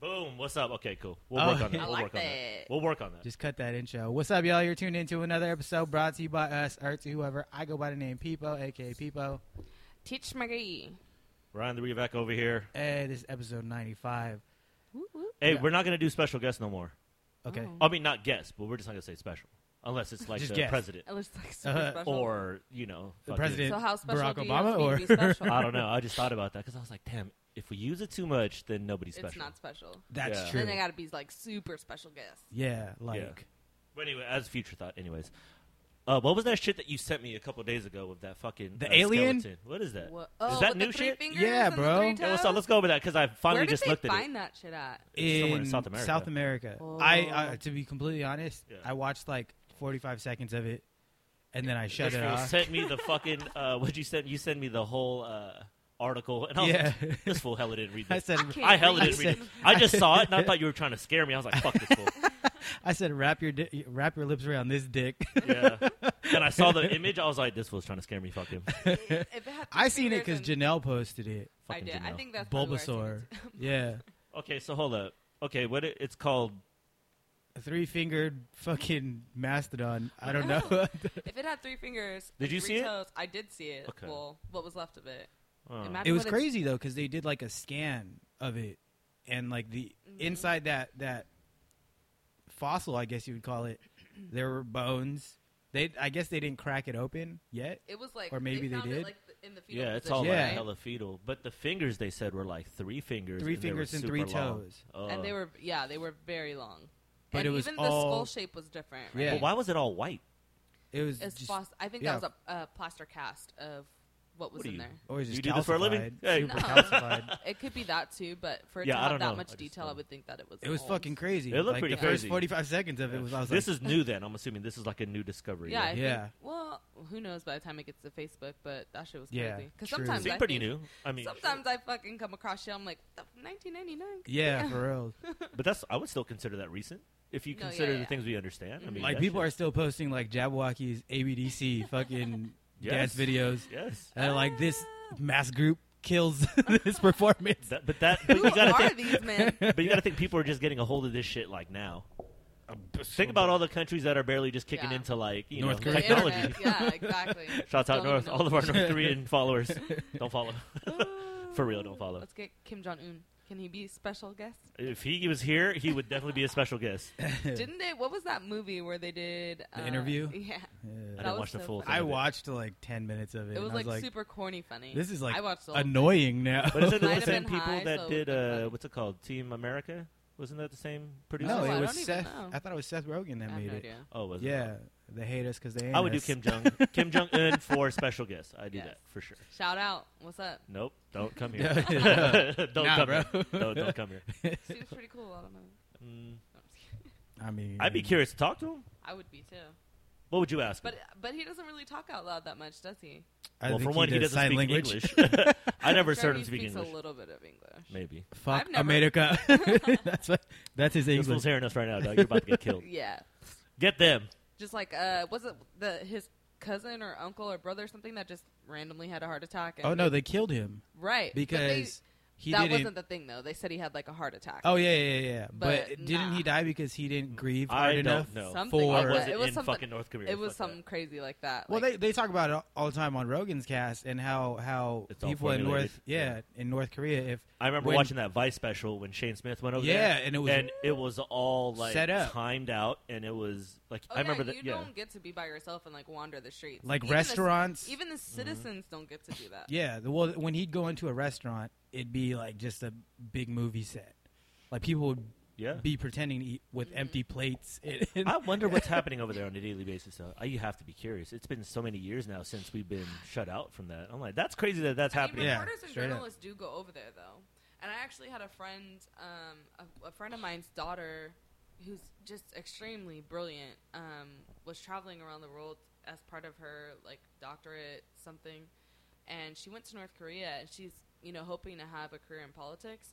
Boom. What's up? Okay, cool. We'll Oh, work on that. yeah. We'll I like work on that. that. We'll work on that. Just cut that intro. What's up, y'all? You're tuned into another episode brought to you by us, or to whoever. I go by the name Peepo, aka Peepo. Teach McGee. Ryan the Revac over here. Hey, this is episode 95. Woo, woo. Hey, Yeah. we're not going to do special guests no more. Okay. Oh. I mean, not guests, but we're just not going to say special. Unless it's like Just the guest. president It looks like super Uh, special. or, you know, The fucking- president. so how special Barack do you Obama, have to or- be to be special? I don't know. I just thought about that because I was like, damn, if we use it too much, then nobody's special. It's not special. That's Yeah. true. Then they got to be like super special guests. yeah, like. But anyway, as future thought, anyways. Uh, what was that shit that you sent me a couple days ago with that fucking The uh, alien? skeleton? What is that? Is What? Oh, that with new the three shit? fingers Yeah, and the bro. three Yeah, Yeah, let's, toes? let's go over that because I finally Where did just they looked at it. find that shit at? It's somewhere in South America. South America. Oh. I, I to be completely honest, Yeah. I watched like 45 seconds of it, and then I shut This it fool off. sent me the fucking uh, what you sent. You sent me the whole uh, article, and I was Yeah. like, "This fool hella didn't read I this." said, I can't I hella read. didn't read it. I just saw it, and I thought you were trying to scare me. I was like, "Fuck this fool." I said, wrap your di- wrap your lips around this dick. Yeah. And I saw the image. I was like, "This fool's trying to scare me." Fuck him. If it had I three seen it fingers because and- Janelle posted it. I Fucking did. I Janelle. think that's probably where I seen Bulbasaur. it. Yeah, Okay, so hold up. Okay, what it, it's called? a three fingered fucking mastodon. I don't know. If it had three fingers, Did and you three see it? toes, I did see it. Okay. Well, what was left of it? Oh. Imagine it was what it's- crazy though because they did like a scan of it, and like the Mm-hmm. inside that that fossil, I guess you would call it, there were bones. They, I guess they didn't crack it open yet. It was like, Or maybe they found it, did. like, th- in the fetal Yeah, it's position, all Yeah. like right? hella fetal. But the fingers they said were like three fingers, Three and they were fingers and super three long. toes. Oh. and they were yeah, they were very long. But and it was even the all- skull shape was different. Right? Yeah. But why was it all white? It was It's just, fos- I think yeah. that was a, a plaster cast of what was What are in you- there. or it was You just do this for a living? calcified, Hey. super No. calcified. It could be that too, but for it Yeah, to I have don't that know. I much just detail, I don't- would think that it was. It was all- fucking crazy. It looked like, pretty the crazy. first forty five seconds of it was. I was this like, is new then. I'm assuming this is like a new discovery. Yeah, I Yeah. Think, well, who knows by the time it gets to Facebook, but that shit was Yeah, crazy. Because true. sometimes seemed I pretty think- new. I mean, Sometimes I fucking come across shit. I'm like, "The- 1999. yeah, Damn. for real. but that's I would still consider that recent if you No, yeah, consider yeah, the yeah. things we understand. I mean, Like that people are shit- still posting like Jabberwocky's ABDC fucking Yes. dance videos. yes, And Uh, like this Ah. mass group kills this performance. That- but that but Who you gotta are think, these men? but you gotta think people are just getting a hold of this shit like now. Think about all the countries that are barely just kicking Yeah. into like you North know Korea. technology. Internet. Yeah, exactly. Shouts out Don't North, even all know. of our North Korean followers. Don't follow. For real, don't follow. Let's get Kim Jong Un. Can he be special guest? If he was here, he would definitely be a special guest. Didn't they? What was that movie where they did uh, The interview? I Yeah, Yeah. That didn't was watch the so full funny. thing. I of it. watched like ten minutes of it. it was and I was like, like, super corny funny. this is like I watched all of it. annoying now. But isn't Might it have the same been people high, that so it did would've been uh, funny. what's it called? Team America? Wasn't that the same producer? no, No, I it was don't Seth. even know. I thought it was Seth Rogen I that have made no it. idea. Oh, was it? Yeah, they hate us because they. Ain't I would do us. Kim Jong Kim Jong Un for special guest. I do Yes. that for sure. Shout out. What's up? Nope, don't come here. Yeah. don't Nah, come bro. here. Don't, don't come here. Seems pretty cool. I don't know. Mm, No, I'm just kidding. I mean, I'd be curious to talk to him. I would be too. What would you ask? But him? but he doesn't really talk out loud that much, does he? I well, think for one, he does doesn't sign speak language. English. I never I'm sure heard him he speak speaks English. a little bit of English. Maybe Fuck I've never- America. that's what. That's his this fool's English. hearing us right now. Dog. You're about to get killed. Yeah, Get them. just like uh, was it the his cousin or uncle or brother or something that just randomly had a heart attack? And Oh no, they killed him right but because they- he that didn't. wasn't the thing though. They said he had like a heart attack. oh yeah, yeah, yeah, yeah. But, But didn't he nah. die because he didn't grieve I hard don't enough? know. something. For- like I that. wasn't it was in something. fucking North Korea. It Fuck was that. something crazy like that. Well, like, they, they talk about it all the time on Rogan's cast and how how It's all people in formulated. North yeah, in North Korea if I remember when- watching that Vice special when Shane Smith went over Yeah, there. and it was- and it was all like Set up. timed out, and it was like Oh, I remember yeah, that. You Yeah, don't get to be by yourself and like wander the streets. like Even the- restaurants even the Mm-hmm. citizens don't get to do that. yeah the, well when he'd go into a restaurant it'd be like just a big movie set like people would yeah. be pretending to eat with Mm-hmm. empty plates and, and- I wonder what's happening over there on a daily basis. Though I, you have to be curious. It's been so many years now since we've been shut out from that. I'm like, that's crazy that that's I mean, happening. Yeah, reporters and straight up. journalists do go over there though. And I actually had a friend, um, a, a friend of mine's daughter, who's just extremely brilliant, um, was traveling around the world as part of her like doctorate something, and she went to North Korea and she's you know hoping to have a career in politics.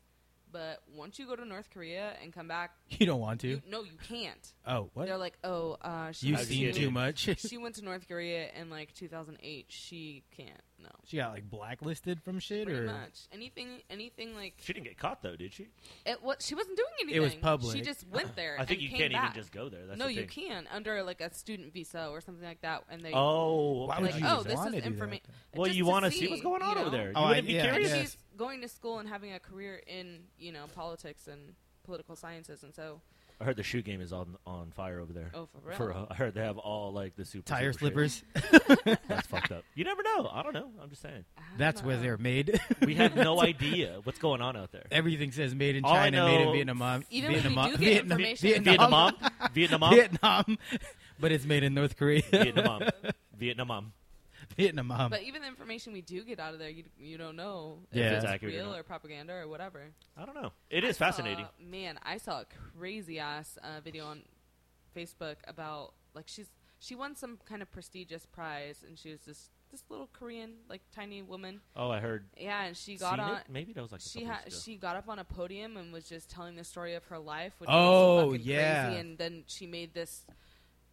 But once you go to North Korea and come back, You don't want to. you, no, you can't. oh, what? They're like, oh, uh, she You've How'd you seen get too in? much. she went to North Korea in like 2008. She can't. No, she got like blacklisted from shit, pretty or much anything. Anything like She didn't get caught though, did she? it. What she wasn't doing anything. It was She public. just went there. I think and you came can't back. even just go there. That's no, the you thing. can under like a student visa or something like that, and they Oh, why okay. would like, you oh, even this wanna is do that, information. though? Well, you want to see what's going on you over know? there. You Oh, I- wouldn't be yeah, I curious. And guess. she's going to school and having a career in you know politics and political sciences, and so I heard the shoe game is on on fire over there. oh for real. For uh, I heard they have all like the super tire super shit. slippers. That's fucked up. You never know. I don't know. I'm just saying. I don't That's where know. they're made. We have no idea what's going on out there. Everything says made in All I China, made in know- Vietnam. uh, Even when we Vietnam, do get Vietnam, information Vietnam, Vietnam, Vietnam, Vietnam, but it's made in North Korea. Vietnam, Vietnam. Vietnam. But even the information we do get out of there, you you don't know Yeah. if It's it's accurate or real not. or propaganda or whatever. I don't know. It I is saw- fascinating. man, I saw a crazy ass uh, video on Facebook about like she's she won some kind of prestigious prize, and she was this this little Korean like tiny woman. Oh, I heard. Yeah, and she Seen got on. it? Maybe that was like a She couple ha- weeks ago. she got up on a podium and was just telling the story of her life, which Oh, was fucking yeah. crazy. And then she made this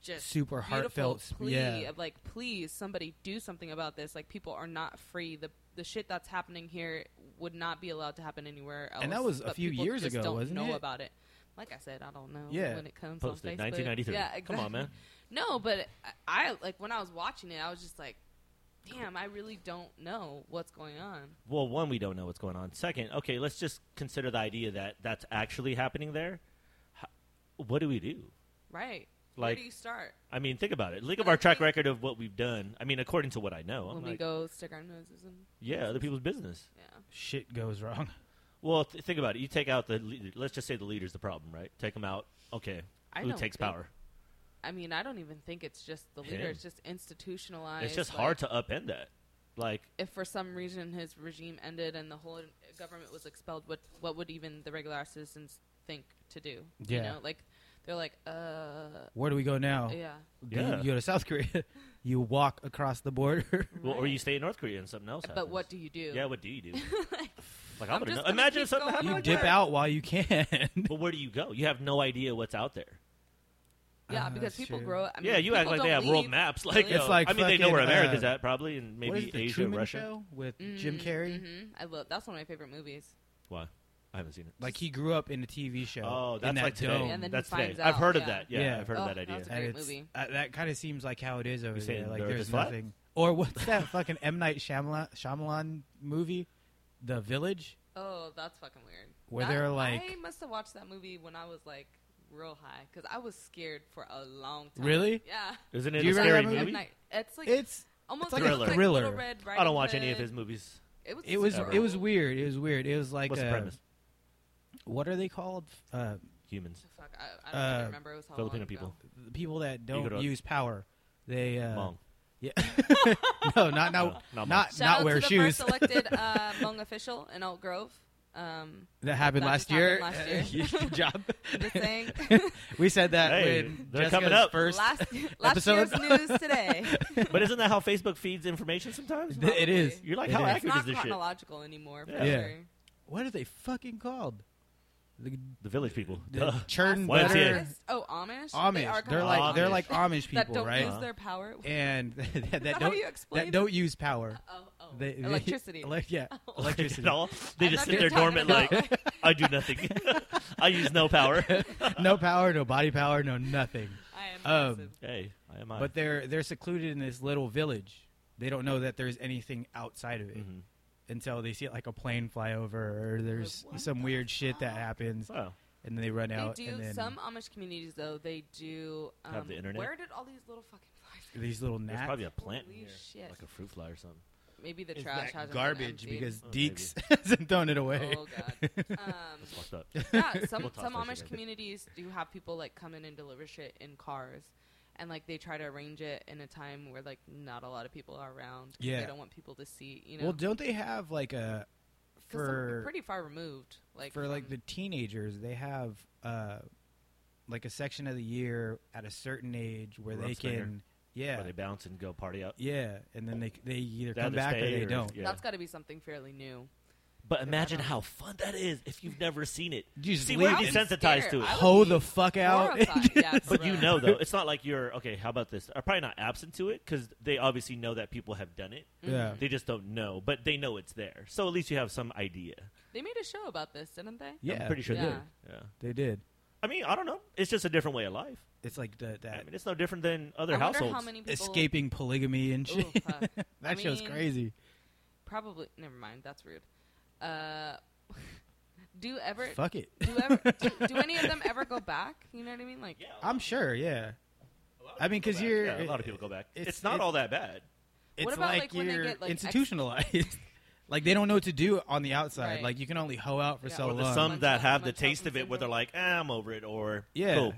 just Super beautiful heartfelt, plea yeah. of like, please, somebody do something about this. Like, people are not free. The the shit that's happening here would not be allowed to happen anywhere else. And that was a but few people years just ago, don't wasn't know it? about it. Like I said, I don't know Yeah. when it comes on Posted Facebook. 1993. Yeah, exactly. Come on, man. No, but I I- like when I was watching it, I was just like, damn, I really don't know what's going on. Well, one, we don't know what's going on. Second, okay, let's just consider the idea that that's actually happening there. Ho- What do we do? Right. Where Like, do you start? I mean, think about it. Look And at I our track think- record of what we've done. I mean, according to what I know, when I'm we like, go stick our noses in. yeah, other people's business. Yeah. Shit goes wrong. Well, th- think about it. You take out the leader. Let's just say the leader's the problem, right? Take him out. Okay, I who don't takes think- power? I mean, I don't even think it's just the leader. Him. It's just institutionalized. It's just like, hard to upend that. Like, If for some reason his regime ended and the whole government was expelled, what what would even the regular citizens think to do? You Yeah. know, like they're like, uh, Where do we go Oh. now? yeah. You- Yeah. You go to South Korea. You walk across the border. well, or right. you stay in North Korea and something else. But what happens. do you do? Yeah, what do you do? Like, Like, I'm I'm, gonna know. just gonna imagine keep if something going happened. you like dip that. out while you can. But where do you go? You have no idea what's out there. yeah, Ah, because that's people true. grow. I mean, yeah, you people act like they don't have world leave. maps. Like, It's you know, like I mean, they know where fucking, America's uh, at probably, and what maybe is the Asia, Truman Russia. Show with Jim Mhm, Carrey? mhm. I love that's one of my favorite movies. Why? I haven't seen it. Like he grew up in a TV show. oh, in that's that like today. dome. And then he that's finds today. I've out, heard yeah. of that. Yeah, Yeah. I've heard Oh, of that that idea. was a And great it's- movie. uh, that kind of seems like how it is over saying there. Like the Earth there's is flat? nothing. Or what's that fucking M Night Shyamalan, Shyamalan movie, The Village? Oh, that's fucking weird. Where That- they're like- I must have watched that movie when I was like real high because I was scared for a long time. Really? Yeah. Isn't Do it you a remember scary that At movie? night. It's like It's almost it's like like, a it was, like thriller. Little Red Riding I don't watch any of Hood. his movies. It was. it was Ever. it was weird. It was weird. It was like What's the uh, premise? what are they called? Uh, Humans, Fuck, I, I don't really Uh, remember. It was how Filipino long ago. people, the people that go don't to- use power. They uh, Hmong. Yeah. no, No, not not not Hmong. not, Shout not out wear to the shoes. First elected uh, Hmong official in Elk Grove. Um, that happened That last just year. happened last Yeah, Good job. just saying. we said that Hey, when they're Jessica's coming up. first. last last episode. year's news today. but isn't that how Facebook feeds information sometimes? Th- it is. You're like, It how is. It's accurate not is this shit? chronological anymore. For Yeah. Yeah. Sure. What are they fucking called? The, The village people. the Duh. churn Why is butter. it- Amish? Oh, Amish. They are Amish. They are like called they're Amish. like Amish that people, don't right? use Uh-huh. their power. And that, that how don't you that explain don't use power. Oh, oh. They- they- electricity. ele- yeah, Like, they electricity. did all- they I'm just not sit there talking dormant, about- like I do nothing. I use no power. no power, no body power, no nothing. I am Um, massive. hey, I am I. But they're they're secluded in this little village. They don't know that there's anything outside of it Mhm. until they see like a plane fly over or there's Like, what some the weird shit that fuck? happens Wow. and then they run out They do and then some Amish communities though. They do um, Have the internet? Where did all these little fucking flies? go? these little There's gnats. probably a plant in Holy here, shit. like a fruit fly or something. Maybe the It's trash that has garbage because Oh, maybe. Deeks hasn't thrown it away. Oh god. That's Um, fucked up. yeah, some We'll toss some that shit Amish later. communities do have people like come in and deliver shit in cars, and like they try to arrange it in a time where like not a lot of people are around. 'cause Yeah. They don't want people to see. You know. Well, don't they have like a 'Cause some- we're for pretty far removed. Like um, for like from- the teenagers, they have uh, like a section of the year at a certain age where they Rump slinger. can, yeah, Where they bounce and go party out. yeah, and then they they either They come either back or stay they or- don't. yeah. That's got to be something fairly new. But imagine how fun that is if you've never seen it. You just See, leave we're and- desensitized to it. I would hoe be the fuck out. and horrified. Yeah, just- But you Right. know, though, it's not like you're okay. How about this? Are probably not absent to it because they obviously know that people have done it. Mm-hmm. yeah. They just don't know, but they know it's there. So at least you have some idea. They made a show about this, didn't they? Yeah, I'm pretty sure. they they Yeah. did. Yeah. They did. I mean, I don't know. It's just a different way of life. It's like the, that I mean, it's no different than I other wonder households. how many people escaping polygamy and shit. Ooh, fuck. that I show's mean- crazy. Probably. Never mind. That's rude. Uh, do ever Fuck it. do ever do, do any of them ever go back? You know what I mean? Like, Yeah, a lot I'm of sure. Yeah. people I mean, go 'cause back. you're- yeah, a lot of people go back. it's- It's, not it's- all that bad. It's What about, like, like, you're when they get, like, ex- institutionalized. like they don't know what to do on the outside. Right. Like you can only hoe out for Yeah. so Or Or long. there's some that have the Munchausen taste of it, where they're syndrome. like, ah, "I'm over it," or Yeah. "Cool."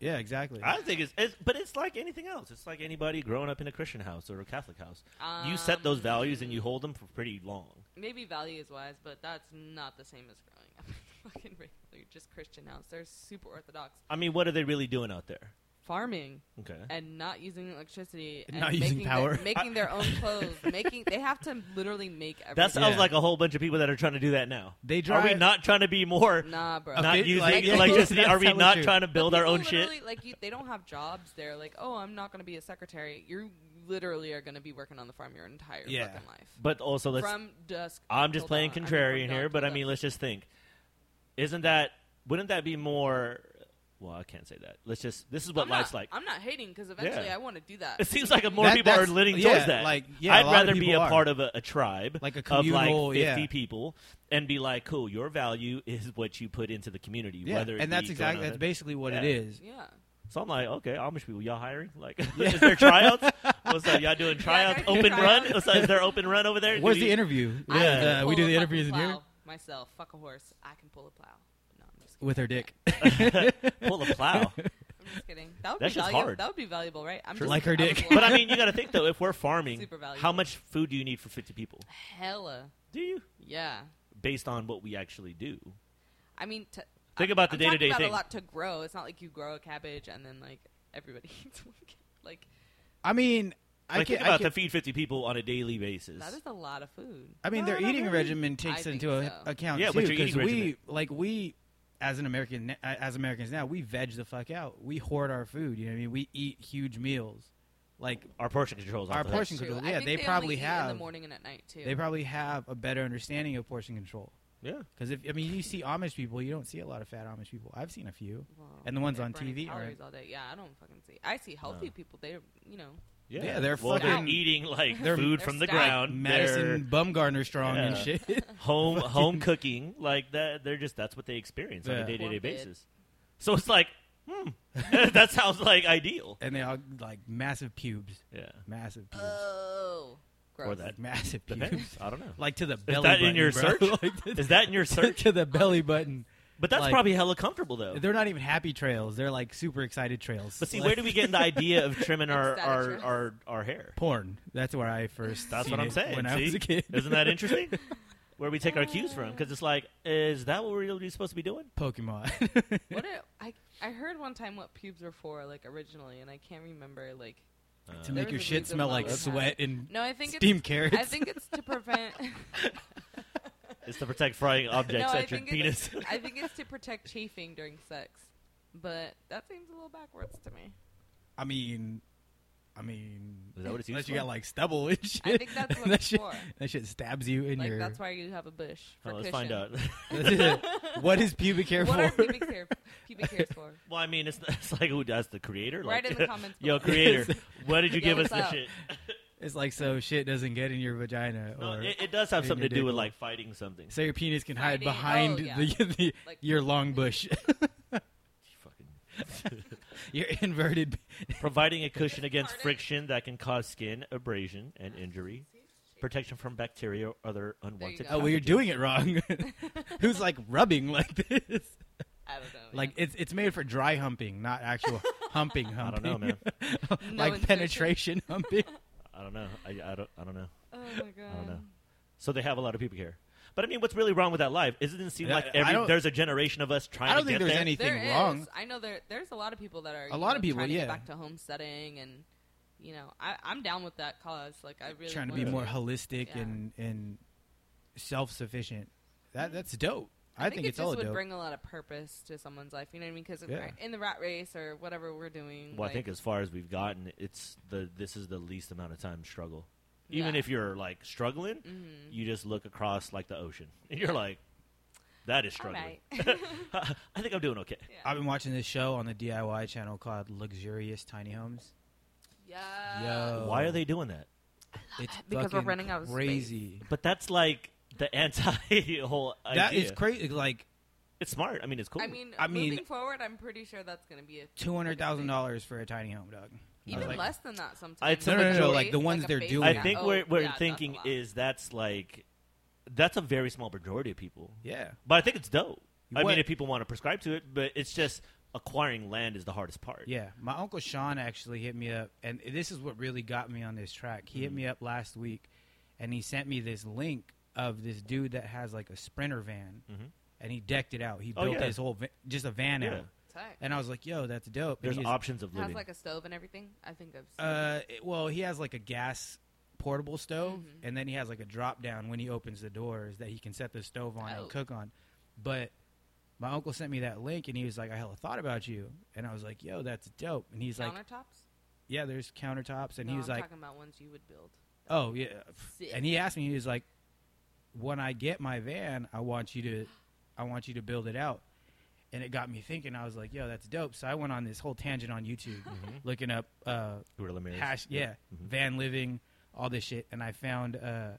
Yeah, exactly. I think it's, it's, but it's like anything else. It's like anybody growing up in a Christian house or a Catholic house. you set those um, values and you hold them for pretty long. maybe values wise, but that's not the same as growing up. in a Fucking regular, just Christian house. They're super orthodox. I mean, what are they really doing out there? Farming Okay. and not using electricity, And and not using making power. their, making their own clothes, making they have to literally make everything. That sounds Yeah. like a whole bunch of people that are trying to do that now. They Are we drive- not trying to be more nah, bro. not Okay, using like- electricity? That's Are we hella not true. trying to build But our people own shit? literally, Like you, they don't have jobs. They're like, oh, I'm not going to be a secretary. You literally are going to be working on the farm your entire Yeah. fucking life. But also, let's. From dusk. I'm just till playing dawn. I mean, from contrarian dawn here, till but I dusk. mean, let's just think. Isn't that? Wouldn't that be more? Well, I can't say that. Let's just. This is what I'm life's not, like. I'm not hating because eventually Yeah. I want to do that. It seems like more That- people are that's- leaning yeah, towards that. like, yeah, a I'd lot of rather be people a are. part of a, a tribe, Like a of communal, like yeah. fifty people, and be like, "Cool, your value is what you put into the community." yeah. Whether it And that's be exactly going on that's basically what it Yeah. is. yeah. it. So I'm like, okay, Amish people, y'all hiring? Like, is there tryouts? What's up? Y'all doing tryouts? doing open tryouts. run? What's up? Is there open run over there? Where's Do the we- interview? I Yeah. can Uh, we do pull a the fucking interviews in here plow myself. Fuck a horse. I can pull a plow. No, I'm just kidding. with her dick, Pull a plow. I'm just kidding. That That would be shit's valuable. hard. That would be valuable, right? I'm Sure. just Like her I would dick. But I love- mean, you got to think though. If we're farming, Super valuable. how much food do you need for 50 people? hella. Do you? Yeah. Based on what we actually do. I mean, t- Think I'm- about the I'm talking day-to-day about thing. A lot to grow. It's not like you grow a cabbage and then like everybody eats one. Cabbage. Like I mean, I Like, can, think I, about can, to feed 50 people on a daily basis. that is a lot of food. I mean, No, their not eating really. regimen I takes think into a, so. account Yeah, too, but your eating because we regimen. like we as an American uh, as Americans now we veg the fuck out. We hoard our food. You know what I mean? We eat huge meals. Like Our portion controls. Our off the hook. portion- True. control. I Yeah, think they only probably eat in have- the morning and at night too. they probably have a better understanding of portion control. Yeah. Because if I mean, you see Amish people, you don't see a lot of fat Amish people. I've seen a few. Well, and the ones they're on burning TV are- calories all day. Yeah, I don't fucking see. I see healthy No. people. They, you know, Yeah, Yeah, they're well, fucking- they're eating like They're- food they're from the stacked. ground, Madison Bumgarner strong and Yeah. shit. they're home home cooking, like that. They're just that's what they experience on Yeah. a day to day Forfeit. basis. So it's like, hmm, that sounds like ideal. and they all like massive pubes, Yeah, massive pubes, oh, gross. or that like massive pubes, depends. I don't know. like to the Is belly. that button, in your bro. search? Like, to, Is that in your search? to the belly button? But that's Like- probably hella comfortable though. They're not even happy trails. They're like super excited trails. But see, Like- where do we get the idea of trimming our Ecstatic our, dress. our our hair? porn? That's where I first. That's seen what I'm it saying. When I was see? a kid, Isn't that interesting? Where we take our cues from? Because it's like, is that what we're really supposed to be doing? Pokemon? What a, I I heard one time what pubes were for, like originally, and I can't remember. Like, Uh, to There make your was a shit reason smell why like we had sweat and no, I think steam it's. carrots. I think it's to prevent. It's to protect frying objects no, I at your think penis. It's, I think it's to protect chafing during sex, but that seems a little backwards to me. I mean, I mean, Is that what it's unless used you for? got like stubble and shit. I think that's what that it's shit, for. That shit stabs you in Like your. that's why you have a bush. For Oh, let's find cushion. out. what is pubic hair What for? are pubic hair, pubic hairs for? well, I mean, it's, it's like who does the creator? Write Like, in the comments Yo, below. creator, what did you Yo, give us this what's up? shit? It's like so shit doesn't get in your vagina, No, or it, it does have in something your to do dick with hole. like fighting something. so your penis can hide Hiding- oh, behind yeah. the, the Like- your long bush, Fucking your inverted. providing a cushion against Farted. friction that can cause skin abrasion and injury, protection from bacteria or other unwanted. go. Oh, well, you're pathogens. doing it wrong. Who's like rubbing like this? I don't know. Like man. it's it's made for dry humping, not actual humping. I Humping. don't know, man. No like insertion. penetration humping. I don't know. I, I don't. I don't know. Oh my god. don't know. So they have a lot of people here. But I mean, what's really wrong with that life? Isn't it seem Yeah, like I every don't- there's a generation of us trying I don't to think get there's there? anything There is. wrong. I know there. There's a lot of people that are. A you lot know, of people, trying to yeah. Get back to homesteading and, you know, I, I'm down with that cause. Like I really trying to be wanna more holistic Yeah. and and self sufficient That that's dope. I, think, Mm-hmm. it it's just all would dope. bring a lot of purpose to someone's life. You know what I mean? Because Yeah. in the rat race or whatever we're doing, Well, like, I think as far as we've gotten, it's the this is the least amount of time struggle. Even Yeah. if you're like struggling, Mhm. you just look across like the ocean, and you're like, "That is struggling." Alright. I think I'm doing okay. yeah. I've been watching this show on the DIY channel called Luxurious Tiny Homes. yeah. Yo. Why are they doing that? It's it because we're fucking running out of space. crazy. But that's like the anti whole idea. That is crazy. Like It's smart. I mean, it's cool. I mean, I mean- moving forward, I'm pretty sure that's going to be a two hundred thousand dollars for a tiny home, dog. Even even like, less than that sometimes. No, no, no, no, like the Like ones a they're base doing. I Yeah. map. think Oh, where where yeah, are that's a thinking lot. is that's like that's a very small majority of people. Yeah. But I think it's dope. I What- mean, if people want to prescribe to it, but it's just acquiring land is the hardest part. Yeah, my uncle Sean actually hit me up, and this is what really got me on this track. He Mm. hit me up last week, and he sent me this link of this dude that has like a sprinter van, Mhm. and he decked it out. He Oh, built yeah. his whole va- just a van Yeah. out, Tech. and I was like, "Yo, that's dope." And There's he is- options of living. Has like a stove and everything. I think I've seen uh, it- well, he has like a gas portable stove, and then he has like a drop down when he opens the doors that he can set the stove on Oh. and cook on. But my uncle sent me that link, and he was like, "I hella thought about you," and I was like, "Yo, that's dope." And he's like. countertops. yeah, there's countertops. And no, he was I'm like, talking about ones you would build. oh, yeah. Sick. And he asked me, he was like, when I get my van, I want you to, I want you to build it out. And it got me thinking. I was like, yo, that's dope. So I went on this whole tangent on YouTube looking up, uh, Gorilla mirrors. hash, yeah, Mhm. van living, all this shit. And I found, uh,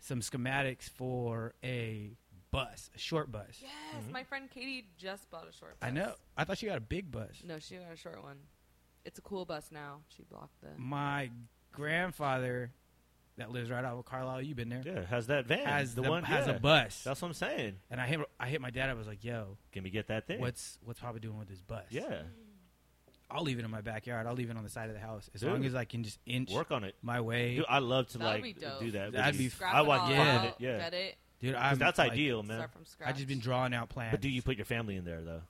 some schematics for a bus, a short bus. Yes, Mhm. my friend Katie just bought a short. Bus. Mm-hmm. I know. I thought she got a big bus. No, she got a short one. It's a cool bus now. She blocked the. My grandfather that lives right out of Carlisle, you've been there. Yeah, has that van. has the, one has yeah. a bus. That's what I'm saying. and I hit I hit my dad. I was like, "Yo, Can we get that thing? what's what's Papa doing with this bus? yeah, I'll leave it in my backyard. I'll leave it on the side of the house as Dude. long as I can just inch work on it. my way, Dude, I love to That would like be dope. do that. That'd with be you. f- Scrap I it want all to yeah. get out, it. Yeah, gut it, dude. I'm, 'Cause that's like, ideal, man. start from scratch. I just been drawing out plans. But do you put your family in there though?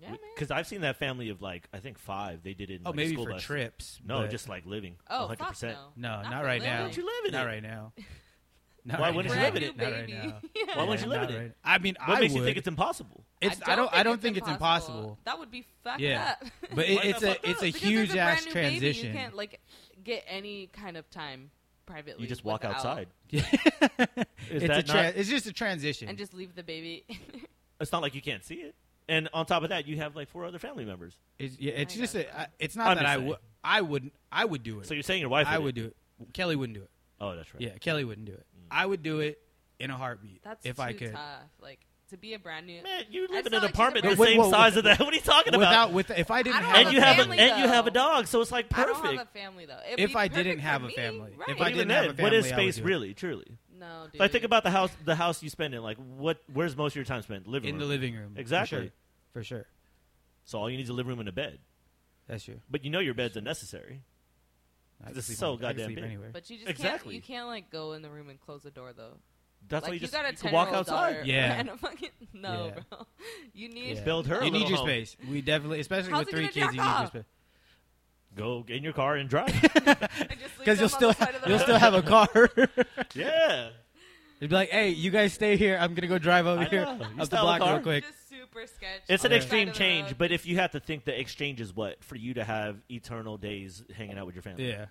Yeah, man. Because I've seen that family of like I think five. They did it. In, Oh, like, a maybe school for bus. trips. No, but- just like living. Oh, 100%. fuck no, no. not, for right Why now. living. would you live in Not it? right now. Not Why right wouldn't now. you live in Brand it? new Not right baby. now. Why wouldn't Yeah, you live not in it? right- I mean, What I makes would. you think it's impossible? It's, I don't. I don't think it's impossible. That would be fucked Yeah. up. But Why it, it's the a fuck it's a Because there's huge ass brand new baby, transition. You can't like get any kind of time privately. You just walk without- outside. Is it's that a tra- not- it's just a transition. and just leave the baby. It's not like you can't see it. And on top of that, you have like four other family members. It's, yeah, it's I just guess. a, I- it's not I'm that just I saying. would I would I would do it. So you're saying your wife? I did would it. do it. Kelly wouldn't do it. Oh, that's right. Mm. Yeah, Kelly wouldn't do it. I would do it in a heartbeat That's if too I could. tough. Like to be a brand new. Man, you live It's in not an like she's apartment a the brand- same Wait, whoa, size wait. as that. What are you talking about? Without with if I didn't don't have And have you a have family, a and you have a though. dog, so it's like I don't have a perfect. family though. It'd If be I didn't perfect have for a me, family. right. If I But even didn't have a then, what is family, I would space do it. really, truly? no, dude. Like think about the house, the house you spend in. Like what? Where's most of your time spent? Living in room. the living room Exactly. for sure. For sure. So all you need is a living room and a bed. That's true. But you know your bed's unnecessary. This I could is sleep so on- I could goddamn sleep big. anywhere. But you just Exactly. can't. You can't like go in the room and close the door though. That's like why you you just got a you can ten walk year old outside. daughter Yeah. And a fucking no, Yeah. bro. You need Yeah. Build her. a you need little your home. space. We definitely, especially How's with it three gonna jack kids, you need your off? space Go get in your car and drive. because because you'll still the you'll road. still have a car. yeah. You'd be like, hey, you guys stay here. I'm gonna go drive over I here know. You still up the have a block car? real quick. Just super sketch. It's an Yeah. extreme change, but if you have to think the exchange is what for you to have eternal days hanging out with your family. Yeah.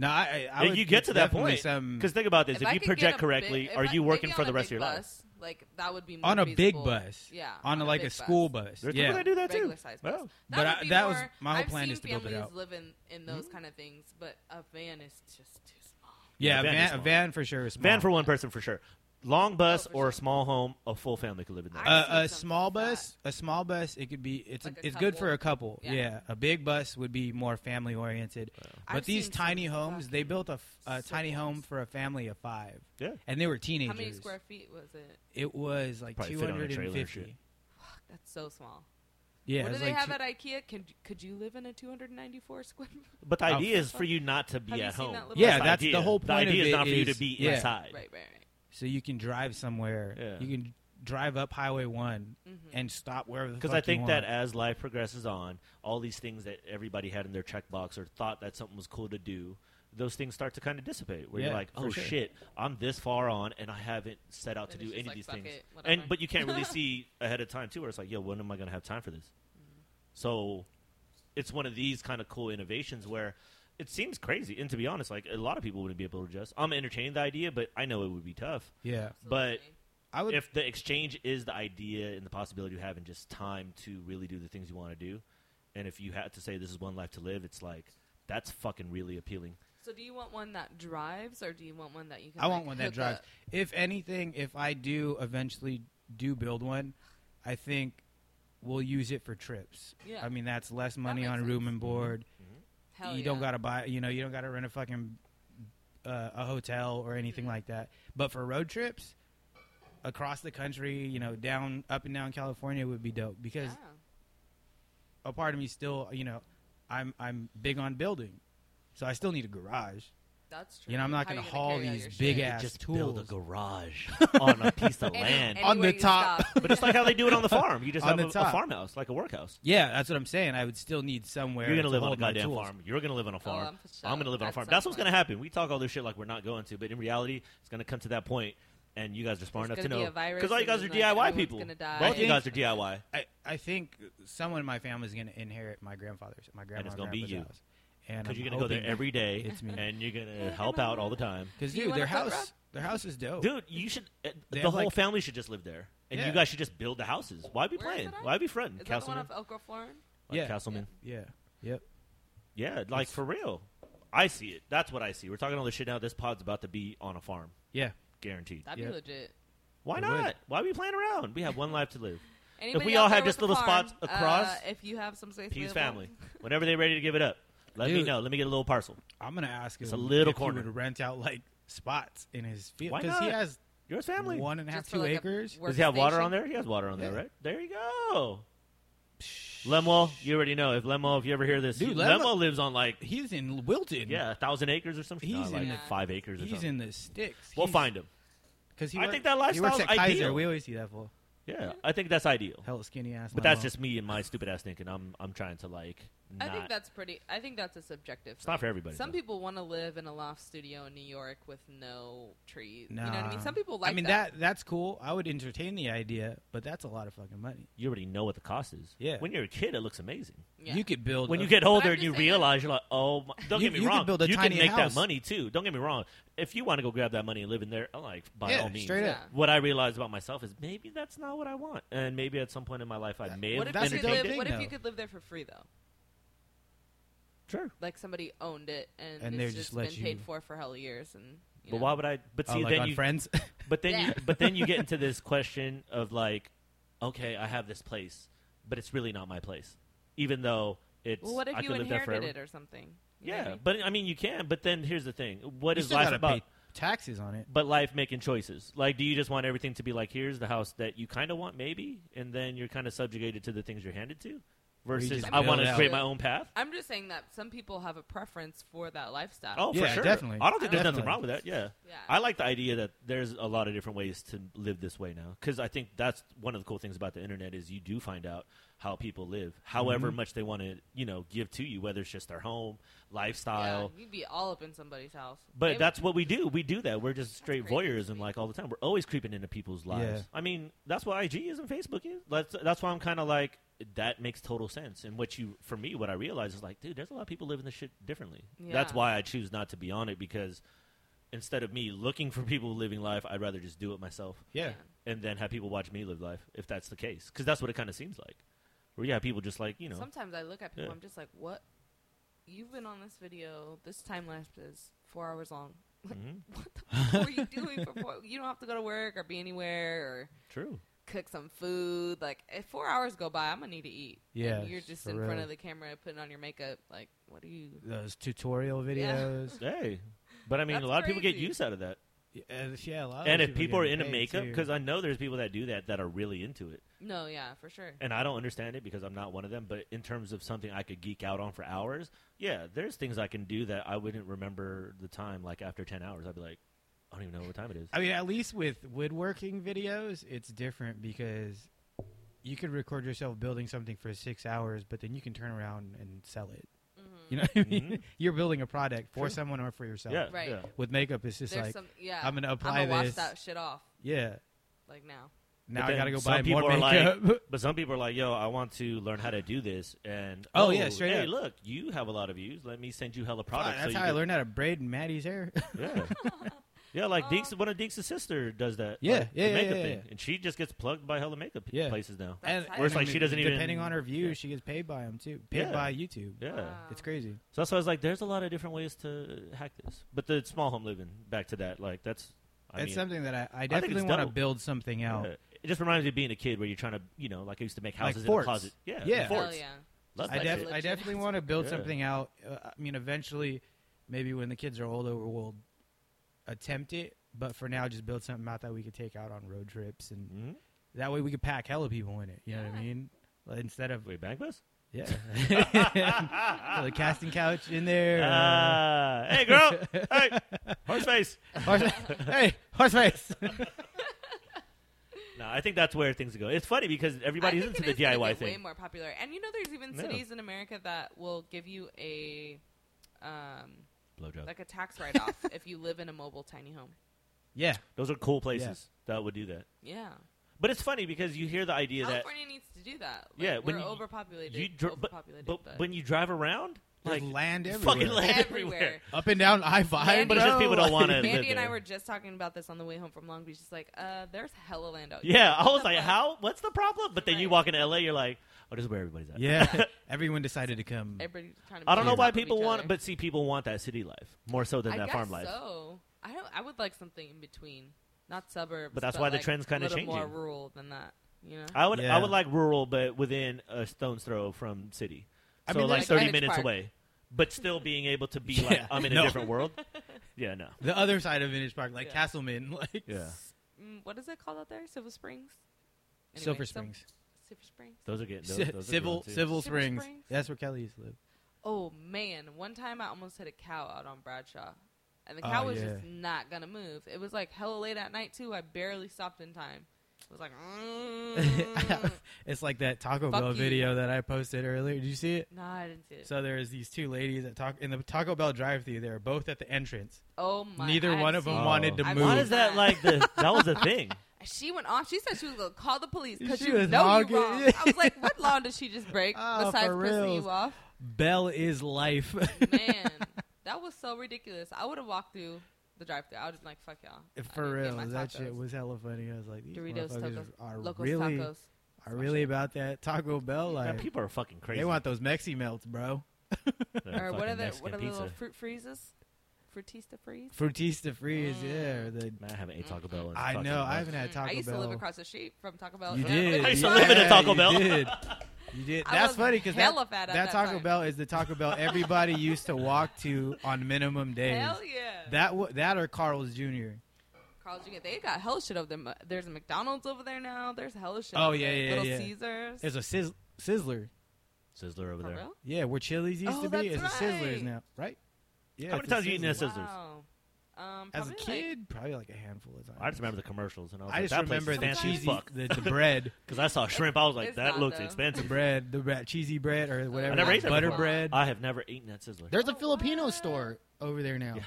No, I, I I If would you get to that definitely point, some- because Mm. think about this: if, if, I you could get project a correctly, big- if are I- you working maybe for on the a rest of big your life? bus, Like that would be more on a big feasible. bus. Yeah, on, a, a like big a school bus. There's yeah, people that do that too. regular sized bus. Well, That But would I- be that was- more- my whole I've plan seen is to build it families out. Live in, in those kind of things, but a van is just too small. yeah. Yeah, A van is van, a small. van for sure. Is small. van for one person for sure. Long bus for or sure. a small home, a full family could live in that. I- Uh, I've seen a some small fat- bus, a small bus. It could be. It's Like a it's good for couple. a couple. Yeah. Yeah. a big bus would be more family oriented. But I've these seen tiny some homes, they fucking built a, f- a tiny siblings. home for a family of five, yeah, and they were teenagers. How many square feet was it? It was like Probably two fit on a hundred trailer and and shit. fifty. That's so small. Yeah, it what do was they like have two- at IKEA? Can, could you live in a 294 square? but the Oh, idea is for you not to Have be you at seen home. that little- yeah, the that's idea. the whole point idea of is it not for you to is- be yeah, inside. right, right, right. So you can drive somewhere. Yeah. You can drive up Highway One Mhm. and stop wherever. the Because fuck I you think that want. as life progresses on, all these things that everybody had in their checkbox or thought that something was cool to do, those things start to kind of dissipate. Where Yeah, you're like, for oh sure. shit, I'm this far on and I haven't set out to Then do it's any just of like, these fuck things. it, and whatever. but you can't really see ahead of time too. Where it's like, yo, when am I going to have time for this? Mm-hmm. So it's one of these kind of cool innovations where it seems crazy. And to be honest, like a lot of people wouldn't be able to adjust. I'm entertaining the idea, but I know it would be tough. Yeah, But- Absolutely. I would. If the exchange is the idea and the possibility you have, and just time to really do the things you want to do, and if you had to say this is one life to live, it's like that's fucking really appealing. so do you want one that drives, or do you want one that you can? I want like, one that hook drives. up? If anything, if I do eventually do build one, I think we'll use it for trips. Yeah. I mean, that's less money makes on sense. Mm-hmm. room and board. Hell you yeah. don't gotta buy. You know, you don't gotta rent a fucking uh, a hotel or anything Mm-hmm. like that. But for road trips across the country, you know, down up and down California would be dope because Yeah. a part of me still, you know, I'm I'm big on building, so I still need a garage. That's true. You know, I'm not How gonna you haul carry all these your big shit? ass just tools. build a garage on a piece of Any- land. On the anywhere you top. stop. But it's like how they do it on the farm. You just On have the a, a top. farmhouse, like a workhouse. Yeah, that's what I'm saying. I would still need somewhere. You're gonna to live on a hold my goddamn tools. farm. You're gonna live on a farm. Oh, I'm for sure. I'm gonna live on a At farm. some That's what's point. gonna happen. We talk all this shit like we're not going to, but in reality, it's gonna come to that point, and you guys are smart There's enough to gonna be know a virus all you and guys are then, like, DIY everyone's people. gonna die. Both of you I guys are think- DIY. I, I think someone in my family is going to inherit my grandfather's, my grandma, it's gonna be grandpa's you. house. And Because I'm you're gonna go there hoping- every day, It's me. and you're gonna help out all the time, Because Do you dude, want their a foot house, their house is dope. dude. You should. uh, Oh. The They have, whole like- family should just live there, and Yeah. you guys should just build the houses. Why be Where is playing? it at? Why be fronting? Is that the one Castleman, off Elk Grove, Florida? like Yeah. Castleman. Yeah. Yep. Yeah, like for real. I see it. That's what I see. We're talking all this shit now. This pod's about to be on a farm, Yeah. guaranteed. That'd Yeah. be legit. Why It not? would. Why are we playing around? We have one life to live. Anybody we all out there had with just a little farm, spots across, uh, if you have some space, Pete's available- family. Whenever they're ready to give it up, let me Dude. know. Let me get a little parcel. I'm gonna ask him It's a little if corner. he would rent out like spots in his field Why because he not? has Yours family. one and a half, Just for, two like, a acres. work- Does he have water on workstation. there? He has water on there, Yeah. right? There you go. Lemuel, you already know. If Lemuel, if you ever hear this, Dude, he- Lemuel- Lemuel lives on like He's in Wilton. yeah, a thousand acres or something. He's like in the- five acres. Or He's something. in the sticks. We'll He's- find him. Cause he I work- think that he works lifestyle's at Kaiser. ideal. We always see that fool. Yeah, I think that's ideal. Hella skinny ass. But that's just me and my stupid ass thinking. I'm I'm trying to like. I Not, think that's pretty. I think that's a subjective. It's not for thing. everybody, Some though. people want to live in a loft studio in New York with no trees. You know what I mean? Nah. Some people like. I mean that. that's cool. I would entertain the idea, but that's a lot of fucking money. you already know what the cost is. Yeah. When you're a kid, it looks amazing. Yeah. You could build when a- you get older I'm and you just saying- realize you're like, oh, my, don't You- get me you could wrong, build a you tiny can make house. that money too. Don't get me wrong. If you want to go grab that money and live in there, I'm like, by Yeah, all means. straight Yeah. up. What I realized about myself is maybe that's not what I want, and maybe at some point in my life I may What have if, That's the you could entertained live, it. thing, what if though. you could live there for free though? Sure, Like somebody owned it and, And it's they're just, just let been you- paid for for hell years and. You but know. why would I? But Oh, see, like then on you, friends. but then you, Yeah. but then you get into this question of like, okay, I have this place, but it's really not my place, even though it's. Well, what if I you could live there inherited forever. it or something? You know what I Yeah, mean? but I mean, you can. But then here's the thing: What you is still life gotta about? pay taxes on it. but life making choices. Like, do you just want everything to be like, here's the house that you kind of want, maybe, and then you're kind of subjugated to the things you're handed to, versus just I want build to out. create my own path. I'm just saying that some people have a preference for that lifestyle. Oh, Yeah, for sure, definitely. I don't think I there's don't- nothing wrong with that. Yeah. Yeah. I like the idea that there's a lot of different ways to live this way now, because I think that's one of the cool things about the internet is you do find out how people live, however much they want to, you know, give to you, whether it's just their home lifestyle. Yeah, you'd be all up in somebody's house. But They would- that's what we do. We do that. We're just straight crazy. voyeurism, like all the time. We're always creeping into people's lives. Yeah. I mean, that's what IG is and Facebook is. That's that's why I'm kind of like that makes total sense. And what you, for me, what I realize is like, dude, there's a lot of people living this shit differently. That's Yeah. why I choose not to be on it because instead of me looking for people living life, I'd rather just do it myself Yeah. and then have people watch me live life if that's the case. Because that's what it kind of seems like. Where you have people just like you know, Sometimes I look at people, Yeah. I'm just like, what? You've been on this video. This time lapse is four hours long. Like, Mhm. What the fuck were you doing for four? You don't have to go to work or be anywhere or true. cook some food. Like, if four hours go by, I'm going to need to eat. Yeah, And you're just for in front real. of the camera putting on your makeup. Like, what are you. Those tutorial videos. Hey, but I mean, That's a lot of people get crazy. use out of that. Yeah, uh, yeah a lot of and those if people are get into paid, makeup, too. because I know there's people that do that that are really into it, No, yeah, for sure. and I don't understand it because I'm not one of them. But in terms of something I could geek out on for hours, yeah, there's things I can do that I wouldn't remember the time. Like after ten hours, I'd be like, I don't even know what time it is. I mean, at least with woodworking videos, it's different because you could record yourself building something for six hours, but then you can turn around and sell it. hmm You know, what I mean? Mhm. you're building a product for Sure. someone or for yourself. Yeah, Right. yeah. With makeup, it's just There's like, some, yeah. I'm gonna I'm apply gonna wash this. that shit off Yeah. like now. Now I then gotta go some buy more people are like- makeup. But some people are like, "Yo, I want to learn how to do this." And Oh, yeah, straight hey, up. look, you have a lot of views. Let me send you hella Fuck, products. that's so how I you learned how to braid Maddie's hair. can- Yeah, yeah, like Oh. Deeks, one of Deeks' sister does that. Yeah, like, yeah, the yeah, makeup yeah, thing, yeah. and she just gets plugged by hella makeup p- Yeah. places now. That's And- how Or it's I like learned she doesn't even Depending on her views, Yeah. she gets paid by them too. Paid Yeah. by YouTube. Yeah, Wow. It's crazy. so that's why I was like, "There's a lot of different ways to hack this." But the small home living, back to that, like that's. I it's mean, something that I, I think definitely it's want to dope. build something out. yeah. It just reminds me of being a kid where you're trying to, you know, like I used to make Like houses in a forts. closet. Yeah, Yeah. Hell forts. yeah. Love I, that def- shit. I Legit. definitely want to build Yeah. something out. Uh, I mean, eventually, maybe when the kids are older, we'll attempt it. But for now, just build something out that we could take out on road trips, and Mhm. that way we could pack hella people in it. You know what I Yeah. mean? Like, Instead of Wait, bank bus? yeah, So the casting couch in there. uh, Ah, hey, girl. hey, horse face. horse- hey, horse face. No, I think that's where things go. It's funny because everybody's I think into it the is gonna DIY get Way thing. more popular, and you know, there's even Yeah. cities in America that will give you a, um, Blowjob. like a tax write-off if you live in a mobile tiny home. yeah, Those are cool places that would do that. Yeah, But it's funny because you hear the idea that California needs to do that. Like, Yeah, we're when you- overpopulated. you dr- but, overpopulated, but but, when you drive around, like like land fucking everywhere, land. everywhere. everywhere. up and down I five. Land- But it's just people don't wanna- I live Mandy and I there. were just talking about this on the way home from Long Beach. It's like, uh, there's hella land out here. yeah, I What was the like, fuck? how? What's the problem? But then you Right. walk into LA, you're like, oh, this is where everybody's at. Yeah, everyone decided to come. Everybody's trying to. I don't be know on why top of people each want, other. but see, people want that city life more so than I that guess farm life. So I don't. I would like something in between, not suburbs. But that's why the like, trend's kinda a little More changing. rural than that, you know. I would, Yeah. I would like rural, but within a stone's throw from city. I So mean, like that's- thirty Greenwich minutes Park. away, but still being able to be Yeah, like, I'm in no. a different world. Yeah, no. the other side of Vintage Park, like Yeah. Castleman, like Yeah. Mm, what is it called out there? Silver Springs. Anyway, Silver some- Springs. Silver Springs. Those are getting those, Ci- those are civil going too. Civil Silver Springs. Springs? That's where Kelly used to live. Oh man! One time I almost hit a cow out on Bradshaw, and the Oh, cow was yeah. just not gonna move. It was like hella late at night too. I barely stopped in time. It was like, mm. it's like that Taco Fuck Bell you. video that I posted earlier. Did you see it? nah, I didn't see it. So there's these two ladies at Taco in the Taco Bell drive-thru. They're both at the entrance. oh my! Neither I've one of seen Oh. them it. wanted to I've move. Why seen is that like the that was the thing? She went on. She said she was gonna call the police because She you was know honking. you wrong. I was like, what law did she just break Oh, besides for pissing reals. you off? Bell is life. Man, that was so ridiculous. I would have walked through the drive-through. I was just like, fuck y'all. I For need to get real, my that tacos. shit was hella funny. I was like, these Doritos, motherfuckers tacos, are Locos really tacos. are really about that Taco Bell Man, life. people are fucking crazy. They want those Mexi melts, bro. That Or what fucking are the Mexican what are the pizza. little fruit freezes? Fruitista freeze. Frutista freeze, yeah. or the- Mm. Man, I haven't ate Taco Bell. In I fucking know. I months. haven't had Mm, Taco I used Bell. to live across the street from Taco Bell. You and I- did. I used to yeah, live in a Taco you Bell. Did. You did. I That's was funny because hella that, fat at that that Taco time. Bell is the Taco Bell everybody used to walk to on minimum days. Hell yeah! That wa that or Carl's Jr. Carl's Jr. They got hella shit over there. There's a McDonald's over there now. There's hella shit. Oh, over yeah, there. yeah, Little yeah. Caesars. There's a sizz- Sizzler. Sizzler over For there. real? Yeah, where Chili's used Oh, to be is that's a Sizzler's right. now, right? Yeah. How it's many times you eaten Sizzler. a Sizzler? Scissors. Wow. Um, As a probably, like, kid, probably like a handful of times. I just remember the commercials, and I was I like, just that remember place the is fancy cheesy, as fuck. the, the bread, Because I saw shrimp, I was like, It's that not, looks though. the expensive. bread, the bread, cheesy bread or whatever, I never ate that butter before. Uh, bread. I have never eaten at Sizzler. There's a Oh, Filipino wow. store over there now. Yeah.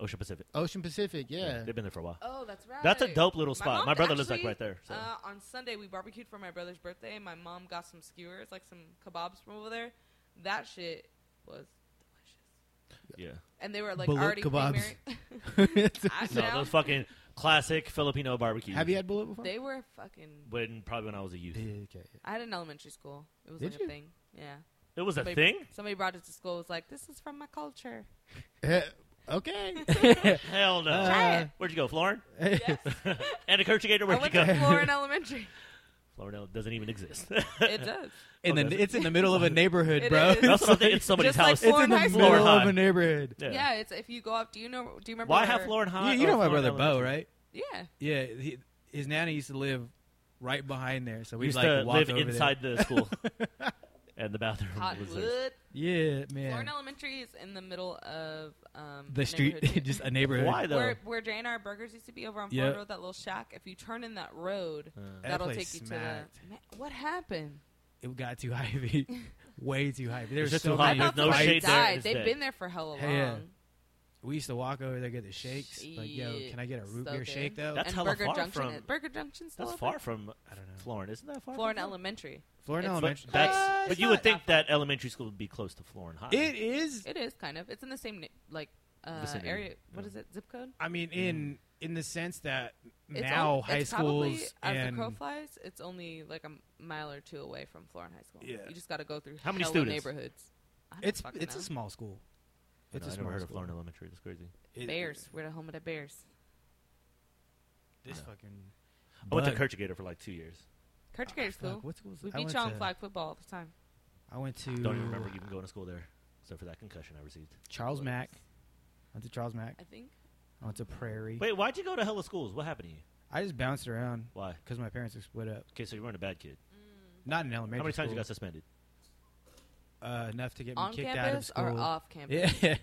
Ocean Pacific. Ocean Pacific, yeah. They've been there for a while. Oh, that's right. That's a dope little spot. mom My brother lives, like, actually, right there, so. Uh, on Sunday, we barbecued for my brother's birthday. My mom got some skewers, like some kebabs from over there. That shit was delicious. Yeah. And they were like Bullet already kebabs. pre-married. I- No, now- those fucking classic Filipino barbecue. Have you had bullet before? they were fucking. When probably when I was a youth, Yeah, okay. I had an elementary school. It was Did like you? a thing. Yeah. it was a Somebody- thing. Somebody brought it to school. Was like, this is from my culture. okay. Hell no. Try it. Where'd you go, Florin? Yes. And a Kirchigator, I where'd you went go? to Florin Elementary. Florin doesn't even exist. It does. And then Okay. it's in the middle of a neighborhood, It bro. is. That's what I'm thinking. It's somebody's Just like house. It's in Lauren the High School. middle Lauren of High. a neighborhood. Yeah. it's if you go up. Do you know? Do you remember? Why where- have Florin You, High? you or know my Florin brother Bo, Elementary? right? Yeah. Yeah, he, his nana used to live right behind there, so We we'd used like to walk live over inside the school, and the bathroom was there. There. Cottonwood. Yeah, Florin man. Elementary is in the middle of um, The street, neighborhood. just a neighborhood. Why though? where where J and R Burgers used to be over on Ford Yep. Road, that little shack. If you turn in that road, Uh, That that'll place take you smacked. to the. Ma- What happened? it got too hypey, way too hypey. There It's was just so too hype. many. There's Not no that fights. shade they there. died. It's They've dead. been there for hella long. Hey, yeah. We used to walk over there get the shakes. Like, yo, Shit. can I get a root So beer good. shake though? That's and hella Burger far Junction. from- is- Burger Junction still That's open? far from I don't know. Florin, isn't that far? Florin from Elementary. Florida It's- But Elementary. that's Uh, it's but you not would that think that elementary school would be close to Florin High. It is. It is kind of. It's in the same na- like uh, Vicinity. area. What Yeah. is it? Zip code? I mean, Mm. in in the sense that It's now on- high it's probably, schools as and the crow flies, it's only like a m- mile or two away from Florin High School. Yeah. You just got to go through How many hella students? neighborhoods. I don't it's fucking it's know. a small school. I It's know, a I small never heard of school. Florin Elementary. That's crazy. It- Bears. We're the home of the Bears. This fucking. I went to bug. Kirchigator for like two years. Kirch Fuck, School. What school was We I beat went y'all in to- flag football all the time. I went to. Don't even Mm. remember even going to school there, except for that concussion I received. Charles What? Mack. I went to Charles Mack. I think. I went to Prairie. Wait, why'd you go to hella schools? What happened to you? I just bounced around Why? because my parents were split up. Okay, so you weren't a bad kid. Not in elementary. How many times you school. got suspended? Uh, enough to get me On kicked out of campus school. or off campus? Yeah.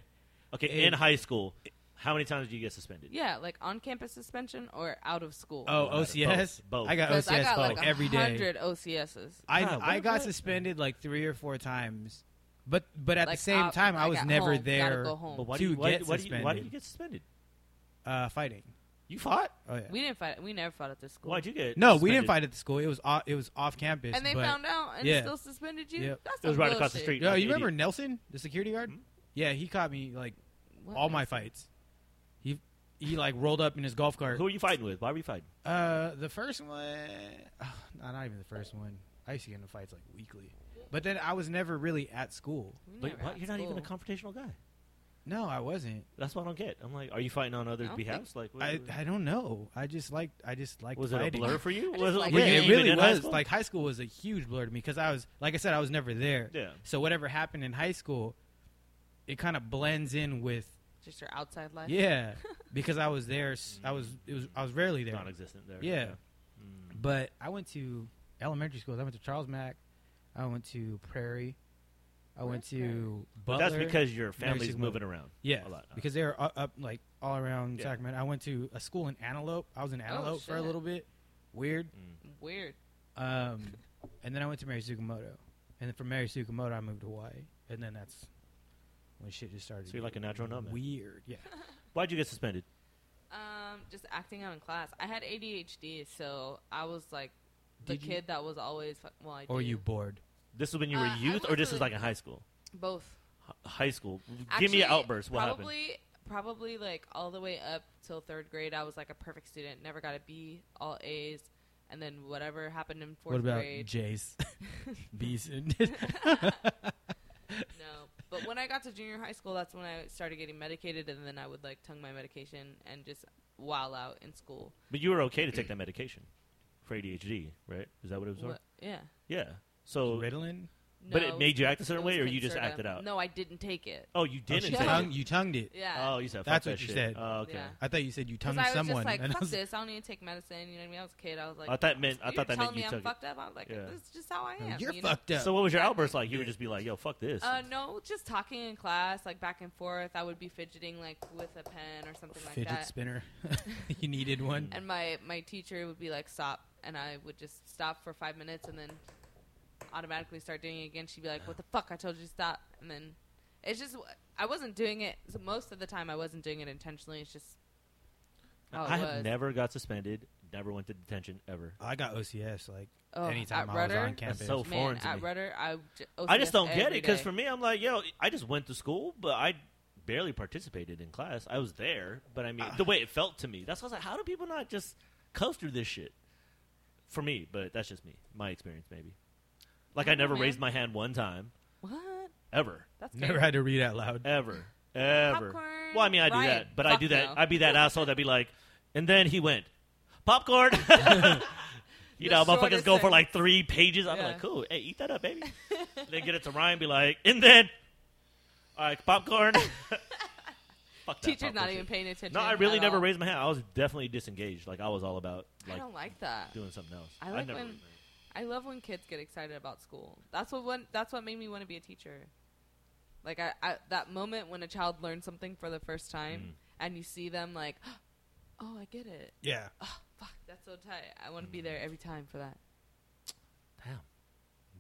Okay, Hey. in high school, how many times did you get suspended? Yeah, like on campus suspension or out of school. Oh, Doesn't matter. OCS. Both. Both. I got 'Cause OCS I got both like every day. hundred OCSs. I Huh, I what- got what? suspended like three or four times, but but at Like, the same out- time I like, was at never home, gotta there go home. But why, To do you, why, get why, do you, why did you suspended. get suspended? uh, fighting. You fought? Oh yeah. We didn't fight. We never fought at this school. Why'd you get? no, we didn't suspended? fight at the school. It was off, it was off campus. and they but- found out and yeah. still suspended you. Yep. That's It was some right across the bullshit. street. Yo, Like you remember idiot. Nelson, the security guard? Hmm? Yeah, he caught me like What all my is- fights. He he like rolled up in his golf cart. Who are you fighting with? Why were you fighting? Uh, the first one, no, not even the first one. I used to get into fights like weekly, but then I was never really at school. We But never why- at you're not even a school. confrontational guy. No, I wasn't. That's what I don't get. I'm like, are you fighting on others' I don't behalf? Like, what, I I don't know. I just like I just like was it a fighting. blur for you? I Was just like Yeah, were you it even really in high was. school? like high school was a huge blur to me because I was like I said I was never there. yeah. So whatever happened in high school, it kind of blends in with Just your outside life. yeah because I was there. s- I was it was I was rarely there. non-existent there. Yeah. Mm. But I went to elementary schools. I went to Charles Mack. I went to Prairie. I went Where's to But Butler. that's because your family's she's moving around. a yeah, lot. because they were up, up like all around Yeah. Sacramento. I went to a school in Antelope. I was in Antelope for a shit. little bit. Weird. Weird. Um, and then I went to Mary Sukumoto, and then from Mary Sukumoto I moved to Hawaii, and then that's when shit just started. So you're like a natural nomad. Weird. Yeah. Why'd you get suspended? Um, just acting out in class. I had ADHD, so I was like the Did you- kid that was always. fu- Well, I Or do. you bored? This is when you were Uh, I youth, or this wasn't- is like in high school? both. H- high school. Give me an Actually, outburst. What probably, happened? Probably like all the way up till third grade, I was like a perfect student. Never got a B, all A's, and then whatever happened in fourth What about grade. Jace, Beeson? No, but when I got to junior high school, that's when I started getting medicated, and then I would like tongue my medication and just wow out in school. But you were okay to take that medication for ADHD, right? Is that what it was? for? What- Yeah, Yeah. So, Ritalin. but No, it made you act a it certain was way, or you just Concerta. acted out? No, I didn't take it. Oh, you Oh, didn't. she take tongue- it. you tongued it. Yeah, Oh, you said. That's fuck what that you shit. said. Oh, okay. Yeah. I thought you said you because tongued I was someone. just like, and I "Fuck was- this! I don't need to take medicine." You know what I mean? I was a kid. I was like, I thought meant. I "You're thought that telling meant you me I'm took it. fucked up." I was like, Yeah. "This is just how I am." "Oh, You're you know? fucked up. So what was your outburst like? You would just be like, "Yo, fuck this." Uh, no, just talking in class, like back and forth. I would be fidgeting like with a pen or something like Fidget that. spinner. you needed one. and my my teacher would be like stop and i would just stop for five minutes and then automatically start doing it again she'd be like what the fuck i told you to stop and then it's just i wasn't doing it so most of the time i wasn't doing it intentionally it's just how it I was. have never got suspended. Never went to detention ever. I got OCS like Oh, anytime at I was Rudder? on That's campus. so man foreign to at me. rudder i j- I just OCS don't get Oh, every it because day. for me, I'm like, yo, I just went to school, but I barely participated in class. I was there, but I mean, the way it felt to me, that's why I was like, how do people not just coast through this shit? For me, but that's just me, my experience, maybe. Like, I don't know, never man. raised my hand one time, what ever, that's Never great. had to read out loud. ever, ever. Popcorn, well, I mean, I do Ryan, that, but I fuck do that. no. I'd be that asshole that'd be like, and then he went, popcorn. You The know, motherfuckers shortest go for sentence. like three pages. I'm Yeah. like, cool. Hey, eat that up, baby. then get it to Ryan, be like, and then, all right, popcorn. Fuck that teacher's popcorn not shit. even paying attention No, I really at never all. raised my hand. I was definitely disengaged. Like I was all about i like don't like that doing something else. I like never when- raised my hand. I love when kids get excited about school. That's what one, that's what made me want to be a teacher. Like I, I that moment when a child learns something for the first time Mm. and you see them like, oh, I get it. Yeah. Mm-hmm. Fuck, that's so tight. I want to be there every time for that. Damn.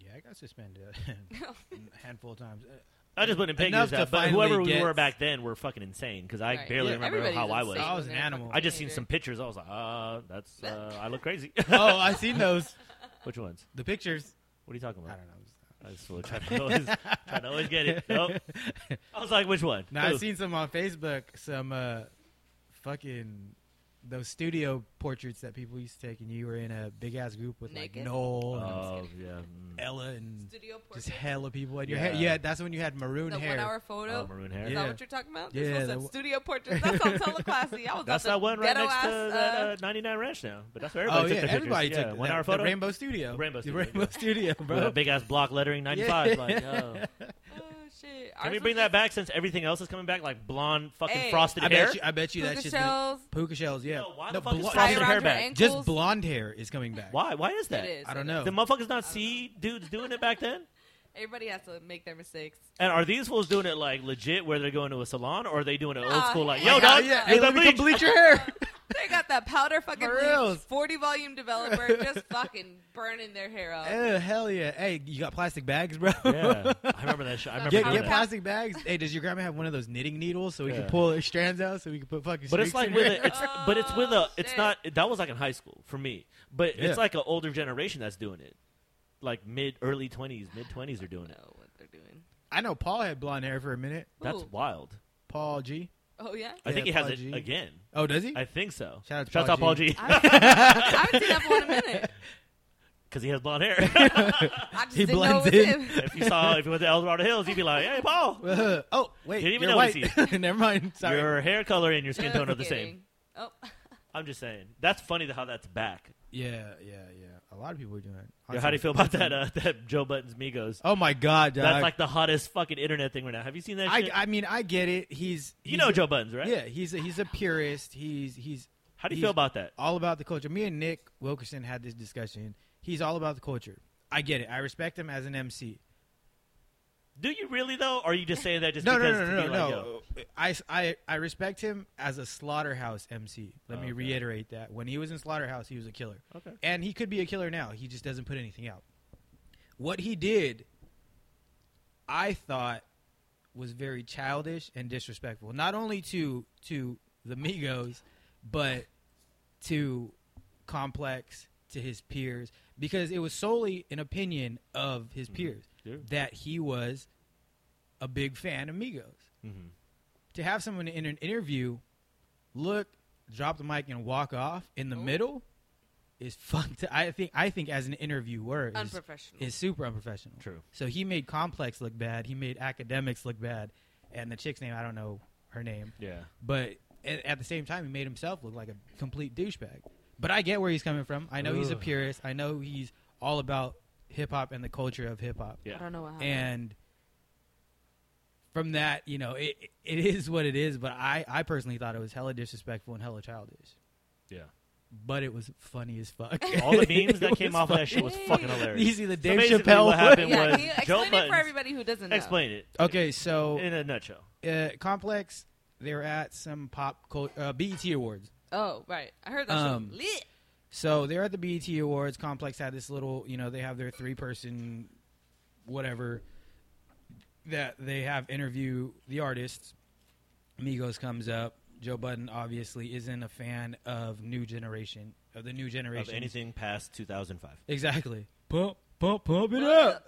Yeah, I got got suspended a handful of times. Uh, I just wouldn't pick Enough as to that. But finally whoever we get- were back then were fucking insane because I Right. barely Yeah, remember Everybody's how I insane was. I was when an they're a animal. fucking I just seen teenager. some pictures. I was like, uh, that's uh, I look crazy. oh, I seen those. Which ones? The pictures. What are you talking I about? don't know. I just will try to always, try to always get it. Nope. I was like, which one? Now I Who? seen some on Facebook. Some uh, fucking those studio portraits that people used to take, and you were in a big ass group with Naked? like Noel and Oh yeah, mm. Ella and Studio just portrait. hella people. And your hair. Yeah. Yeah, that's when you had maroon The hair. one-hour photo. Oh, maroon hair. Is Yeah. that what you're talking about? Yeah, This was the at w- studio portraits. That sounds hella classy. I was That's at the that one right ghetto next to ass, that uh, uh, 99 Ranch now. But that's where Oh everybody took yeah, their everybody pictures. yeah, took one that- hour the photo. Rainbow Studio. Rainbow The Studio, Rainbow yeah. Studio, With bro. a big ass block lettering 95. Yeah. Like, yo. oh, uh, shit. Can we bring that back since everything else is coming back? Like blonde fucking Hey. frosted I hair? bet you. I bet you that shit's been- shells. puka shells. Yeah. Yo, why No, the fuck is blo- frosted Tie hair around back? your ankle? Just ankles? blonde hair is coming back. Why? Why is that? It is. I don't know. The motherfuckers not see dudes doing it back then? Everybody has to make their mistakes. And are these fools doing it like legit where they're going to a salon or are they doing it old Nah. school like, Like, yo, oh, dog, yeah. you're Hey, let the me come bleach. bleach your hair. They got that powder fucking For bleach, reals. 40 volume developer just fucking burning their hair up. Oh hell yeah! Hey, you got plastic bags, bro? Yeah, I remember that shit. I remember doing Get, get that. pla- plastic bags. Hey, does your grandma have one of those knitting needles so we Yeah. can pull her strands out so we can put fucking? But it's streaks like in with there? a, it's but it's with a Oh, it's shit. not that was like in high school for me. But Yeah. it's like an older generation that's doing it. Like mid early 20s, mid 20s are I doing don't it. know what they're doing. I know Paul had blonde hair for a minute. That's Ooh. wild. Paul G. Oh, yeah? I Yeah, think he has Paul it G. again. Oh, does he? I think so. Shout out to Shouts Paul out Paul G. G I I haven't seen that one in a minute. because he has blonde hair. I just He didn't know it blends was in. him. if you saw if you went to El Dorado Hills, you'd be like, "Hey, Paul, oh wait, Didn't even you're notice white. Never mind. Sorry. your hair color and your skin Just tone are the kidding. same." Oh, I'm just saying. That's funny how that's back. Yeah, yeah, yeah. A lot of people are doing it. Yo, how do you feel about that? Uh, that Joe Button's Migos. Oh my god, dog. That's like the hottest fucking internet thing right now. Have you seen that? I, shit? I mean, I get it. He's, you he's know a- Joe Buttons, right? Yeah, he's a, he's a purist. He's he's How do you He's- feel about that? all about the culture. Me and Nick Wilkerson had this discussion. He's all about the culture. I get it. I respect him as an MC. Do you really though? Or are you just saying that just No, no, because no, to no, no, be like, yo, no. I, I, I respect him as a slaughterhouse MC. Let Oh, me okay. reiterate that. When he was in slaughterhouse, he was a killer. Okay. and he could be a killer now. He just doesn't put anything out. What he did, I thought, was very childish and disrespectful. Not only to to the Migos, but to Complex, to his peers, because it was solely an opinion of his peers Yeah. that he was a big fan of Migos Mhm. to have someone in an interview look, drop the mic, and walk off in the Oh. middle is fucked. I think I think as an interviewer is, unprofessional. is super unprofessional. True. So he made complex look bad. He made academics look bad, and the chick's name I don't know her name, Yeah. but at, at the same time he made himself look like a complete douchebag. But I get where he's coming from. I know he's a Ugh. purist. I know he's all about hip hop and the culture of hip hop Yeah. I don't know what happened. and from that, you know, it it is what it is. But I I personally thought it was hella disrespectful and hella childish. Yeah. But it was funny as fuck. All the memes It that came was off of that shit was funny. fucking hilarious. You see the Dave basically Chappelle what one? happened yeah, was can Joe you explain it for Buttons. everybody who doesn't know? Explain it. Okay, so In a nutshell. uh, complex, they were at some pop cult, uh, BET awards. Oh, right. I heard that Um, shit. Lit. So they're at the BET awards. Complex had this little, you know, they have their three person, whatever, that they have interview the artists. Migos comes up. Joe Budden obviously isn't a fan of new generation of the new generation. Of anything past 2005. exactly. Pump, pump, pump it up.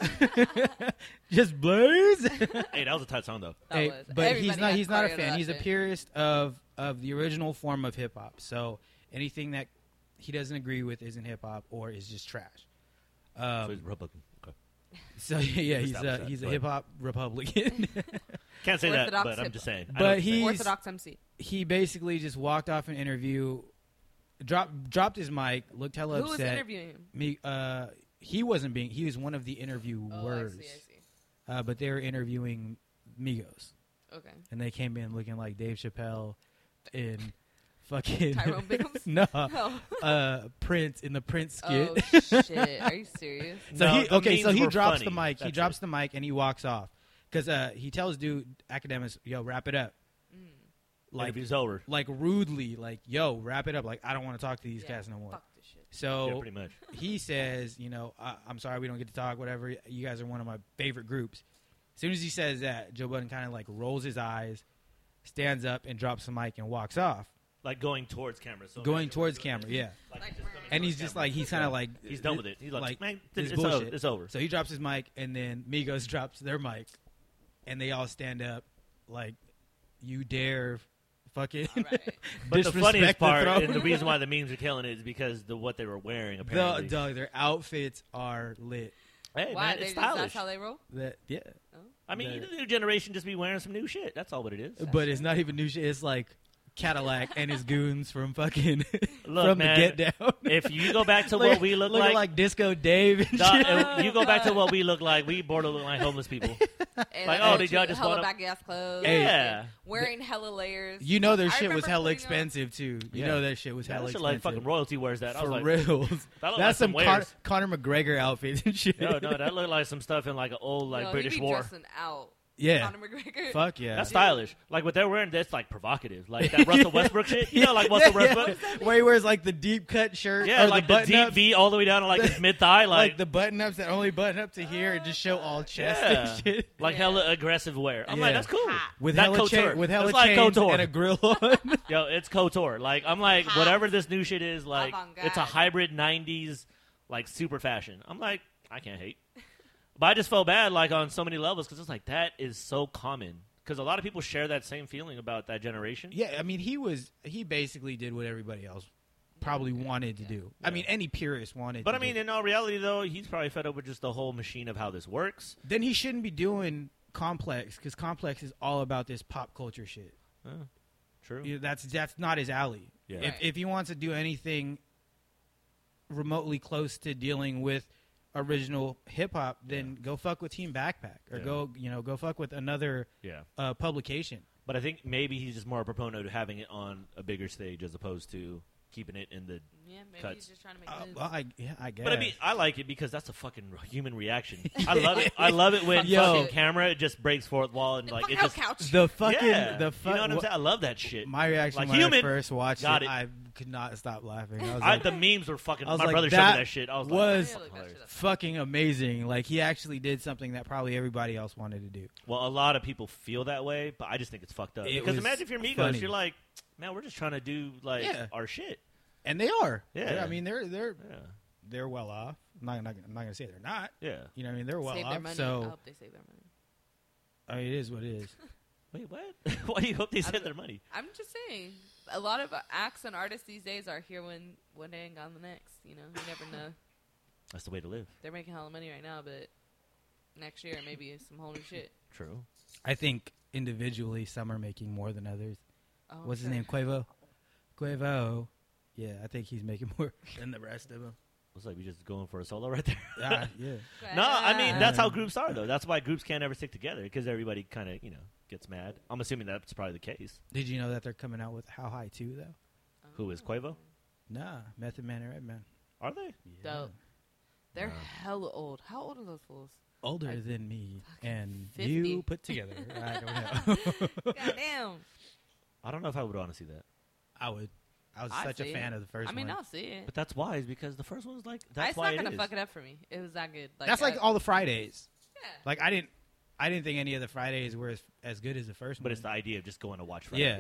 Just blaze. hey, that was a tight song though. That Hey, was- but he's everybody not had he's not a choreo to fan. that He's a shit. purist of of the original form of hip hop. So anything that he doesn't agree with isn't hip hop or is just trash. So Um, he's Republican. Okay. so yeah, he's established a that, he's a but- hip hop Republican. Can't say that, Orthodox but I'm hip- just saying. I But know what you're he- saying. he's- Orthodox MC. he basically just walked off an interview, dropped dropped his mic, looked hella Who was upset. interviewing him? Me, uh, he wasn't being he was one of the Oh, I interviewers, see, I Uh, but they were interviewing Migos, see. Okay. and they came in looking like Dave Chappelle in fucking Tyrone Biggums? no, No. uh Prince in the Prince skit. Oh shit! Are you serious? so No, he the okay, so memes he were drops the funny. mic. he That's drops it. the mic and he walks off because uh, he tells dude academics, "Yo, wrap it up," like Mm. Interview's over. like rudely, like "Yo, wrap it up." Like I don't want to talk to these Yeah, guys no more. Fuck this shit. So yeah, pretty much. he says, you know, I, I'm sorry we don't get to talk, whatever. You guys are one of my favorite groups. As soon as he says that, Joe Budden kind of like rolls his eyes, stands up, and drops the mic and walks off, Like going towards camera. So going imagine towards what camera. he's doing. Yeah. Like, Like, just coming And he's towards just camera. like, he's kind of Yeah. like, He's done with it. He's like, like, man, this it's over. bullshit. It's over. So he drops his mic, and then Migos drops their mic, and they all stand up, like, you dare fucking All right. But the funniest disrespect the part, throne. and the reason why the memes are killing it is because the what they were wearing. The, Apparently, dog, their outfits are lit. hey Why man, they it's just, that's stylish. how they roll? That yeah, Oh. I mean, the- you- the new generation just be wearing some new shit. That's all what it is. but it's not even new shit. It's like Cadillac and his goons from fucking Look, from man, the Get Down. If you go back to Look- what we look looking like, like, Disco Dave, and Nah, shit. if you go back to what we look like. We border look like homeless people. And Like, I oh, had did you y'all just hella wanna- back ass clothes? Hey. Yeah. Wearing hella layers. you know their I shit was remember hella putting on- expensive too. You Yeah. know that shit was Yeah, hella that shit expensive. like fucking royalty wears that. I was For like, reals, looked that's like some some, Con- wares. Conor McGregor outfits and shit. no, no, that looked like some stuff in like an old No, like you British be war. dressing out. yeah, Conor McGregor. fuck yeah. That's stylish. Like what they're wearing, that's like provocative. Like that Russell Westbrook shit. You know, like Russell Yeah, yeah. Westbrook. where he wears like the deep cut shirt, Yeah, or like the the, button deep up, V all the way down to like his mid thigh. like Like, the button ups that only button up to here and just show all chest yeah. and shit. like Yeah. hella aggressive wear. I'm like, Yeah. that's cool. Hot. with Not hella cha- Couture. with hella it's like chains Couture. and a grill on. Yo, it's Kotor. Like I'm like Hot. whatever this new shit is, like Avant-garde. it's a hybrid '90s like super fashion. I'm like I can't hate, but I just felt bad like on so many levels because it's like that is so common because a lot of people share that same feeling about that generation. yeah, I mean he was he basically did what everybody else probably wanted to do. I mean any purist wanted. But to I mean, do. in all reality, though, he's probably fed up with just the whole machine of how this works. then he shouldn't be doing complex because complex is all about this pop culture shit. True. You know, that's that's not his alley. Yeah. If Right. if he wants to do anything remotely close to dealing with original hip hop, then go fuck with Team Backpack or Yeah. go you know go fuck with another Yeah. uh, publication. But I think maybe he's just more a proponent of having it on a bigger stage as opposed to keeping it in the. Yeah, maybe Cuts. he's just trying to make Uh, moves. well, I yeah, I guess. But I mean, I like it because that's a fucking human reaction. I love it. I love it when Yo. fucking camera it just breaks fourth wall and The like fuck it out just. couch. the fucking yeah. the you fuck. know what I'm saying? I love that shit. My reaction Like, when human. I first watched Got it, it. I could not stop laughing. I was I, like, the memes were fucking. I was my like, brother showed me that that shit. I was was- like, Really, that's that hilarious. shit is- fucking amazing. Like he actually did something that probably everybody else wanted to do. well, a lot of people feel that way, but I just think it's fucked up. It because was imagine if you're Migos, funny. you're like, man, we're just trying to do like Yeah. our shit. And they are. Yeah. I mean, they're they're Yeah, they're well off. I'm not, not- I'm not gonna say they're not. yeah. You know, what I mean, they're well save off. their money. Oh. I So hope they save their money. I mean, it is what it is. Wait, what? Why do you hope they send their money? I'm just saying, a lot of acts and artists these days are here one one day and gone the next. You know, you never know. That's the way to live. They're making hella money right now, but next year maybe some whole new shit. True. I think individually, some are making more than others. Oh, I'm What's his sure. name? Quavo. Quavo. Yeah, I think he's making more than the rest of them. Looks like we just going for a solo right there. Ah, yeah. no, I Uh, mean that's how Yeah. groups are though. That's why groups can't ever stick together because everybody kind of you know gets mad. I'm assuming that's probably the case. Did you know that they're coming out with How High Two though? Who is Quavo? Nah, Method Man and Redman. Are they? Yeah. Dope. They're hella old. How old are those fools? Older Like, than me fucking and 50. you put together. I don't know. Goddamn. I don't know if I would want to see that, I would. I was I'd such see a fan it. of the first I mean, one. I'll see it. but that's why is because the first one's like That's that's it's why not gonna it is. fuck it up for me. It was that good. Like, That's like I- all the Fridays. Yeah. Like I didn't, I didn't think any of the Fridays were as, as good as the first But one. it's the idea of just going to watch. Friday. yeah,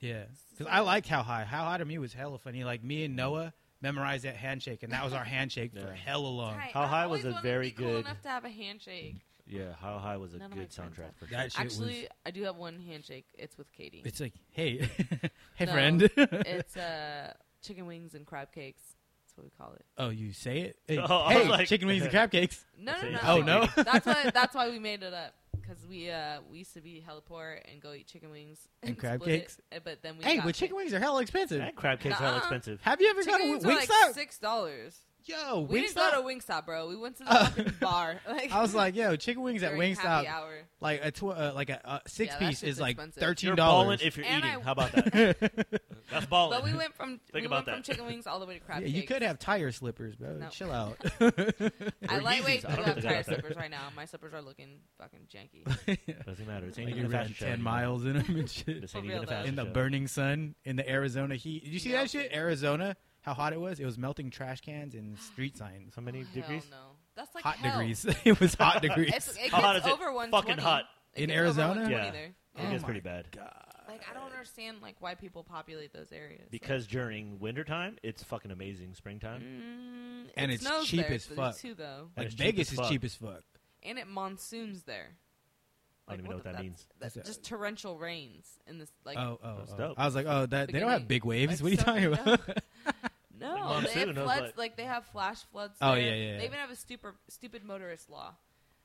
yeah. yeah. Because I liked How High. How High to me was hella funny. Like me and Noah memorized that handshake, and that was our handshake for Yeah. hella long. Tight. How I've High always was a wanted to very be cool good- enough to have a handshake. yeah. How High was a None of my good friends soundtrack have for sure. That shit Actually, was. I do have one handshake. It's with Katie. It's like, hey, hey, No, friend. it's uh, chicken wings and crab cakes. That's what we call it. oh, you say it. Hey, Oh, I hey, was like- chicken wings and cupcakes. No, That's no, no. it. Oh, no? that's why. That's why we made it up because we uh we used to be hella poor and go eat chicken wings And crab split it, cakes? uh, but then we Hey, got but chicken wings are hella expensive. That crab cake's hella Nuh-uh. expensive. Have you ever chicken gone wings to were Wingstop? like six dollars. Yo, We didn't go Wingstop. to Wingstop, bro. We went to the Oh. fucking bar. Like, I was like, yo, chicken wings at during happy Wingstop, hour. like a tw- uh, like a uh, six Yeah, that piece shit's is like expensive. You're thirteen balling dollars. if you're And eating. I- How about that? That's balling. But we went from we about went from that. chicken wings all the way to crab Yeah, cakes. you could have tire slippers, bro. No. Chill out. I Or lightweight. Yeezys. I I don't have think I tire got that. slippers right now. My slippers are looking fucking janky. Doesn't matter. It's ain't like even you a ran fashion show ten anymore. miles in them and shit. This ain't For even real, a though. fashion in the show. burning sun, in the Arizona heat. Did you see Yeah. that shit? Arizona how hot it was? It was melting trash cans and street signs. How many Hell degrees? no. That's like hot hell. degrees. it was hot degrees. It's, it How hot gets is it? over one Fucking hot. In Arizona? Uh, Yeah. There. I think Oh it's my pretty bad Like I don't understand like why people populate those areas. because during wintertime it's fucking amazing. Springtime, like, mm, And it it's snows cheap there as for fuck. Too though, And like it's cheap Vegas as is fuck. cheap as fuck. and it monsoons there. I don't even know what the- that that's- means. That's That's a- just torrential rains in this. Like oh, oh, That's oh. dope. I was like, oh, that they don't have Beginning. big waves. Like, what are you so- talking no. about? No, Monsoon, they have I was floods. Like, like- they have flash floods. Oh, there. yeah, yeah, They yeah. even have a stupid stupid motorist law.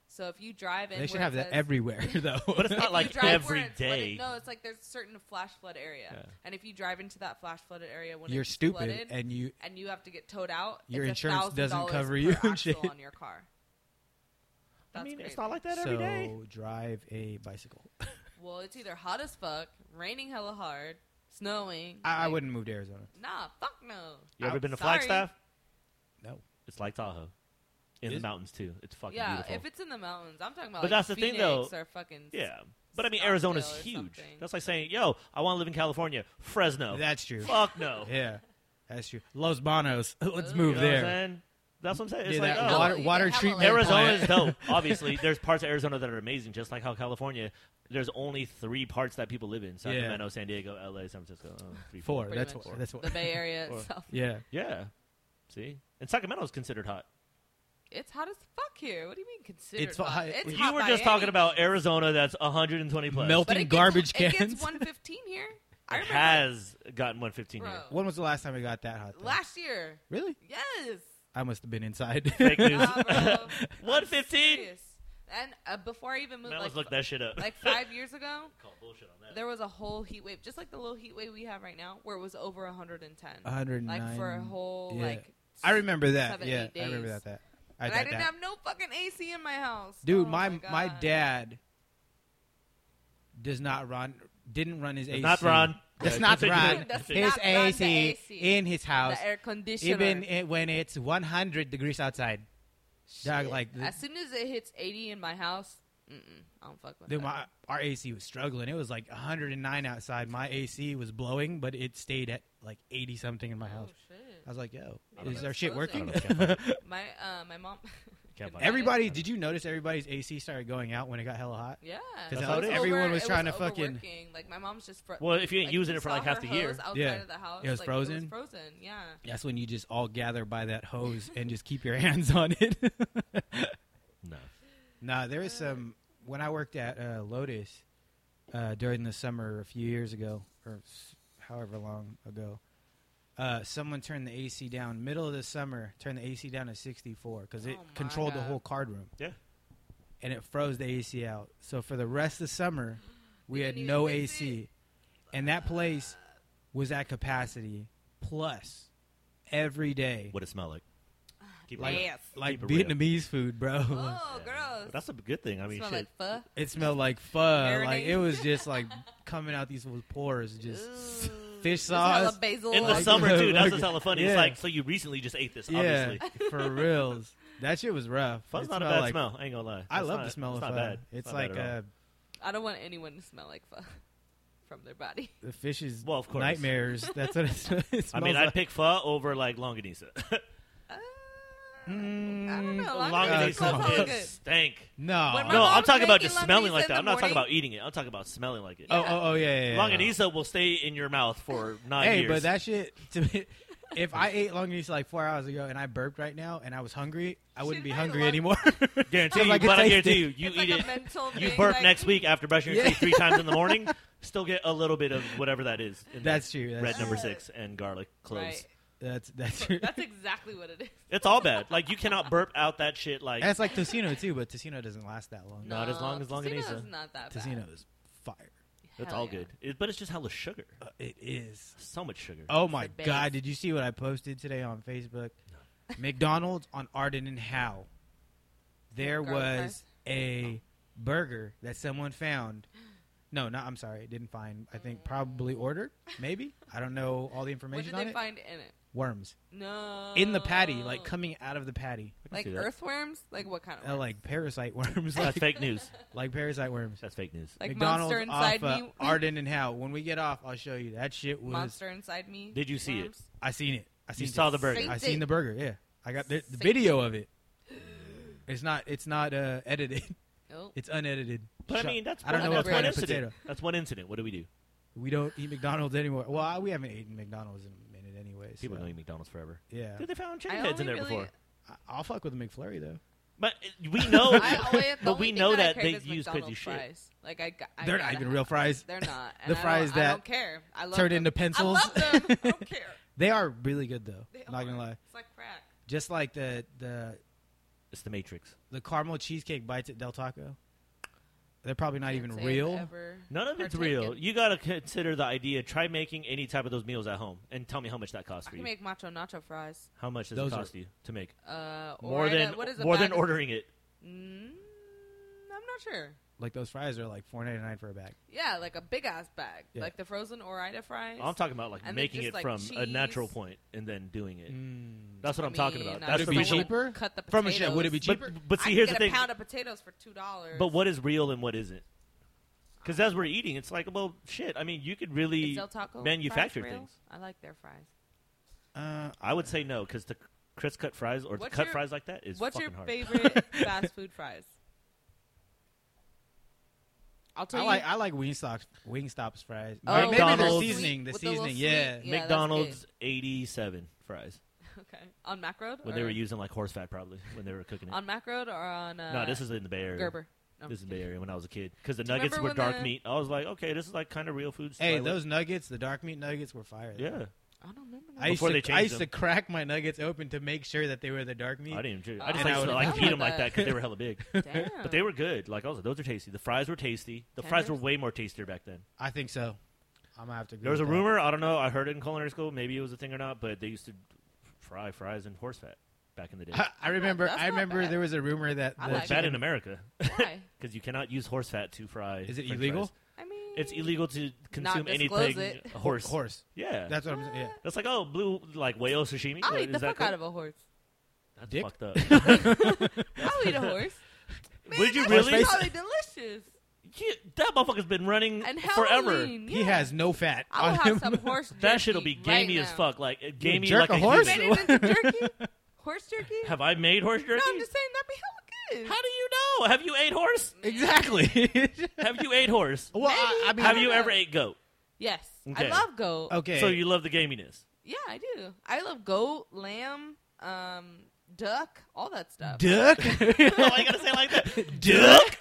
So if you drive in, they should where it have that says- everywhere though. but it's not you like drive where every it's flooded- day. No, it's like there's a certain flash flood area, Yeah. and if you drive into that flash flooded area when you're it's stupid flooded, and you and you have to get towed out, Your it's insurance doesn't $1,000 cover per you and axle shit. on your car. I That's mean, crazy. it's not like that every day. so drive a bicycle. Well, it's either hot as fuck, raining hella hard, snowing. I, I like- wouldn't move to Arizona. Nah, fuck no. You ever been to Sorry. Flagstaff? No. It's like Tahoe, in the Is- mountains too. It's fucking yeah, beautiful. if it's in the mountains, I'm talking about. But like, that's the thing, Phoenix though. Or fucking yeah, but I mean Scottsdale Arizona's or huge. something. That's like saying, "Yo, I want to live in California, Fresno." That's true. Fuck no. Yeah, that's true. Los Banos. Let's Ooh. You know move what I'm there. saying? That's what I'm saying. It's Do like, that oh, water Oh. No, you water can have a treatment. lake. Arizona is plant. dope. Obviously, there's parts of Arizona that are amazing, just like how California. There's only three parts that people live in: Sacramento, San Diego, LA, San Francisco. Oh, three, Four. pretty That's much. what. That's what. The Bay Area Or- itself. Yeah. Yeah. See, and Sacramento's considered hot. It's hot as fuck here. What do you mean considered It's hot? hot- It's you hot were by just any- talking about Arizona. That's 120 plus. Melt- but it fucking gets- garbage It cans. gets 115 here. I It remember has gotten 115 Bro. here. When was the last time we got that hot? though? last year. Really? Yes. I must have been inside. Fake news. Nah, bro. 115. Serious. And uh, before I even moved, Now let's like, look that shit up. like five years ago, Call bullshit on that. there was a whole heat wave, just like the little heat wave we have right now, where it was over 110, 109. like for a whole Uh, yeah. like. I remember that. seven, yeah, eight I remember days. that. That. I And got I didn't that. have no fucking AC in my house, Dude, Oh my my, my God. dad does not run. Didn't run his AC. not Ron. That's Yeah, not continue. Ron. That's His not Ron, the AC, AC. in his house, the air conditioner. even i- when it's 100 degrees outside. Dog, Shit. like the- as soon as it hits 80 in my house, mm-mm, I don't fuck with Then that. my our AC was struggling. It was like 109 outside. My AC was blowing, but it stayed at like 80 something in my oh house. I shit! was like, "Yo, I don't is know. our shit I don't working?" know. Can't find My uh, my mom. Can't find it. Everybody, did you notice everybody's AC started going out when it got hella hot? Yeah, 'Cause how it is. everyone was it trying to fucking- overworking. like my mom's just fro- Well, if you ain't like, using you it for saw like half her the year, hose outside Yeah. of the house, It was like, frozen? frozen, yeah. That's when you just all gather by that hose and just keep your hands on it. no. nah, there was some when I worked at uh, Lotus uh, during the summer a few years ago, or s- however long ago. Uh, someone turned the AC down middle of the summer. Turned the AC down to 64 because it Oh my controlled the God. whole card room. Yeah. and it froze the AC out. So for the rest of the summer, we You had didn't no even fix AC, and that place was at capacity plus every day. What it smell like? Keep it Like- real. Yes. Like keep it real. Vietnamese food, bro. Oh, gross. That's a good thing. I mean, Smell shit. like pho. it smelled like pho. Like Oh. Marinade. it was just like coming out these little pores, just Ooh. fish There's hella sauce. basil in the like- summer too. That's Like- what's hella funny. Yeah. It's like so you recently just ate this. yeah, Obviously, for reals. That shit was rough. fun's It not a smelled bad like- smell. I ain't gonna lie. I It's love not- the smell it's of not pho. bad. It's not like bad at all. uh, I don't want anyone to smell like pho from their body. the fish's Well, of course. nightmares. That's what it, sm- it smells I mean, I'd like. pick pho over like longanisa. Uh, Mm, I don't know. uh, Longanisa longanisa smells come hella on. good. is stank. no, When my no, mom I'm was talking about making just smelling longanisa like that. in the I'm not talking morning- about eating it. I'm talking about smelling like it. Oh, Yeah. oh, oh, yeah, yeah, yeah. Longanisa will stay in your mouth for nine hey, years. but that shit to me. If I ate longanisa like four hours ago and I burped right now and I was hungry, I You wouldn't be should've had hungry long- anymore. guarantee you, like a but I taste guarantee thing. you, you it's eat like it. a mental You thing, burp like- next week after brushing your Yeah. teeth three times in the morning. Still get a little bit of whatever that is. in there. that's true. That's red true. number six and garlic cloves. Right. That's that's true. That's exactly what it is. It's all bad. Like you cannot burp out that shit. Like That's like Tocino too, but Tocino doesn't last that long. Not as long as Tocino's longanisa. not that bad. Tocino is fire. it's Hell all yeah. good. It, but it's just hella sugar. Uh, it is. So much sugar. Oh my the best. god! Did you see what I posted today on Facebook? McDonald's on Arden and Howe. There Garlic was fries? Oh. a burger that someone found. No, not. I'm sorry, didn't find. I think probably ordered. Maybe I don't know all the What information did on they it. find Oh. in it? Worms No. in the patty, like coming out of the patty, I can like see that. earthworms. Like what kind of? uh, worms? like parasite worms, That's like, fake news. like parasite worms. That's fake news. like McDonald's monster inside off, uh, me. Arden and Howe. When we get off, I'll show you. That shit was. monster inside me. Did you see it? worms. I seen it. I You seen saw it. the burger. Seen I it. seen the burger. Yeah, I got the, the Seen video of it. It's not. It's not uh, edited. Nope. It's unedited. But Shut- I mean, that's I don't one- know that's what's one on a incident. potato. That's one incident. What do we do? we don't eat McDonald's anymore. Well, I, we haven't eaten McDonald's in a minute, anyways. People so, don't eat McDonald's forever. Yeah, Dude, they found chicken I heads in only there really- before. I, I'll fuck with a McFlurry though. But uh, we know, I always, the but only we thing know that, that, I they crave is use crazy McDonald's shit. fries. Like I, got- I They're not gotta even have- real fries. They're not. The And I don't- fries I that don't care. I love turned them. into pencils. I love them. I don't care. They are really good though. They not gonna are. lie. It's like crack. Just like the the It's the Matrix. the caramel cheesecake bites at Del Taco. They're probably not Can't even say I've real. ever None of it's partaken. real. You gotta consider the idea. Try making any type of those meals at home, and tell me how much that costs I for can you. make macho nacho fries. how much does Those it are- cost you to make? Uh, or More at a- than what is a more bag than of- ordering it. Mm, I'm not sure. Like those fries are like four ninety nine for a bag. Yeah, like a big ass bag, Yeah. like the frozen Orida fries. I'm talking about like And then making just, it like, from a natural cheese. point and then doing it. Mm. That's what I'm I talking mean, about. I That's just the Would it be don't real. wanna cheap? cheaper? Cut the From a chef, would it be potatoes. But, cheaper? but I see, could here's get the thing. a pound of potatoes for two dollars. But what is real and what isn't? Because as we're eating, it's like, well, shit. I mean, you could Is really Del Taco manufacture fries real? things. I like their fries. Uh, I would say no because the crisp cut fries or What's cut your- fries like that is What's fucking your hard. favorite fast food fries? I'll tell I you. like I like Wingstop Wingstop's fries. Oh, Maybe- Maybe the McDonald's. seasoning, the With the little seasoning. sweet- yeah. Yeah, that's McDonald's eighty-seven fries okay, on Mac Road. when or they were using like horse fat probably when they were cooking it. on Mac Road or on uh, no, this is in the Bay Area. Gerber. No, This is Bay Area when I was a kid because the Do you nuggets remember were when dark the- meat. I was like, okay, this is like kind of real food. so I Hey, like- those nuggets, the dark meat nuggets, were fire. though. yeah. I don't remember. I used, Before to, they I changed used to them. crack my nuggets open to make sure that they were the dark meat. I didn't even. I Oh, just and I like would- to like I feed like them like that. that because they were hella big. that. Damn. But they were good. Like I was like, those are tasty. The fries were tasty. The fries were Tenders? way more tastier back then. I think so. I'm gonna have to. Agree There was a with that. rumor. I don't know. I heard it in culinary school. Maybe it was a thing or not. But they used to fry fries in horse fat back in the day. I, I remember. that's I not remember bad. there was a rumor that I the Well, like it's bad chicken- in America Why? because you cannot use horse fat to fry. Is it French illegal? fries. I mean, It's illegal to consume disclose anything it. a horse. horse. Yeah, that's, That's what I'm saying. Yeah. like oh blue like whale sashimi. I'll What, eat is the that fuck out of a horse. That's Dick? fucked up. I'll eat a horse. Man, Would you that really? shit's Probably delicious. Yeah, that motherfucker's been running And forever. Halloween. Yeah. He has no fat. on I will him. have some horse. Jerky That shit'll be right gamey as now. fuck. Like uh, gamey like jerk a a, horse? human. Made it into jerky. Horse jerky. Have I made horse jerky? No, I'm just saying that'd be hella good. Mm. How do you know? Have you ate horse? exactly. Have you ate horse? well, I, I mean, uh, Have I you don't ever know. ate goat? Yes, I Okay. Oh. love goat. okay. So you love the gaminess. Yeah, I do. I love goat, lamb, um, duck, all that stuff. duck. Why you gotta say it like that? Duck.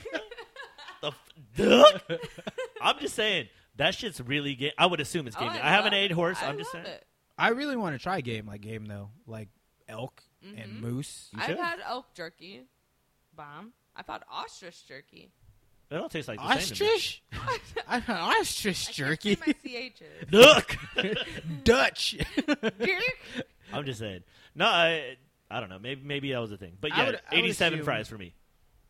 the f- duck. I'm just saying that shit's really game. I would assume it's Oh, gamey. I, haven't love ate it. horse. I I'm just love saying. it. I really want to try game like game though, like elk and Mhm. moose. You I've should. had elk jerky, bomb. I've had ostrich jerky. It all tastes like the Ostrich. I had ostrich I jerky. Can't say my Same to me. Duck. Dutch. CHs. I'm just saying. No, I. I don't know. Maybe maybe that was a thing. But I yeah, would- I would 87 assume- fries for me.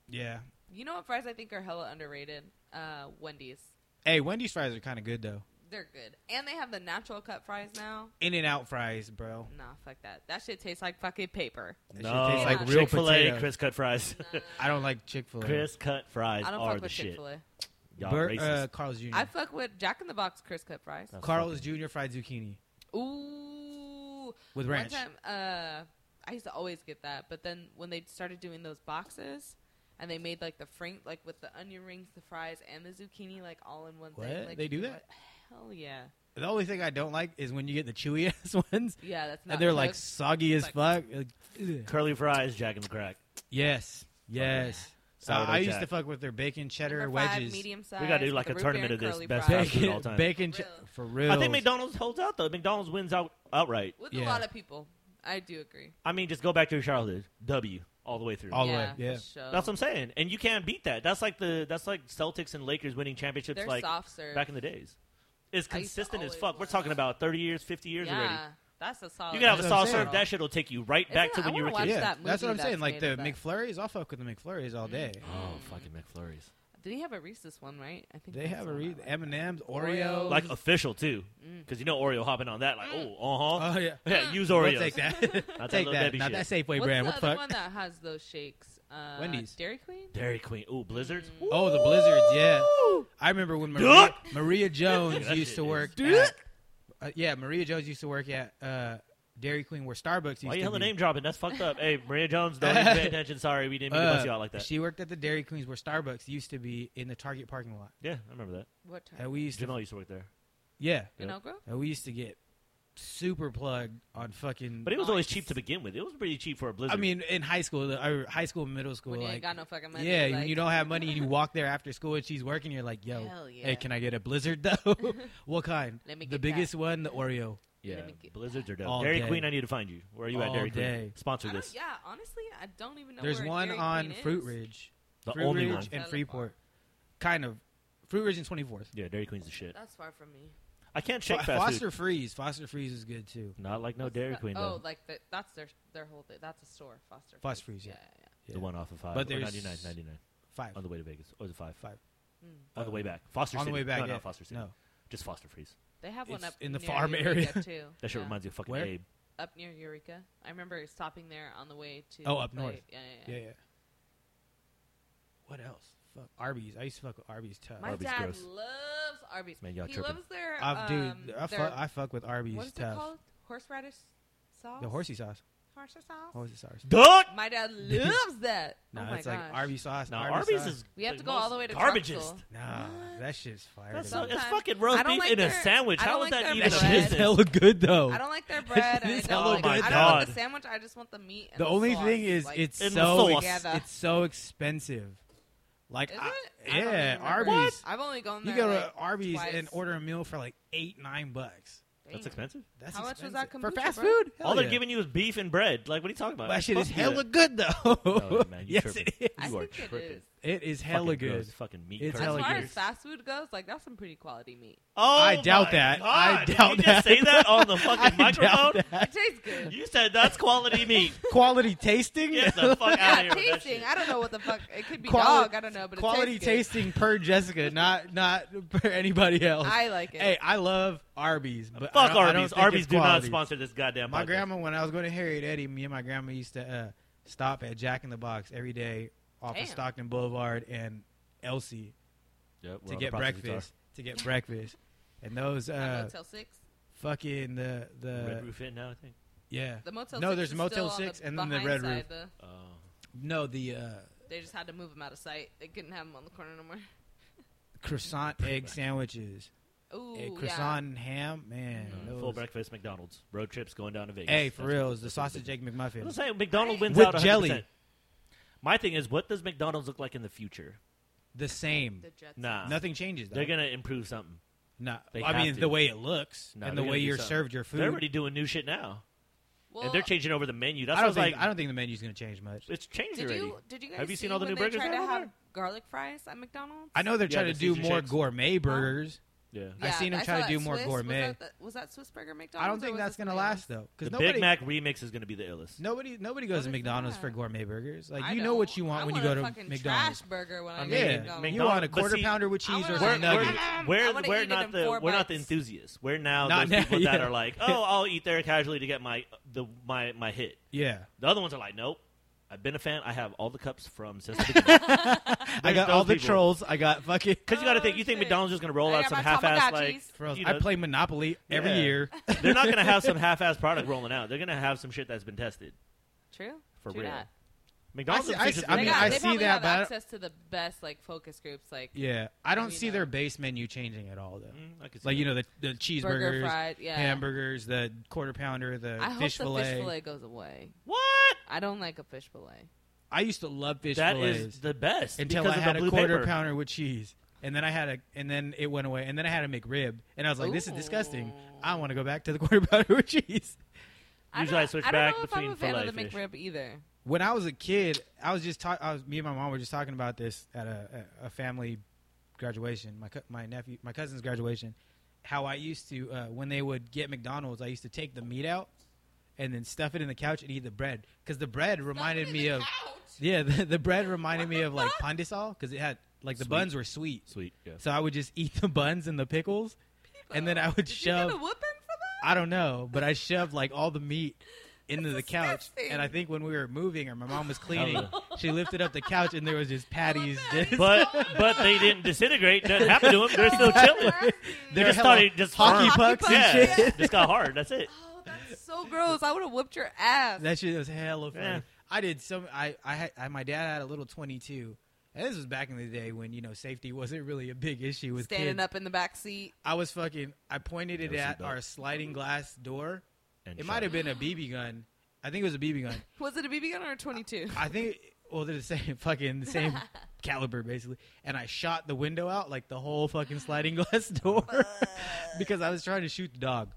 yeah. you know what fries I think are hella underrated? Uh, Wendy's. Hey, Wendy's fries are kind of good though. They're good, and they have the natural cut fries now. In and out fries, bro. Nah, fuck that. That shit tastes like fucking paper. That shit No, tastes like real Chick Fil A potato. crisp cut fries. I don't like Chick Fil A. crisp cut fries I don't are fuck the with Chick shit. Fil A. Y'all Bur- racist. uh, Carl's Jr. I fuck with Jack in the Box crisp cut fries. That's Carl's fucking- Jr. fried zucchini Oh. Ooh, with ranch. One time, uh, I used to always get that, but then when they started doing those boxes, and they made like the frank, like with the onion rings, the fries, and the zucchini, like all in one thing. What? Like, They you do know that? what? Hell yeah, The only thing I don't like is when you get the chewy ass ones yeah. That's not. and they're like cooked. soggy as Like- fuck. Like, ugh. Curly fries, Jack and the Crack. yes, yes. Oh, So Sourdough I used Jack. to fuck with their bacon cheddar Number five, wedges. medium size. gotta do, with like, the a root tournament beer of and this curly best fries. fast food all Bacon, time. bacon, che- Real. for real. I think McDonald's holds out though. McDonald's wins out outright. with a Yeah. lot of people. I do agree. I mean, just go back to your childhood. W all the way through. All the yeah, way, yeah. for sure. that's what I'm saying, and you can't beat that. That's like the that's like Celtics and Lakers winning championships They're like soft serve. back in the days. It's I used to consistent as always fuck. We're want talking that. about 30 years, 50 years yeah, already. that's a solid. You can have a That's what I'm soft saying. serve. That shit'll take you right back to Isn't it- when I you were a wanna kid. yeah, watch that that's what movie Mm-hmm. I'm saying. that's Like made the of that. McFlurries, I'll fuck with the McFlurries all day. Oh, fucking McFlurries! Did he have a Reese's one? Right? I think They that's have the a one I re- like. M and M's, Oreos. Oreos. Like official too, Mm. because you know Oreo hopping on that. Like, oh, uh huh. oh yeah, yeah, use We'll Oreos. take that. Not take little that. Debbie Not shit. that Safeway What's brand. the What the other fuck? one that has those shakes? Uh, Wendy's. Dairy Queen. Dairy Queen. Ooh, blizzards. Oh, the blizzards, yeah. I remember when Maria, Duck. Maria Jones That used shit to is- work. Duck. At, uh, yeah, Maria Jones used to work at uh, Dairy Queen where Starbucks used Why to you hella be. name dropping? That's fucked up. hey, Maria Jones, don't even pay attention. Sorry, we didn't mean to bust Uh, you out like that. She worked at the Dairy Queens where Starbucks used to be in the Target parking lot. yeah, I remember that. What time? That we used to, Jamel used to work there, yeah, In Yeah. Oak Grove? that we used to get super plugged on fucking. but it was always Nice. cheap to begin with. It was pretty cheap for a blizzard. I mean, in high school, the- or high school, middle school, When you like ain't got no fucking money. yeah, like, when you don't have money, and you walk there after school and she's working. You're like, yo, Hell yeah. hey, can I get a blizzard though? what kind? Let me the get biggest one, the Oreo. yeah, let me get blizzards are dope. All Dairy day. Queen, I need to find you. Where are you at, All Dairy day. Queen? Sponsor I don't- this. Yeah, honestly, I don't even know. There's where one Dairy on Queen is. Fruit Ridge, The Fruit only Ridge one. and Freeport, kind of. Fruit Ridge and 24th. Yeah, Dairy Queen's the shit. That's far from me. I can't shake Fo- fast Foster Freeze, Foster Freeze is good too. food. Not like no What's Dairy that- Queen Oh, though. like the, that's their their whole thing. That's a store, Foster. Foster Freeze, yeah. The one off of five. But or there's- 99, 99 Five on the way to Vegas. Or is it five? Five. Mm. On the way back. Foster on the City. way back. No, yeah. not Foster City. No, Just Foster Freeze. They have one It's up in the near farm Eureka, area. too. That shit Yeah. reminds me of fucking Where? Abe. Up near Eureka, I remember stopping there on the way to. Oh, up play- north. Yeah, yeah. yeah, yeah. yeah. What else? Fuck Arby's. I used to fuck with Arby's tough. My Arby's dad gross. loves Arby's. Man, y'all he tripping. loves their. I've, um, dude, I, their- fuck, I fuck with Arby's what is it tough. called? Horseradish sauce. The horsey sauce. Horsey sauce. Horsey sauce. Duck! My dad loves that. No, oh my it's gosh. like Arby's sauce. No, Arby's, Arby's sauce. is. We the have to go most all the way to Garbagest. Truxel. Nah, What? that shit's fire. That's, to so, me. that's Sometimes- fucking I roast don't beef like in a their- sandwich. I How don't is like that their even that a bread. shit's business? hella good though. I don't like their bread. and I It's don't hella like- good. I don't want God. the sandwich. I just want the meat. And the only sauce, thing is, like, it's And the so sauce. ex- Yeah. it's so expensive. Like, Is I- it? I don't yeah, even remember. Arby's. I've only gone You there. go to like, Arby's twice. and order a meal for like eight, nine bucks. Dang. That's expensive. That's How much was expensive. that for kombucha, fast bro? food? all Hell they're yeah. giving you is beef and bread. Like, what are you talking about? That shit is Fuck you. hella good though. No, man, you yes, tripping. it I is. You are think it tripping. is. It is Fucking hella good. gross. Fucking meat. It's curds. As hella far good. as fast food goes, like that's some pretty quality meat. Oh, I doubt my that. I God. doubt Did you that. Just say that on the I fucking doubt microphone. that. It tastes good. You said that's quality meat. Quality tasting. Get the fuck out of yeah, here. With that tasting. shit. I don't know what the fuck. It could be Quali- dog. I don't know, but Quality it tastes tasting per Jessica, not not per anybody Good. else. I like it. hey, I love Arby's, but I Fuck don't- I don't Arby's. think Arby's it's do not quality. sponsor this goddamn. My podcast. grandma, when I was going to Harriet Eddy, me and my grandma used to uh, stop at Jack in the Box every day off Damn. of Stockton Boulevard and Elsie Yep, we're to on get the prostitutes breakfast. To get breakfast, and those The uh, Motel Six. fucking the the are. Red Roof Inn now, I think. yeah The Motel no, Six. there's is Motel still on Six the and then the behind Red side, Roof. Oh, though. no the uh, They just had to move them out of sight. They couldn't have them on the corner no more. croissant Pretty egg much. sandwiches, Ooh, a yeah. croissant and ham. Man, uh, those- full breakfast McDonald's road trips going down to Vegas. Hey, for That's- real, it's the that's what they sausage do. egg I McMuffin. was saying McDonald wins With out 100%. jelly. My thing is, what does McDonald's look like in the future? The same. The Jets. Nah, Nothing changes. Though. they're gonna improve something. No, they I have mean to. the way it looks No, and they're the gonna way do you're something. served your food. They're already doing new shit now, Well, and they're changing over the menu. That's I don't what I was think like. I don't think the menu's going to change much. It's changed Did already. you did you guys Have you see seen all the when new they burgers Try to they have have over garlic fries at McDonald's. I know they're Yeah, trying the to do Caesar more shakes. gourmet burgers. yeah. I've seen 'em I try to saw do that more Swiss- gourmet. Was that, the- was that Swiss Burger McDonald's? I don't or think was that's this going to something else? last though, The because nobody Big Mac remix is going to be the illest. nobody nobody goes What to is McDonald's that? for gourmet burgers. Like I you know don't. what you want I when you want go a to fucking McDonald's. Trash burger when I, I go mean, to Yeah, McDonald's. you want a McDonald's- but quarter see, pounder with cheese I or wanna- some We're, McNuggets. we're, nuggets. we're, I wanna we're eat it not in the four we're not the bites. enthusiasts. We're now Not those now, people that yeah. are like, oh, I'll eat there casually to get my the my my hit. Yeah, The other ones are like, nope. I've been a fan. I have all the cups from since the beginning. I those got all the people. trolls. I got fucking. Because you got to Oh, think, you think shit. McDonald's just going to roll I out got some my half-ass like Tamagotchis. Frozen. you I know, play Monopoly every Yeah. year. They're not going to have some half-ass product rolling out. They're going to have some shit that's been tested True. for True real. that. McDonald's. I see- is I see- just I gonna they mean, be got, like, I they see probably that, have but I don't- access to the best like focus groups, like Yeah, I don't You see know. their base menu changing at all though. Mm, I could see Like you that. know the the burger cheeseburgers, fried, yeah, hamburgers, the quarter pounder, the I hope fish the fish fillet. fillet goes away. what? I don't like a fish fillet. I used to love fish That fillets is the best until I because of had the a blue quarter paper. pounder with cheese, and then I had a, and then it went away, and then I had a McRib, and I was like, "This is disgusting. Ooh. I want to go back to the quarter pounder with cheese." Usually I I don't, switch don't back know if between I'm a fan fillet of the fish. McRib either. When I was a kid, I was just ta- I was me and my mom were just talking about this at a, a, a family graduation, my cou- my nephew, my cousin's graduation. How I used to uh, when they would get McDonald's, I used to take the meat out and then stuff it in the couch and eat the bread because the bread reminded me of yeah, the, the bread reminded me of like pandesal because it had like the Sweet. buns were sweet. Sweet. Yeah. So I would just eat the buns and the pickles. And then I would Did You shove- get a whooping for that? I don't know, but I shoved like all the meat into the That's couch. disgusting. And I think when we were moving or my mom was cleaning, Hella. she lifted up the couch and there was just patties. patties. just- But but they didn't disintegrate. Nothing happened to them. They're still chilling. Nasty. They They're just hella started just hockey firm. pucks yeah, and shit. just got hard. That's it. Oh, that's so so gross. I would have whooped your ass. That shit was hella funny. Yeah. I did some. I, I had I, my dad had a little twenty two, and this was back in the day when you know safety wasn't really a big issue with Standing kids. up in the back seat. I was fucking. I pointed it Never seen at that. our sliding glass door. And It shot might have been a BB gun. I think it was a BB gun. Was it a BB gun or a 22? I think. Well, they're the same fucking the same caliber basically. And I shot the window out like the whole fucking sliding glass door because I was trying to shoot the dog.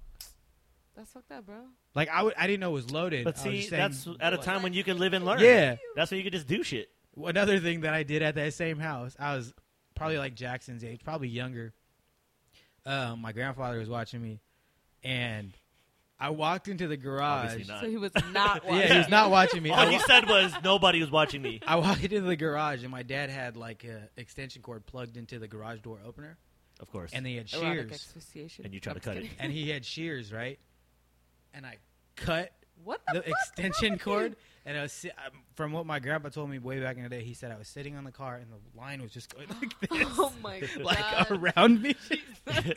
That's fucked up, bro. Like I would, I didn't know it was loaded. But I was see, just saying- that's at a What? time when you can live and learn. Yeah. that's when you can just do shit. another thing that I did at that same house, I was probably like Jackson's age, probably younger. Um, my grandfather was watching me, and I walked into the garage. Obviously not. So he was not watching. Uh, Yeah, he was not watching me. I, All you wa- said was nobody was watching me. I walked into the garage, and my dad had like a extension cord plugged into the garage door opener, Of course. and they had Erotic shears, asphyxiation. And you try I'm to just cut it. kidding. and he had shears, right? And I cut What the, the fuck? extension What the fuck? cord, and I was si- um, from what my grandpa told me way back in the day. He said I was sitting on the car, and the line was just going like this. Oh my god. like around me. Christ.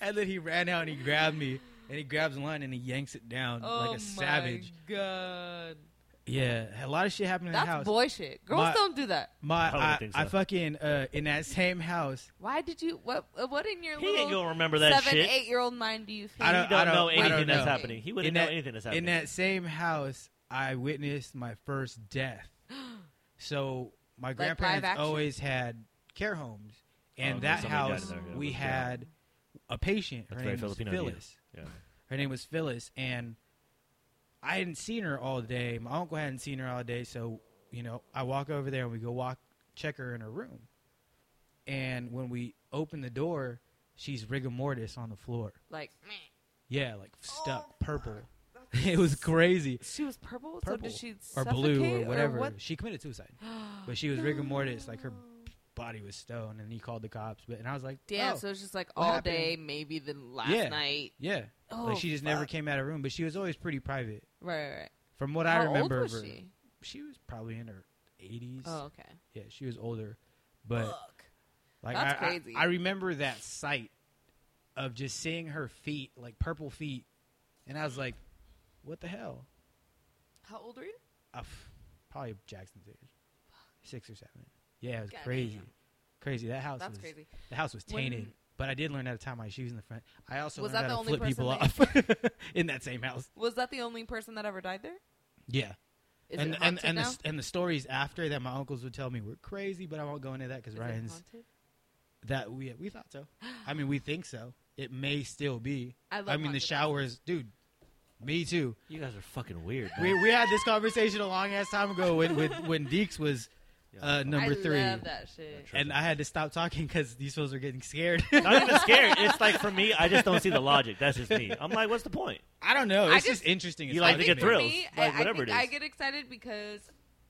and then he ran out and he grabbed me and he grabs the line and he yanks it down oh like my a savage. god. Yeah, a lot of shit happened in the That's house. boy shit. Girls My- don't do that. my I don't I, think I so. fucking uh, in that same house. Why did you? What? What in your he ain't little gonna remember that seven, shit. eight year old mind do you think? I He don't- don't, know I don't anything that's know. happening. He wouldn't In know that- anything that's happening. In that same house, I witnessed my first death. So my grandparents live action? always had care homes, Oh, and okay, that somebody died house in there, yeah, we that's right. had a patient. Her That's very name was Filipino of you. Phyllis. Yeah. Her name was Phyllis, and I hadn't seen her all day. My uncle hadn't seen her all day, so you know, I walk over there and we go walk check her in her room. And when we open the door, she's rigor mortis on the floor. like meh. Yeah, like stuck Oh, purple. it was crazy. she was purple. Purple So did she or suffocate blue or whatever. what? She committed suicide, but she was rigor mortis. Like her No. body was stoned, and he called the cops. But and I was like, Damn. oh, So it's just like what all happened? day, maybe then last Yeah. night. yeah, Oh, like she just never fuck. came out of her room. But she was always pretty private, Right, right. right. from what How I remember. old of was her. she? she was probably in her 80s. Oh, okay. Yeah, she was older. But Fuck. like that's I, I- crazy. I, remember that sight of just seeing her feet, like purple feet, and I was like, "What the hell?" How old are you? I f- probably Jackson's age. 6 or 7. Yeah, it was God crazy. damn. Crazy. That house That's was crazy. the house was When- tainted. but I did learn at the time my shoes in the front. I also Was learned that how the to flip only people off person in that same house. Was that the only person that ever died there? Yeah. Is and it and haunted and the, now? s- and the stories after that my uncles would tell me were crazy, but I won't go into that Is because it Ryan's haunted? that we we thought so. I mean, we think so. It may still be. I love I mean, the haunted showers, dude. Me too. You guys are fucking weird. We, man. we had this conversation a long ass time ago when when, when Deeks was uh, number I three, love that shit. and I had to stop talking because these fools were getting scared. Not even scared. It's like for me, I just don't see the logic. That's just me. I'm like, what's the point? I don't know. I It's just, just- interesting. as You like I fuck to think to get me. for thrills, me, like, I, I, whatever think it I is. get excited because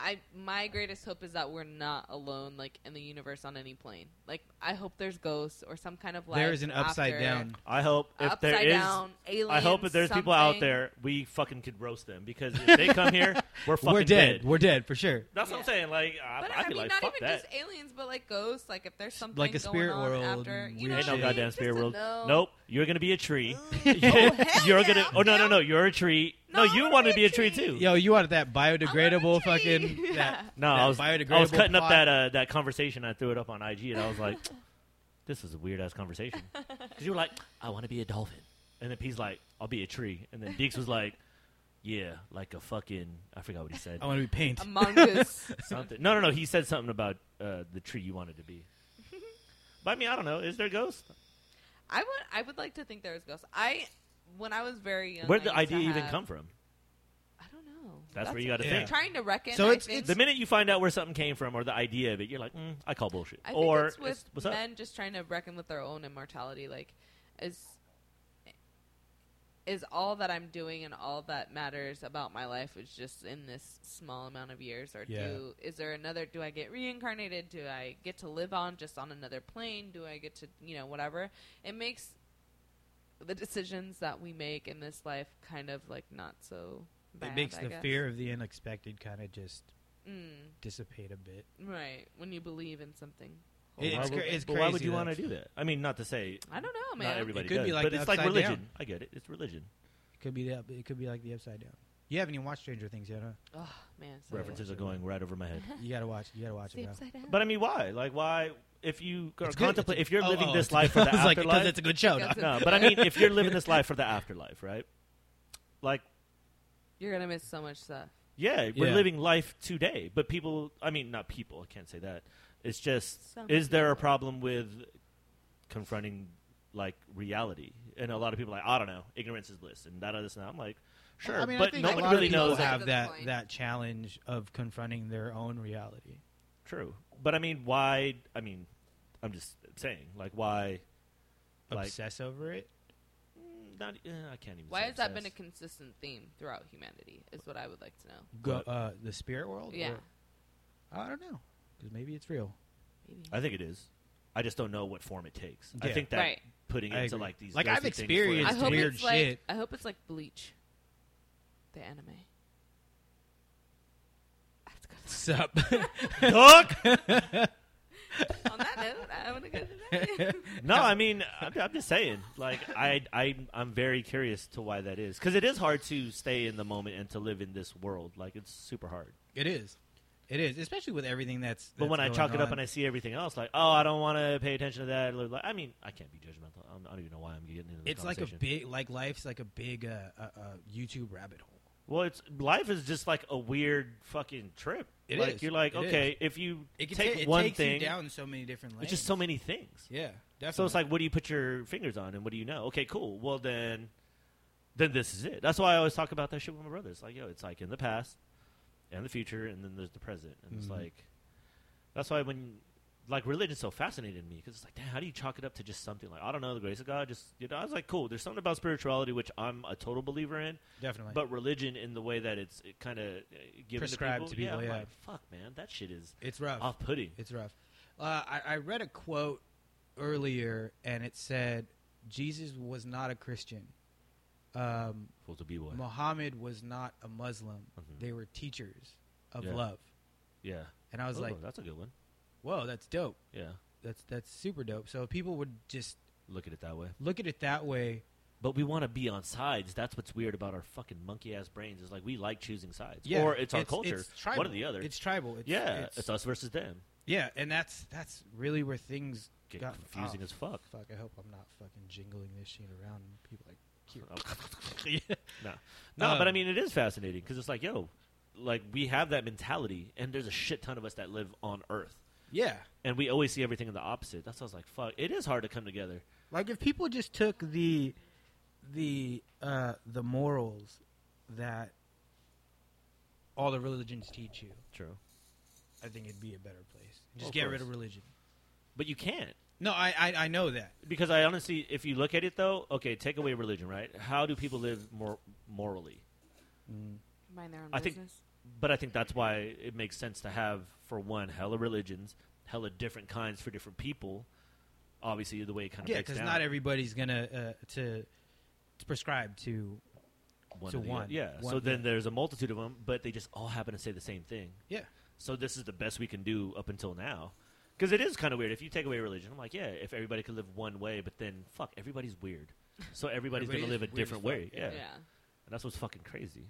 I my greatest hope is that we're not alone, like in the universe on any plane. Like I hope there's ghosts or some kind of life. There is an upside after- down. I hope if upside there is, down, alien. I hope if there's people out something. there, we fucking could roast them because if they come here, we're fucking We're dead. dead. We're dead for sure. That's what I'm Yeah. saying. Like, I, But I'd I, be mean, like, not fuck even that. just aliens, but like ghosts. Like if there's something Like a spirit going on world after, and you know, Ain't weird what I no shit. mean? goddamn Just spirit to world. know. Nope, you're gonna be a tree. Oh, you're gonna. yeah. Oh no, no, Hell. no. You're a tree. No, No, I you wanna want to be be a a tree tree. too. Yo, you wanted that I biodegradable want a tree. fucking. That, Yeah. No, That I was I was biodegradable cutting up pot. that uh, that conversation I threw it up on IG, and I was like, "This is a weird ass conversation." Because you were like, "I want to be a dolphin," and then P's like, "I'll be a tree," and then Deeks was like, "Yeah, like a fucking I forgot what he said. I want to be paint. A mongoose. something. No, no, no. He said something about uh, the tree you wanted to be." But I mean, I don't know. Is there ghosts? I would. I would like to think there was ghosts. I when I was very young. Where'd the I used to idea even have- come from? I don't know. That's where you gotta I'm think. Trying to reckon. So I it's- think- The minute you find out where something came from or the idea of it, you're like, mm, "I call bullshit." I think or it's with what's up? men just trying to reckon with their own immortality. Like, is is all that I'm doing and all that matters about my life is just in this small amount of years, or Yeah. do is there another? Do I get reincarnated? Do I get to live on just on another plane? Do I get to you know whatever? It makes the decisions that we make in this life kind of like not so. Bad, it makes I the guess. fear of the unexpected kind of just Mm, dissipate a bit. right when you believe in something. It's why cra- would- it's but why would crazy you though. want to do that? I mean, not to say I don't know, man. not everybody It could does, be like but the it's like upside religion. down. I get it. It's religion. Could be the, it could be like the upside down. You haven't even watched Stranger Things yet, huh? Oh man, so References are going right over my head. You gotta watch. You gotta watch it. Bro. But I mean, why? Like, why? If you are It's good. contemplate, It's a- if you're oh, living oh, this it's- life for the I was like, 'cause afterlife, it's a good show. That's dog. a- no. But I mean, if you're living this life for the afterlife, right? Like, You're gonna miss so much stuff. yeah, we're Yeah. living life today. But people, I mean, not people. I can't say that. It's just, Some is there a people. problem with confronting like reality? And a lot of people are like, I don't know, ignorance is bliss, and that this and that. I'm like, sure, I mean, I but think no a one lot of really people knows. People that- have That's a good that point. that challenge of confronting their own reality. True, but I mean, why? I mean, I'm just saying, like, why? Like, Obsess over it. mm, not, eh, I can't even. Why say has that been a obsessed. consistent theme throughout humanity? Is what I would like to know. Go, But- uh, the spirit world. Yeah, Or- I don't know because maybe it's real. maybe. I think it is. I just don't know what form it takes. I Yeah. think that right. putting I it into agree. like these Like, I've ghosty things for experienced I instance- hope weird it's like shit. I hope it's like Bleach, the anime. That's good. Sup? Look! On that note, I'm gonna go to that. No, I mean, I'm, I'm just saying. Like, I, I, I'm very curious to why that is because it is hard to stay in the moment and to live in this world. Like, it's super hard. it is. It is, especially with everything that's. But when I that's chalk going it up on. and I see everything else, like, oh, I don't want to pay attention to that. Like, I mean, I can't be judgmental. I'm, I don't even know why I'm getting into. This it's like a conversation. big, like life's like a big uh, uh, uh, YouTube rabbit hole. Well, it's life is just like a weird fucking trip. It like is. you're like, It okay, if you It can take ta- it one takes thing, you down so many different lanes. it's just so many things. Yeah, definitely. So it's like, what do you put your fingers on, and what do you know? Okay, cool. Well, then, then this is it. That's why I always talk about that shit with my brother. It's like, yo, it's like in the past, and the future, and then there's the present, and it's Mhm. like, that's why when. Like religion's so fascinating to me because it's like, damn, how do you chalk it up to just something like I don't know the grace of God? Just you know, I was like, cool. There's something about spirituality which I'm a total believer in, definitely. but religion in the way that it's it kind of given Prescribed to to people. people, I'm yeah. like, fuck, man, that shit is it's rough. off-putting. It's rough. Uh, I, I read a quote earlier, and it said Jesus was not a Christian. Um, Well, to be what? Muhammad was not a Muslim. Mhm. They were teachers of Yeah. love. Yeah, And I was Oh, like, that's a good one. whoa, that's dope. Yeah, That's that's super dope. So if people would just look at it that way. look at it that way. But we want to be on sides. That's what's weird about our fucking monkey ass brains. Is like we like choosing sides, Yeah, or it's our it's, culture. It's tribal. One or the other. It's tribal. It's, yeah, it's, it's, us versus them. yeah, and that's that's really where things Get got confusing oh, as fuck. Fuck! I hope I'm not fucking jingling this shit around. and People like, no, no, Um, but I mean, it is fascinating because it's like, yo, like we have that mentality, and there's a shit ton of us that live on Earth, yeah. and we always see everything in the opposite. That's why I was like, fuck, it is hard to come together. Like if people just took the the uh, the morals that all the religions teach you, True. I think it'd be a better place. Just Well, of get rid course. of religion. But you can't. No, I, I I know that. Because I honestly, if you look at it though, okay, take away religion, right? How do people live mor- morally? Mind their own I think- business. But I think that's why it makes sense to have, for one, hella religions, hella different kinds for different people. Obviously, the way it kind of Yeah, breaks because down. not everybody's gonna uh, to, to prescribe to. one to or the one. other. Yeah. One- so then yeah. there's a multitude of them, but they just all happen to say the same thing. Yeah. So this is the best we can do up until now. Because it is kind of weird. If you take away religion, I'm like, yeah, if everybody could live one way, but then fuck, everybody's weird. So everybody's going to Everybody's live a weird as different fuck. way. Yeah. Yeah. And that's what's fucking crazy.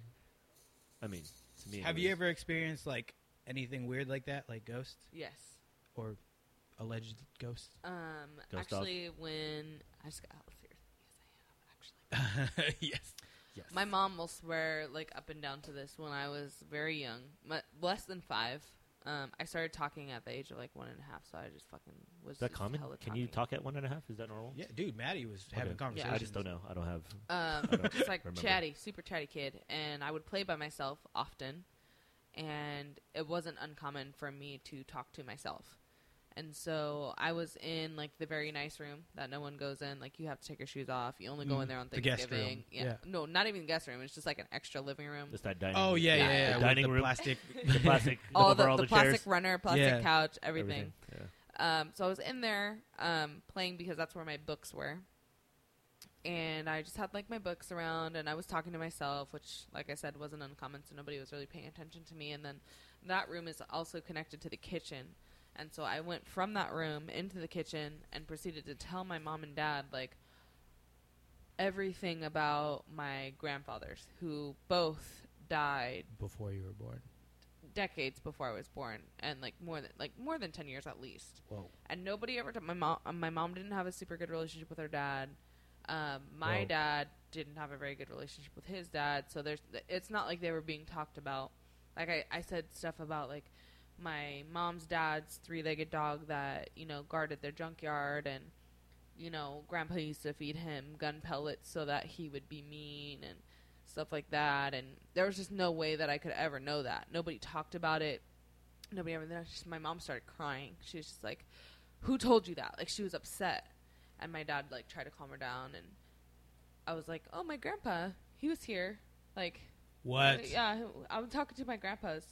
I mean, to me. Have it you is. ever experienced like anything weird like that, like ghosts Yes. or alleged ghosts? Um. Ghost dog? actually, when I just got out of here. Yes, I am actually. yes. Yes. My mom will swear like up and down to this when I was very young, mu- less than five. Um, I started talking at the age of like one and a half, so I just fucking was. Is that just common? hella Can you talking. talk at one and a half? Is that normal? Yeah, dude. Maddie was having Okay. conversations. I just don't know. I don't have. I Um, don't just like remember. chatty, super chatty kid, and I would play by myself often, and it wasn't uncommon for me to talk to myself. And so I was in like the very nice room that no one goes in. Like you have to take your shoes off. You only go Mm, in there on the guest Thanksgiving. room. Yeah. Yeah. no, not even the guest room. It's just like an extra living room. It's that dining. Oh room. yeah, yeah, Yeah. yeah. The with dining the room. plastic, The plastic. all over the, all the, the, plastic chairs, runner, plastic Yeah. couch, everything. Yeah. Um, so I was in there um, playing because that's where my books were, and I just had like my books around, and I was talking to myself, which, like I said, wasn't uncommon, so nobody was really paying attention to me. And then that room is also connected to the kitchen, and so I went from that room into the kitchen and proceeded to tell my mom and dad like everything about my grandfathers, who both died before you were born. decades before I was born, and like more than like more than ten years at least. Whoa. And nobody ever. T- my mom. My mom didn't have a super good relationship with her dad. Um, my Whoa. dad didn't have a very good relationship with his dad. So there's. It's not like they were being talked about. Like I, I said stuff about like my mom's dad's three-legged dog that you know guarded their junkyard and you know, grandpa used to feed him gun pellets so that he would be mean and stuff like that. And there was just no way that I could ever know that. Nobody talked about it. Nobody ever. then Just, my mom started crying. She was just like, "Who told you that?" Like she was upset. And my dad like tried to calm her down, and I was like, "Oh, my grandpa, he was here." Like uh, What? yeah, I was talking to my grandpa's,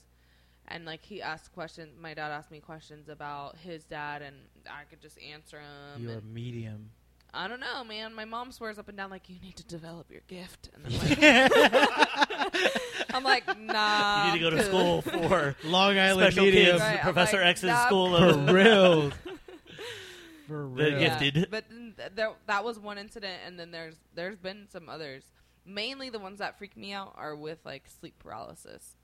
and like he asked questions. My dad asked me questions about his dad, and I could just answer him. You're and- a medium. I don't know, man. My mom swears up and down like you need to develop your gift, and I'm like, I'm like nah. you need to go to I'm good." school for Long Island special medium. kids, Right, I'm Professor Um, like, X's nah, school For of real. For The real. Yeah. gift- gifted. But then th- there, that was one incident, and then there's there's been some others. Mainly the ones that freak me out are with like sleep paralysis.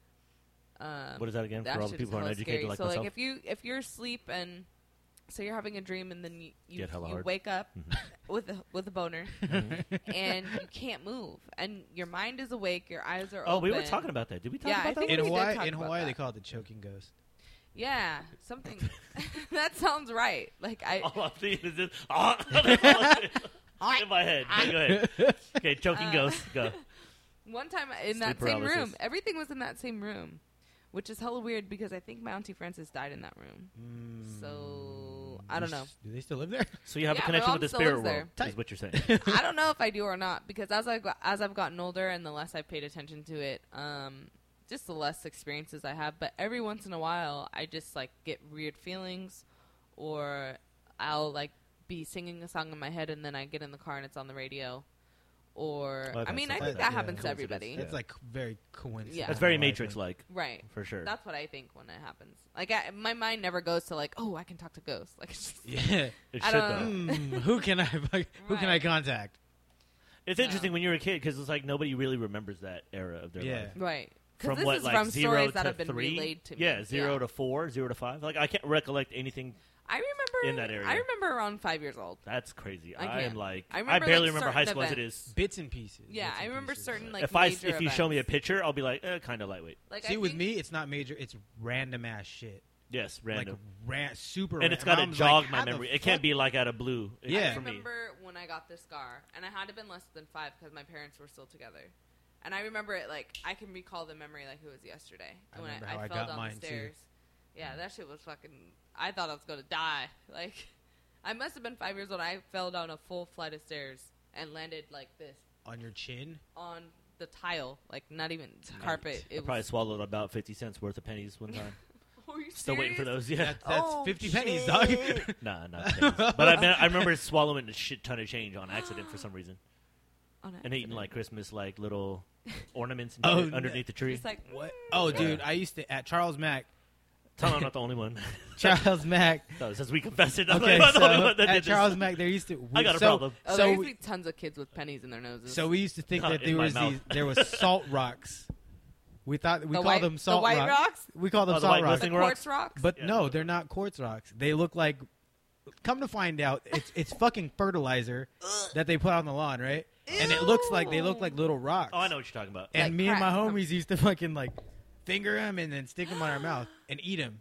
Um, What is that again? that For all the shit is people who aren't hella educated scary. like so myself. like if you if you're asleep and say you're having a dream and then you you, Get hella you hard. wake up Mhm. with a, with a boner and you can't move and your mind is awake, your eyes are oh, open. we were talking about that. Did we talk Yeah, I about that? think one? in we did Hawaii, talk in about Hawaii, that. they call it the choking ghost. Yeah, something that sounds right. Like I All Oh, I'm thinking is this. Ah, in my head. I- Go ahead. Okay, choking Uh, ghost. Go. One time in Sleep that paralysis. same room, everything was in that same room, which is hella weird because I think my auntie Frances died in that room. So, I don't know. Do they still live there? So you have a Yeah, my connection mom with the still spirit lives world, there. is what you're saying. I don't know if I do or not because as I got, as I've gotten older and the less I've paid attention to it, um, just the less experiences I have. But every once in a while, I just like get weird feelings, or I'll like be singing a song in my head and then I get in the car and it's on the radio, or Well, I've I had mean stuff like I think Oh, that, that yeah. happens to Coincidence, everybody, yeah. It's like very coincidental. Yeah. That's very I think. Matrix-like, right? for sure. That's what I think when it happens. Like I, my mind never goes to like, oh, I can talk to ghosts. Like it's just, Yeah. It I should, don't- though. Hmm, who can I? fuck- Who can I Um, Right. contact? It's No. interesting when you're a kid because it's like nobody really remembers that era of their Yeah. life. right. 'Cause From this what, is like from zero stories to that have been three? relayed to me. Yeah, zero to four, zero to five. Like I can't recollect anything. I remember in that area. I remember around five years old. That's crazy. I I, am can't. like I I, remember, barely like, remember high certain school as it is. Bits and pieces. Yeah, bits and I remember pieces. certain like if I if major you show me a events. picture, I'll be like, eh, kind of lightweight. like See, I with think- me, it's not major. It's random ass shit. Yes, random. Like ran, super. and it's got random. to I'm like, jog how my the memory. It fuck- can't be like out of blue. It- Yeah. I for me. remember when I got the scar, and I had to have been less than five because my parents were still together. And I remember it like I can recall the memory like it was yesterday. I when remember I, how I fell got down mine, too. the stairs. Yeah, that shit was fucking. I thought I was gonna die. Like, I must have been five years old. I fell down a full flight of stairs and landed like this on your chin. on the tile, like not even Nice. carpet. I It probably was. swallowed about fifty cents worth of pennies one time. Were you Still waiting for serious? those. Yeah. That- that's Oh, fifty pennies, dog. nah, not pennies. But I, mean, I remember swallowing a shit ton of change on accident for some reason, On and eating accident. like Christmas like little ornaments and Oh, shit no. underneath the tree. Just like what? Oh, Yeah. dude, I used to at Charles Mack. Tell me I'm not the only one. Charles Mack. no, since we confessed it, I'm Okay, not the only so one that at did Charles this. Mack, there used to. I got a so- problem. Oh, So there's we, tons of kids with pennies in their noses. so we used to think Not that in there my was mouth. these, there was salt rocks. We thought we the called white, them salt the white rock- rocks, We call them Oh, the salt white rocks. the Nothing rocks. quartz rocks. But Yeah, no, no. they're not quartz rocks. They look like. Come to find out, it's it's fucking fertilizer that they put on the lawn, right? And it looks like they look Ew. like little rocks. Oh, I know what you're talking about. And Like me and my crack. homies used to fucking like finger them and then stick them on our mouth and eat them.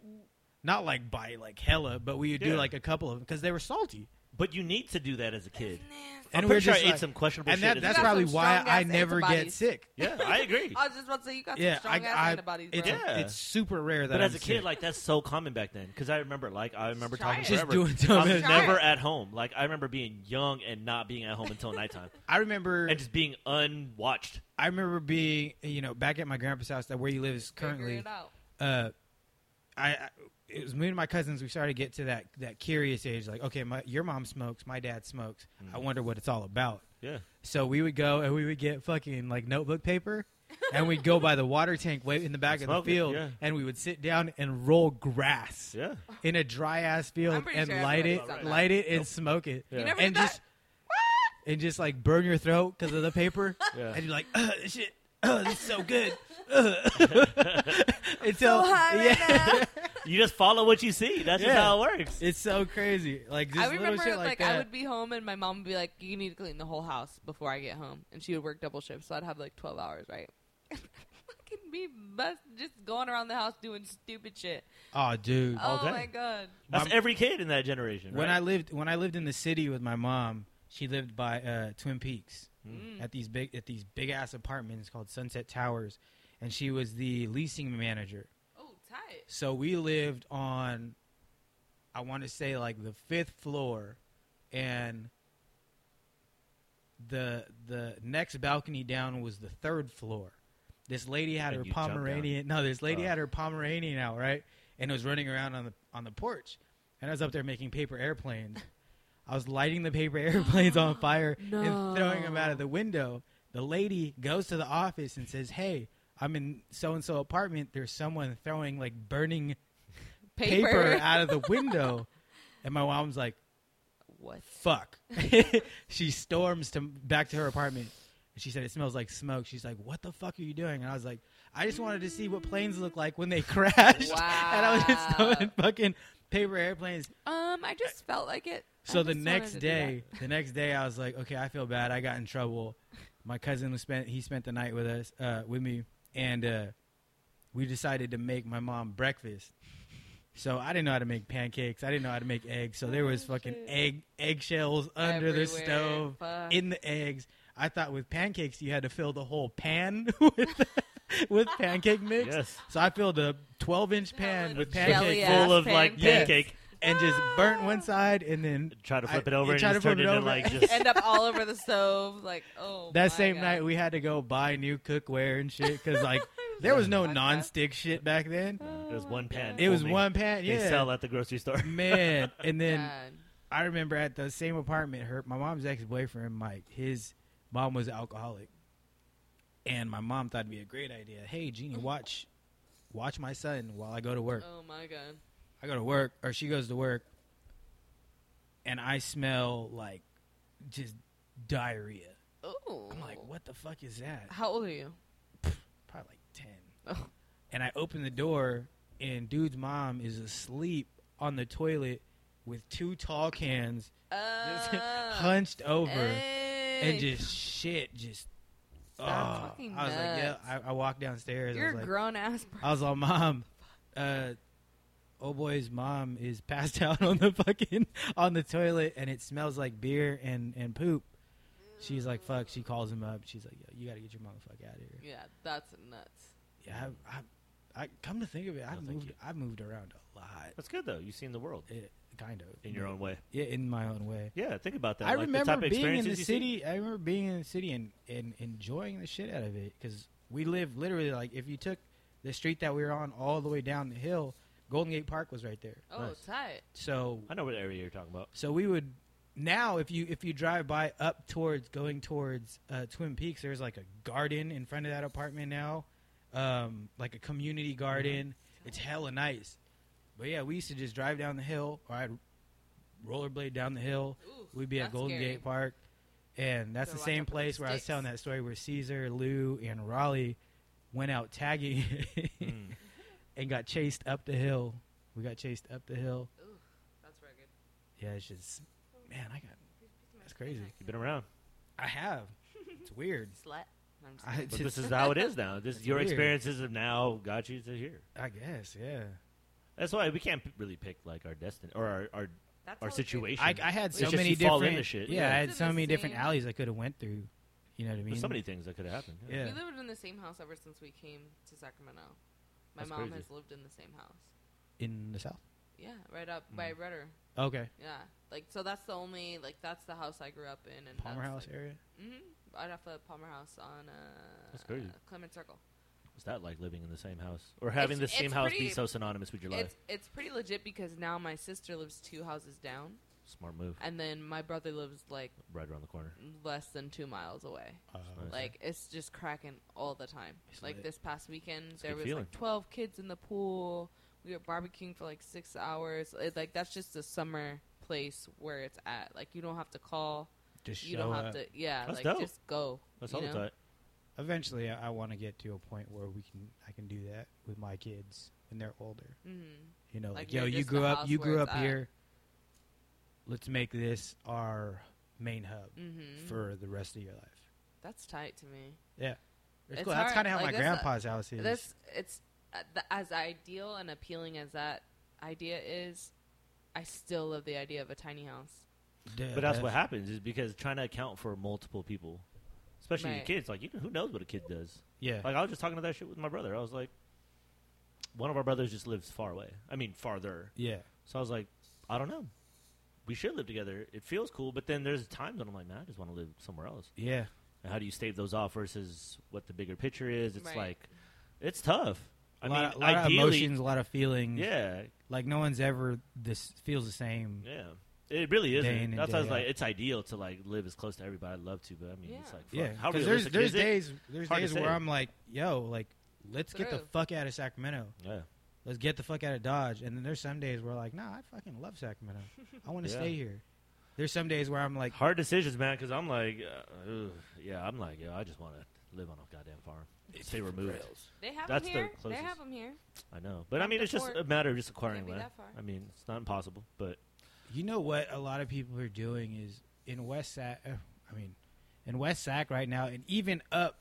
Not like by like hella, but we would do Yeah. like a couple of them because they were salty. But you need to do that as a kid. Nasty. I'm And we pretty were sure I just ate like- some questionable And shit. that, as a that's kid. got probably some why strong-ass I never get antibodies. sick. Yeah, I agree. I was just about to say you got some Yeah, strong I, ass I- antibodies. it's, bro. Yeah. it's super rare that But as I'm a kid, sick. like that's so common back then. Because I remember, like, I remember Try talking it. just forever. doing I dumb. was Try never it. at home. Like I remember being young and not being at home until nighttime, I remember and just being unwatched. I remember being, you know, back at my grandpa's house that where you live is Figure currently. it out. Uh, I, I it was me and my cousins. We started to get to that that curious age, like, okay, my your mom smokes, my dad smokes. I Mm. wonder what it's all about. Yeah, So we would go and we would get fucking like notebook paper, and we'd go by the water tank way in the back of the Smoke it, field, yeah. and we would sit down and roll grass yeah. in a dry ass field pretty and sure light everybody's it, done that. light it and smoke it, You never and did that? just and just like burn your throat because of the paper, Yeah. and you're like, Ugh, this shit, Ugh, this is so good. Ugh. Until So high right yeah, You just follow what you see. That's just Yeah. how it works. it's so crazy. Like just I remember, little shit like, like, that. I would be home and my mom would be like, "You need to clean the whole house before I get home," and she would work double shifts, so I'd have like twelve hours, right? Fucking be bust just going around the house doing stupid shit. oh, dude. All oh day. my god! That's my- every kid in that generation. Um, When I right? lived when I lived in the city with my mom, she lived by uh, Twin Peaks Mm. at these big at these big ass apartments called Sunset Towers, and she was the leasing manager. Oh, tight. So we lived on, I want to say like the fifth floor, and the the next balcony down was the third floor. This lady had And her you jumped down. pomeranian. No, this lady Oh. had her pomeranian out right, and was running around on the on the porch, and I was up there making paper airplanes. I was lighting the paper airplanes on fire and throwing them out of the window. The lady goes to the office and says, "Hey, I'm in so and so apartment. There's someone throwing like burning paper, out of the window." and my mom's like, what? "Fuck!" she storms to back to her apartment. And she said it smells like smoke. She's like, "What the fuck are you doing?" And I was like, "I just wanted to see what planes look like when they crashed." And I was just Wow. throwing fucking paper airplanes. Um, I just felt like it. I So the just wanted next to do day, the next day, I was like, okay, I feel bad. I got in trouble. My cousin was spent he spent the night with us, uh, with me, and uh, we decided to make my mom breakfast. So I didn't know how to make pancakes. I didn't know how to make eggs. So there was Oh, fucking shit. egg eggshells that. under the Everywhere. stove, Fuck. in the eggs. I thought with pancakes you had to fill the whole pan with with pancake mix. yes, So I filled a 12 inch pan Hell, with jelly pancake ass Ah. mix full of like pancakes. pancake. and just burnt one side and then Try to flip I- it over you and try to just flip turn it into over. like just end up all over the stove. Like oh, that my same God. night we had to go buy new cookware and shit because like there was no Fuck that. non-stick shit back then Oh There's my one pan. God. it was Only one pan they yeah sell at the grocery store. man and then God. i remember at the same apartment her my mom's ex-boyfriend mike his mom was alcoholic and my mom thought it'd be a great idea hey jeannie watch watch my son while i go to work Oh my god. I go to work, or she goes to work, and I smell like just diarrhea. Oh. I'm like, what the fuck is that? How old are you? Probably like 10. Oh. And I open the door, and dude's mom is asleep on the toilet with two tall cans just Uh, hunched over hey. and just shit. Just, oh. That's I was fucking like, yeah. nuts. I, I walked downstairs. I You're was a like, grown ass person. I was all mom. Uh, oh boy's mom is passed out on the fucking on the toilet, and it smells like beer and and poop. She's like, fuck. She calls him up. She's like, yo, you got to get your motherfucker out of here. Yeah, that's nuts. Yeah, I, I, I come to think of it, No, I've thank moved. you. I've moved around a lot. That's good though. You've seen the world It, kind of in your own way. yeah, in my own way. Yeah, think about that. Mm. I like the remember type of being in experiences the you see. city. I remember being in the city and, and enjoying the shit out of it because we lived literally like if you took the street that we were on all the way down the hill, Golden Gate Park was right there. Oh, Nice. tight. So I know what area you're talking about. so we would now if you if you drive by up towards going towards uh, Twin Peaks, there's like a garden in front of that apartment now, um, like a Mm-hmm. community garden. It's hella nice. But yeah, we used to just drive down the hill, or I'd rollerblade down the hill. Ooh, We'd be at that's Golden scary. Gate Park, and that's Gotta the watch same out for place those where I was sticks. telling that story where Caesar, Lou, and Raleigh went out tagging Mm-hmm. Mm. and got chased up the hill. We got chased up the hill. Ooh, that's rugged. Yeah, it's just man, I got That's crazy. You've been around, I have. It's weird. Slut. I'm just I kidding. but just- this is how it is now. This It's your weird. experiences have now got you to here. I guess, yeah. That's why we can't p- really pick like our destiny or our our, That's our how it is. situation. I, I had It's so just many you fall different. into shit. Yeah, I Yeah. had It's so in the many different same- alleys I could have went through. You know what I mean? There's so many things that could have happened. Yeah. We lived in the same house ever since we came to Sacramento. My That's mom crazy. has lived in the same house. in the south. Yeah, right up by Mm. Rudder. Okay, Yeah, like so. That's the only like that's the house I grew up in. And Palmer that's, House like, area. Mm-hmm, right off of Palmer House on uh, That's crazy. Clement Circle. What's that like living in the same house or having It's- the same it's house be pretty- so synonymous with your It's life? it's pretty legit because now my sister lives two houses down, Smart move, and then my brother lives like right around the corner. less than two miles away. Uh, nice. Okay. Like it's just cracking all the time. It's like lit. this past weekend, It's a there good was feeling. like twelve kids in the pool. We were barbecuing for like six hours. It, like that's just a summer place where it's at. Like you don't have to call Just You show don't up. have to. Yeah, That's like dope. just go. That's you all know? tight. Eventually, I, I want to get to a point where we can I can do that with my kids when they're older. Mhm. You know, Like, like, yo, near you just grew the up, house you where grew it's up at. here. Let's make this our main hub Mhm. for the rest of your life. That's tight to me. Yeah, it's, It's cool. That's hard. kind of how Like, my that's a- grandpa's house is. That's it's uh, th- as ideal and appealing as that idea is. I still love the idea of a tiny house. Yeah, But that's what happens is because trying to account for multiple people, especially your Right. kids. Like, you, who knows what a kid does? Yeah, Like, I was just talking to that shit with my brother. I was like, one of our brothers just lives far away. I mean, farther. yeah. So I was like, I don't know. We should live together. It feels cool, but then there's times when I'm like, man, I just want to live somewhere else. Yeah, And how do you stave those off versus what the bigger picture is? It's Right. like, it's tough. a I lot, mean, a lot ideally, of emotions, a lot of feelings. yeah, like no one's ever this feels the same. yeah. It really isn't. Day in and That's why I was day like, out. it's ideal to like live as close to everybody. I'd love to, but I mean, it's Yeah. like, fuck, Yeah, how 'cause realistic there's there's is it? days there's Hard to days where say. I'm like, yo, like let's get the True. fuck out of Sacramento. Yeah, Let's get the fuck out of Dodge. And then there's some days where like, nah, I fucking love Sacramento. I want to Yeah. stay here. There's some days where I'm like, hard decisions, man. Because I'm like, uh, ugh, yeah, I'm like, yeah, I just want to live on a goddamn farm, stay removed. They have That's the them here. they closest. have them here. I know, but I Up mean, to it's just Fort- a matter of just acquiring be land. that far. I mean, it's not impossible, but you know what? A lot of people are doing is in West Sac. uh, I mean, in West Sac right now, and even up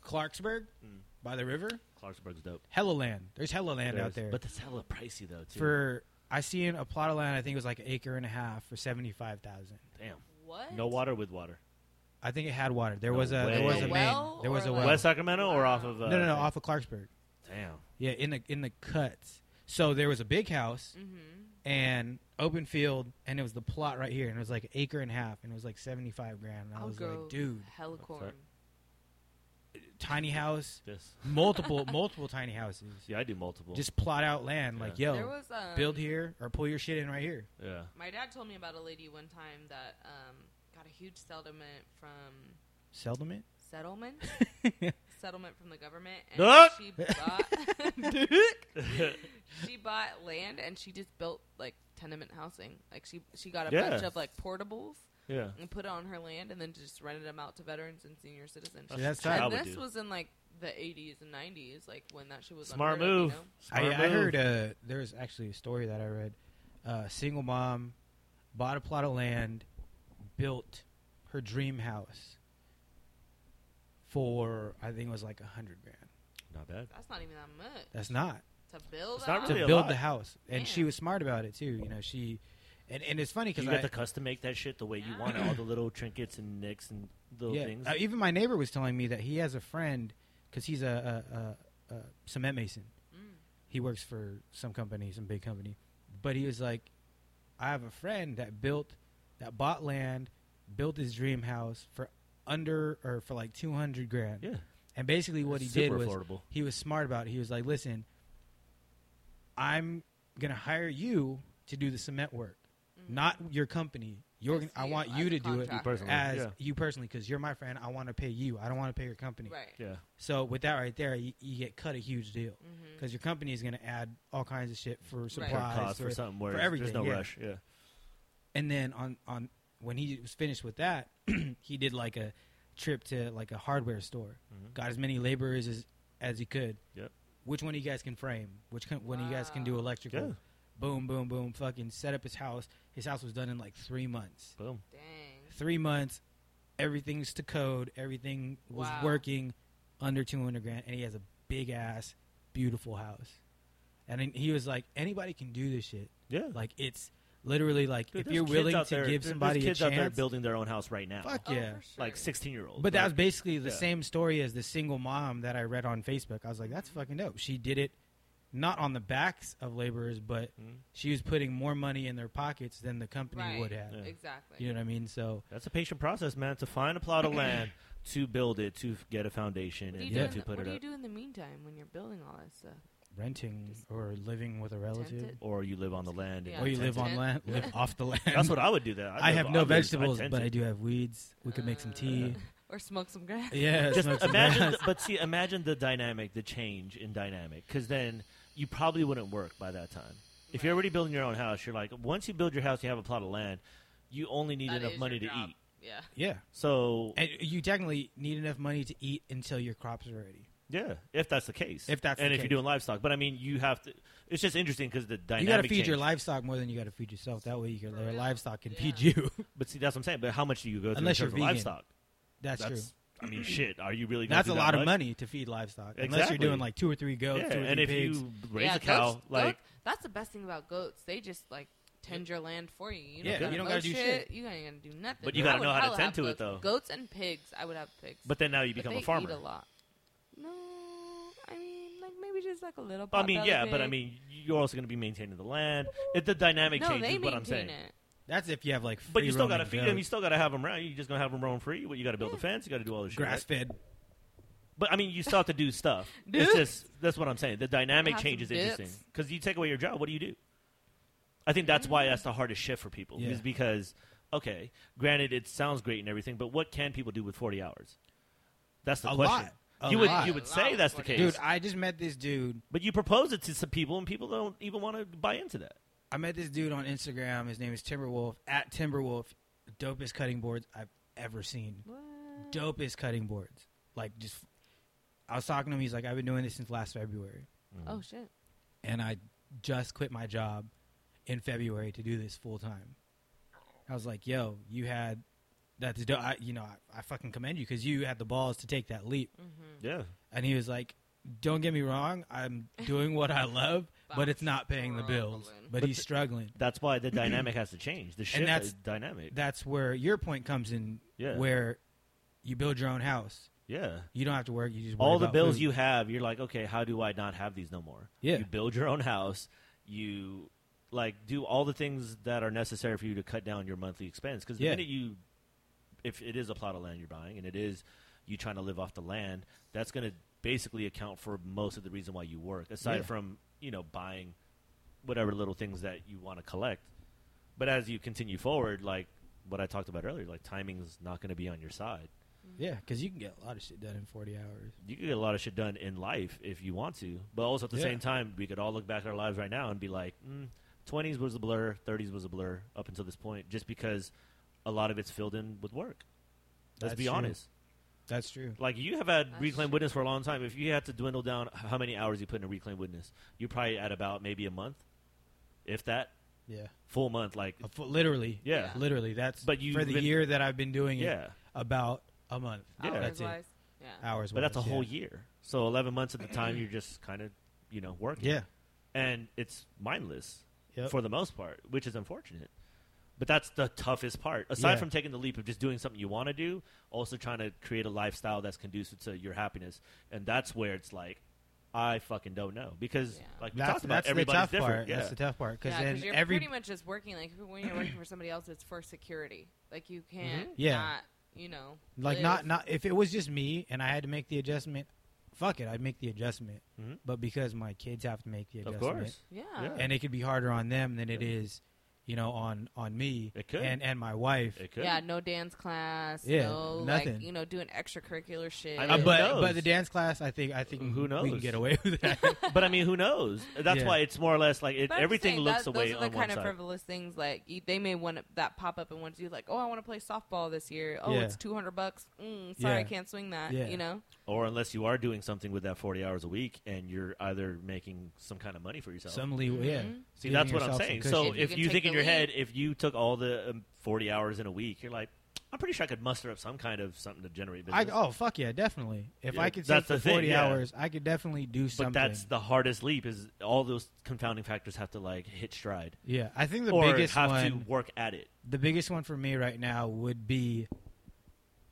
Clarksburg Mm. by the river, Clarksburg's dope. hella land. There's hella land It out is. there. but it's hella pricey though. Too. for I seen a plot of land. I think it was like an acre and a half for seventy five thousand. damn, What? no water with water. I think it had water. There No was a way. there was A a well main. There was or a like- well. West Sacramento or off of uh, no, no, no, off of Clarksburg. Damn, Yeah, in the in the cuts. So there was a big house Mm-hmm. and open field, and it was the plot right here, and it was like an acre and a half, and it was like seventy five grand. And I I'll was go like, dude, hella that? corn. tiny house, this. multiple multiple tiny houses, Yeah, I do multiple. just plot out land. Like, yo, There was um, build here or pull your shit in right here. yeah, My dad told me about a lady one time that um, got a huge settlement from Settlement. settlement settlement from the government, and Ah! she bought she bought land and she just built like tenement housing. Like she she got a Yeah. bunch of like portables yeah. and put it on her land, and then just rented them out to veterans and senior citizens. See, that's what tight. I and would this do. was in like the 80s and 90s, like when that shit was Smart unheard of, move. You know? I, Smart I move. heard uh, there's actually a story that I read. Uh, single mom bought a plot of land, built her dream house for I think it was like a hundred grand. not bad. That's not even that much That's not to build. It's not out? to really a build lot. the house, and she Damn. was smart about it too. You know, she and, and it's funny You because got I to custom make that shit the way you Yeah. want it. All the little trinkets and nicks and little yeah, things. uh, even my neighbor was telling me that he has a friend because he's a, a, a, a cement mason. Mm. he works for some company, some big company. But he was like, I have a friend that built, that bought land, built his dream house for under or for like 200 grand. yeah, And basically what he did super was affordable. he was smart about it. He was like, listen, I'm going to hire you to do the cement work, Mm. not your company. You're gonna, Just I want as you a to do it You contractor. personally. as Yeah. you personally because you're my friend. I want to pay you. I don't want to pay your company. Right. Yeah, So with that right there, you, you get cut a huge deal Mm-hmm. because your company is going to add all kinds of shit for Right. supplies Cut costs for- for something where everything, there's no yeah. rush. Yeah, and then on on when he was finished with that he did like a trip to like a hardware store Mhm. got as many laborers as as he could Yep. which one of you guys can frame which con- one of you guys can do Wow. electrical Yeah. boom boom boom fucking set up his house his house was done in like three months boom. Dang. three months everything's to code everything was Wow. working under 200 grand and he has a big ass beautiful house and then he was like anybody can do this shit Yeah, like it's literally like Dude, if there's you're kids willing out to there- give there's somebody kids a out there chance. building their own house right now, Fuck Oh, yeah. for sure. like sixteen year olds. but that was basically the yeah. same story as the single mom that I read on Facebook. I was like, that's fucking dope. She did it not on the backs of laborers, but Mhm. she was putting more money in their pockets than the company Right. would have. Yeah. Exactly. You know what I mean? So that's a patient process, man. To find a plot of land, to build it, to f- get a foundation, What do and you, Yeah. then do, to in the, put what it do you up. do in the meantime when you're building all that stuff? renting Just or living with a relative, it? Or you live on the land, and Yeah. or you that's live it. on Tent. land, live off the land. That's what I would do. That I live- have no live- vegetables, tent but it. I do have weeds. We could make some tea. Or smoke some grass. yeah, just smoke some imagine, grass. the, but see, imagine the dynamic, the change in dynamic, because then you probably wouldn't work by that time. If you're Right. already building your own house, you're like, once you build your house, you have a plot of land, you only need That enough is money your to job. eat. Yeah. Yeah, So and you technically need enough money to eat until your crops are ready. yeah, if that's the case, If that's and the if case. you're doing livestock, but I mean, you have to. It's just interesting because the dynamic. you got to feed change. your livestock more than you got to feed yourself. That way, you can, For your real. livestock can Yeah. feed you. But see, that's what I'm saying. But how much do you go through Unless in you're terms of vegan. livestock? That's, true. I mean, shit. Are you really? Going That's a through lot that of much? money to feed livestock, unless you're Exactly. doing like two or three goats, Yeah, two or three and if pigs. you raise yeah, a cow, goats- like goat- that's the best thing about goats. They just like tend your land for you. You don't Yeah, gotta you don't mow gotta do shit. You ain't gonna do nothing. But you I gotta would know how to hella tend have to it, goats. though. Goats and pigs, I would have pigs. but then now you But become they a farmer. Eat a lot. No, I mean like maybe just like a little. I mean, potbelly yeah, but I pig. mean, you're also going to be maintaining the land. It, the dynamic no, change they is what I'm saying. maintain it. That's if you have like. Free But you still got to roaming feed goats, them. You still got to have them around. You're just going to have them roam free. What you got to build a Yeah. fence. You got to do all this shit. grass right? fed. But I mean, you still have to do stuff. Dude. It's just that's what I'm saying. The dynamic Have change some is interesting dips. because you take away your job. What do you do? I think that's why that's the Mm. hardest shift for people Yeah. is because okay, granted it sounds great and everything, but what can people do with 40 hours? That's the A question. lot. A you would lot. you would A say lot that's the with case, 40 Dude, I just met this dude. but you propose it to some people and people don't even want to buy into that. I met this dude on Instagram. His name is Timberwolf at Timberwolf. Dopest cutting boards I've ever seen. What? Dopest cutting boards. Like just, I was talking to him. He's like, I've been doing this since last February, Oh shit. and I just quit my job in February to do this full time. I was like, Yo, you had that's dope. I, you know, I, I fucking commend you because you had the balls to take that leap. Yeah, And he was like, "Don't get me wrong, I'm doing what I love, but it's not paying the bills. Struggling. But he's struggling." that's why the dynamic has to change. The shift that's- is dynamic. That's where your point comes in, Yeah. where you build your own house. yeah. You don't have to work. You just worry all the about bills food. you have, you're like, okay, how do I not have these no more? Yeah. You build your own house. You like do all the things that are necessary for you to cut down your monthly expense. Because the Yeah. minute you, if it is a plot of land you're buying and it is you trying to live off the land, that's going to basically account for most of the reason why you work, aside Yeah. from you know buying whatever little things that you want to collect. But as you continue forward, like what I talked about earlier, like timing's not going to be on your side yeah, because you can get a lot of shit done in 40 hours. you could get a lot of shit done in life if you want to, but also at the Yeah. same time, we could all look back at our lives right now and be like, mm, "20s was a blur, 30s was a blur up until this point," just because a lot of it's filled in with work. Let's That's be true. honest. That's true. Like you have had That's reclaimed true. witness for a long time. If you had to dwindle down h- how many hours you put in reclaimed witness, you're probably at about maybe a month, if that Yeah, full month. Like, A fu- literally. yeah, Yeah. literally. That's But you've for the been- year that I've been doing it, yeah. about a month. Yeah. that's it. Hours-wise, Yeah. Hours, But that's a wise, whole yeah. year. So 11 months at the time, you're just kind of, you know, working. Yeah, and it's mindless Yep. for the most part, which is unfortunate. But that's the toughest part. Aside Yeah. from taking the leap of just doing something you want to do, also trying to create a lifestyle that's conducive to your happiness, and that's where it's like, I fucking don't know because Yeah. like we that's, talked about, that's the everybody's tough different. part. Yeah. That's the tough part because Yeah, then you're every pretty much just working like when you're working for somebody else, it's for security. Like you Mm-hmm. can't, Yeah. not, you know, like live. not not if it was just me and I had to make the adjustment, fuck it, I'd make the adjustment. Mhm. But because my kids have to make the of adjustment, course. Yeah. Yeah. and it could be harder on them than it is, you know, on on me It could. and and my wife. It could. Yeah, no dance class. Yeah, no, nothing. Like, you know, doing extracurricular shit. I Uh, mean, who but knows? but the dance class, I think I think Who we knows? can get away with that. But I mean, who knows? That's Yeah. why it's more or less like it, But I'm just everything saying looks that, away Those are on the one kind of side. frivolous things. Like you, they may want to- that pop up and want to do like, oh, I want to play softball this year. Oh, Yeah. it's two hundred bucks. Mm, sorry, Yeah. I can't swing that. Yeah. You know, or unless you are doing something with that forty hours a week, and you're either making some kind of money for yourself. Some leeway, yeah. Mhm. See, Giving that's what I'm yourself some saying. cushion. So If you if can you take think in the your lead. head, if you took all the um, 40 hours in a week, you're like, I'm pretty sure I could muster up some kind of something to generate I, business. oh fuck yeah, definitely. If Yeah, I could that's sleep for the thing, forty yeah. hours, I could definitely do but something. that's the hardest leap is all those confounding factors have to like hit stride yeah, I think the or biggest have one, to work at it. the biggest one for me right now would be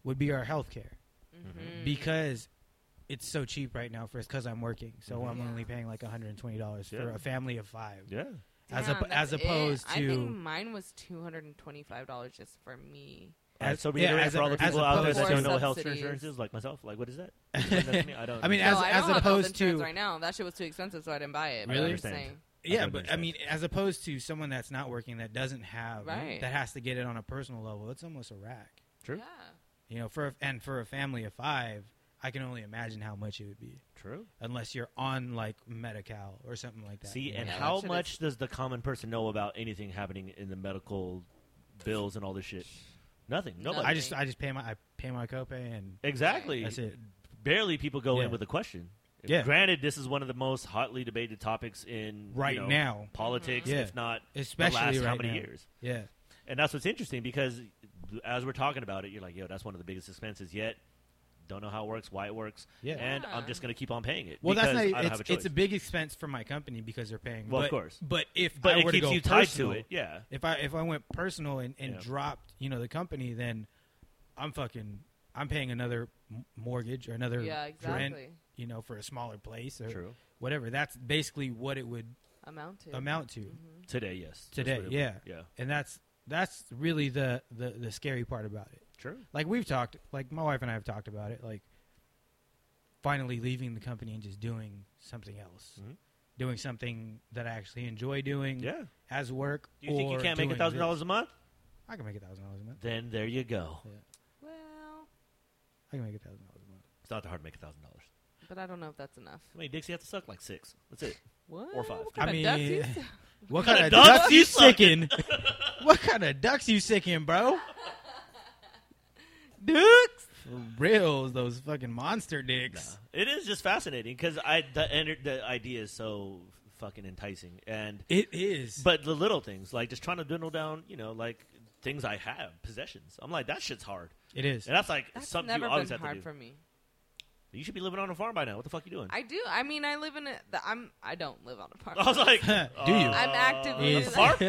would be our healthcare. Mhm. because it's so cheap right now for us because I'm working. So Mhm. I'm Yeah. only paying like $120 for Yeah. a family of five. Yeah. As Damn, op- that's as opposed it. I think to- mine was two hundred and twenty-five dollars just for me. All right, As- so yeah, reiterate as for all the a- as people out there opposed that don't to- know health Subsidies. insurance is, like myself, like what is that? Explain that to me. I don't. I mean, as- no, I don't have health opposed insurance to- right now, that shit was too expensive, so I didn't buy it. I But I'm just understand. saying, Yeah, don't but I understand. mean, as opposed to someone that's not working that doesn't have Right. that has to get it on a personal level. It's almost a rack, True. yeah, you know. For a, and for a family of five, I can only imagine how much it would be, True. unless you're on like Medi-Cal or something like that. See, you and know? that how shit is- much does the common person know about anything happening in the medical bills and all this shit? Nothing. Nobody. I just I just pay my I pay my copay and exactly. that's it. Barely people go Yeah. in with a question. Yeah. Granted, this is one of the most hotly debated topics in you Right know, now. politics, Yeah. if not the Especially last right how many now. years. Yeah. And that's what's interesting because as we're talking about it, you're like, yo, that's one of the biggest expenses yet. Don't know how it works, why it works, Yeah. and Yeah. I'm just going to keep on paying it. Well, that's because not. I don't It's have a a, choice. it's a big expense for my company because they're paying. Well, but, of course. But if but I it were to keeps go you tied personal, to it. Yeah, if I if I went personal and, and Yeah. dropped you know the company, then I'm fucking I'm paying another m- mortgage or another Yeah, rent, exactly. you know, for a smaller place or true. whatever. That's basically what it would Amount to amount to, Mhm. Today, yes. That's Today, what it- yeah. yeah, and that's that's really the, the the scary part about it. true. Like we've talked, like my wife and I have talked about it, like finally leaving the company and just doing something else. Mhm. Doing something that I actually enjoy doing Yeah. as work. Do you think you or can't make a doing thousand this. dollars a month? I can make a thousand dollars a month. Then there you go. Well, I can make a thousand dollars a month. It's not that hard to make a thousand dollars. but I don't know if that's enough. How many dicks you have to suck? Like six. That's it. What? Or five. What kind I of ducks mean- you sell? What kind of kind of ducks ducks you you sucking? sicking? what kind of ducks you sicking, bro? Ducks. For reals, those fucking monster dicks. It is just fascinating because I the, ener- the idea is so fucking enticing, and It is. but the little things like just trying to dwindle down, you know, like things I have, possessions. I'm like that shit's hard, it is. and that's like That's something you never always been have to hard do. for me. you should be living on a farm by now. What the fuck you doing? I do. I mean, I live in a. The, I'm. I don't live on a farm. I was like, Do you? uh, I'm actively- a farm.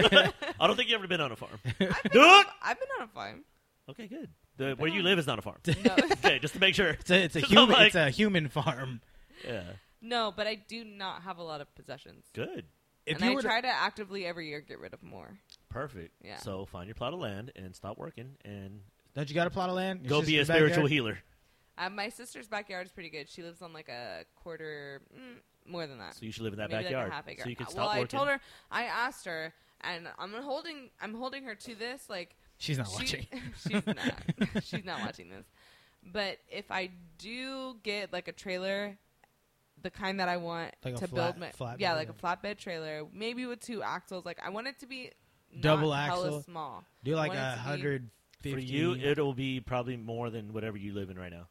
I don't think you have ever been on a farm. I've been, on, Dude! I've been on a farm. Okay, good. The, where you live is not a farm. No, okay, just to make sure. It's a, it's a It's human. not like- it's a human farm. Yeah, no, but I do not have a lot of possessions, good, If and you I were to- try to actively every year get rid of more. perfect. Yeah. So find your plot of land and stop working and don't you got a plot of land? It's go just be your a spiritual backyard? healer. Uh, my sister's backyard is pretty good. She lives on like a quarter, mm, more than that. So you should live in that Maybe backyard. Like a half acre. so you can Uh, stop well, working. I told her. I asked her, and I'm holding. I'm holding her to this. Like She's not she- watching. she's not. she's not watching this. But if I do get like a trailer, the kind that I want Like a to flat- build my flatbed, yeah, like a yeah. flatbed trailer, maybe with two axles. Like I want it to be not Double hella axle. small. Do like want it a to be- hundred For fifty. you, it'll be probably more than whatever you live in right now.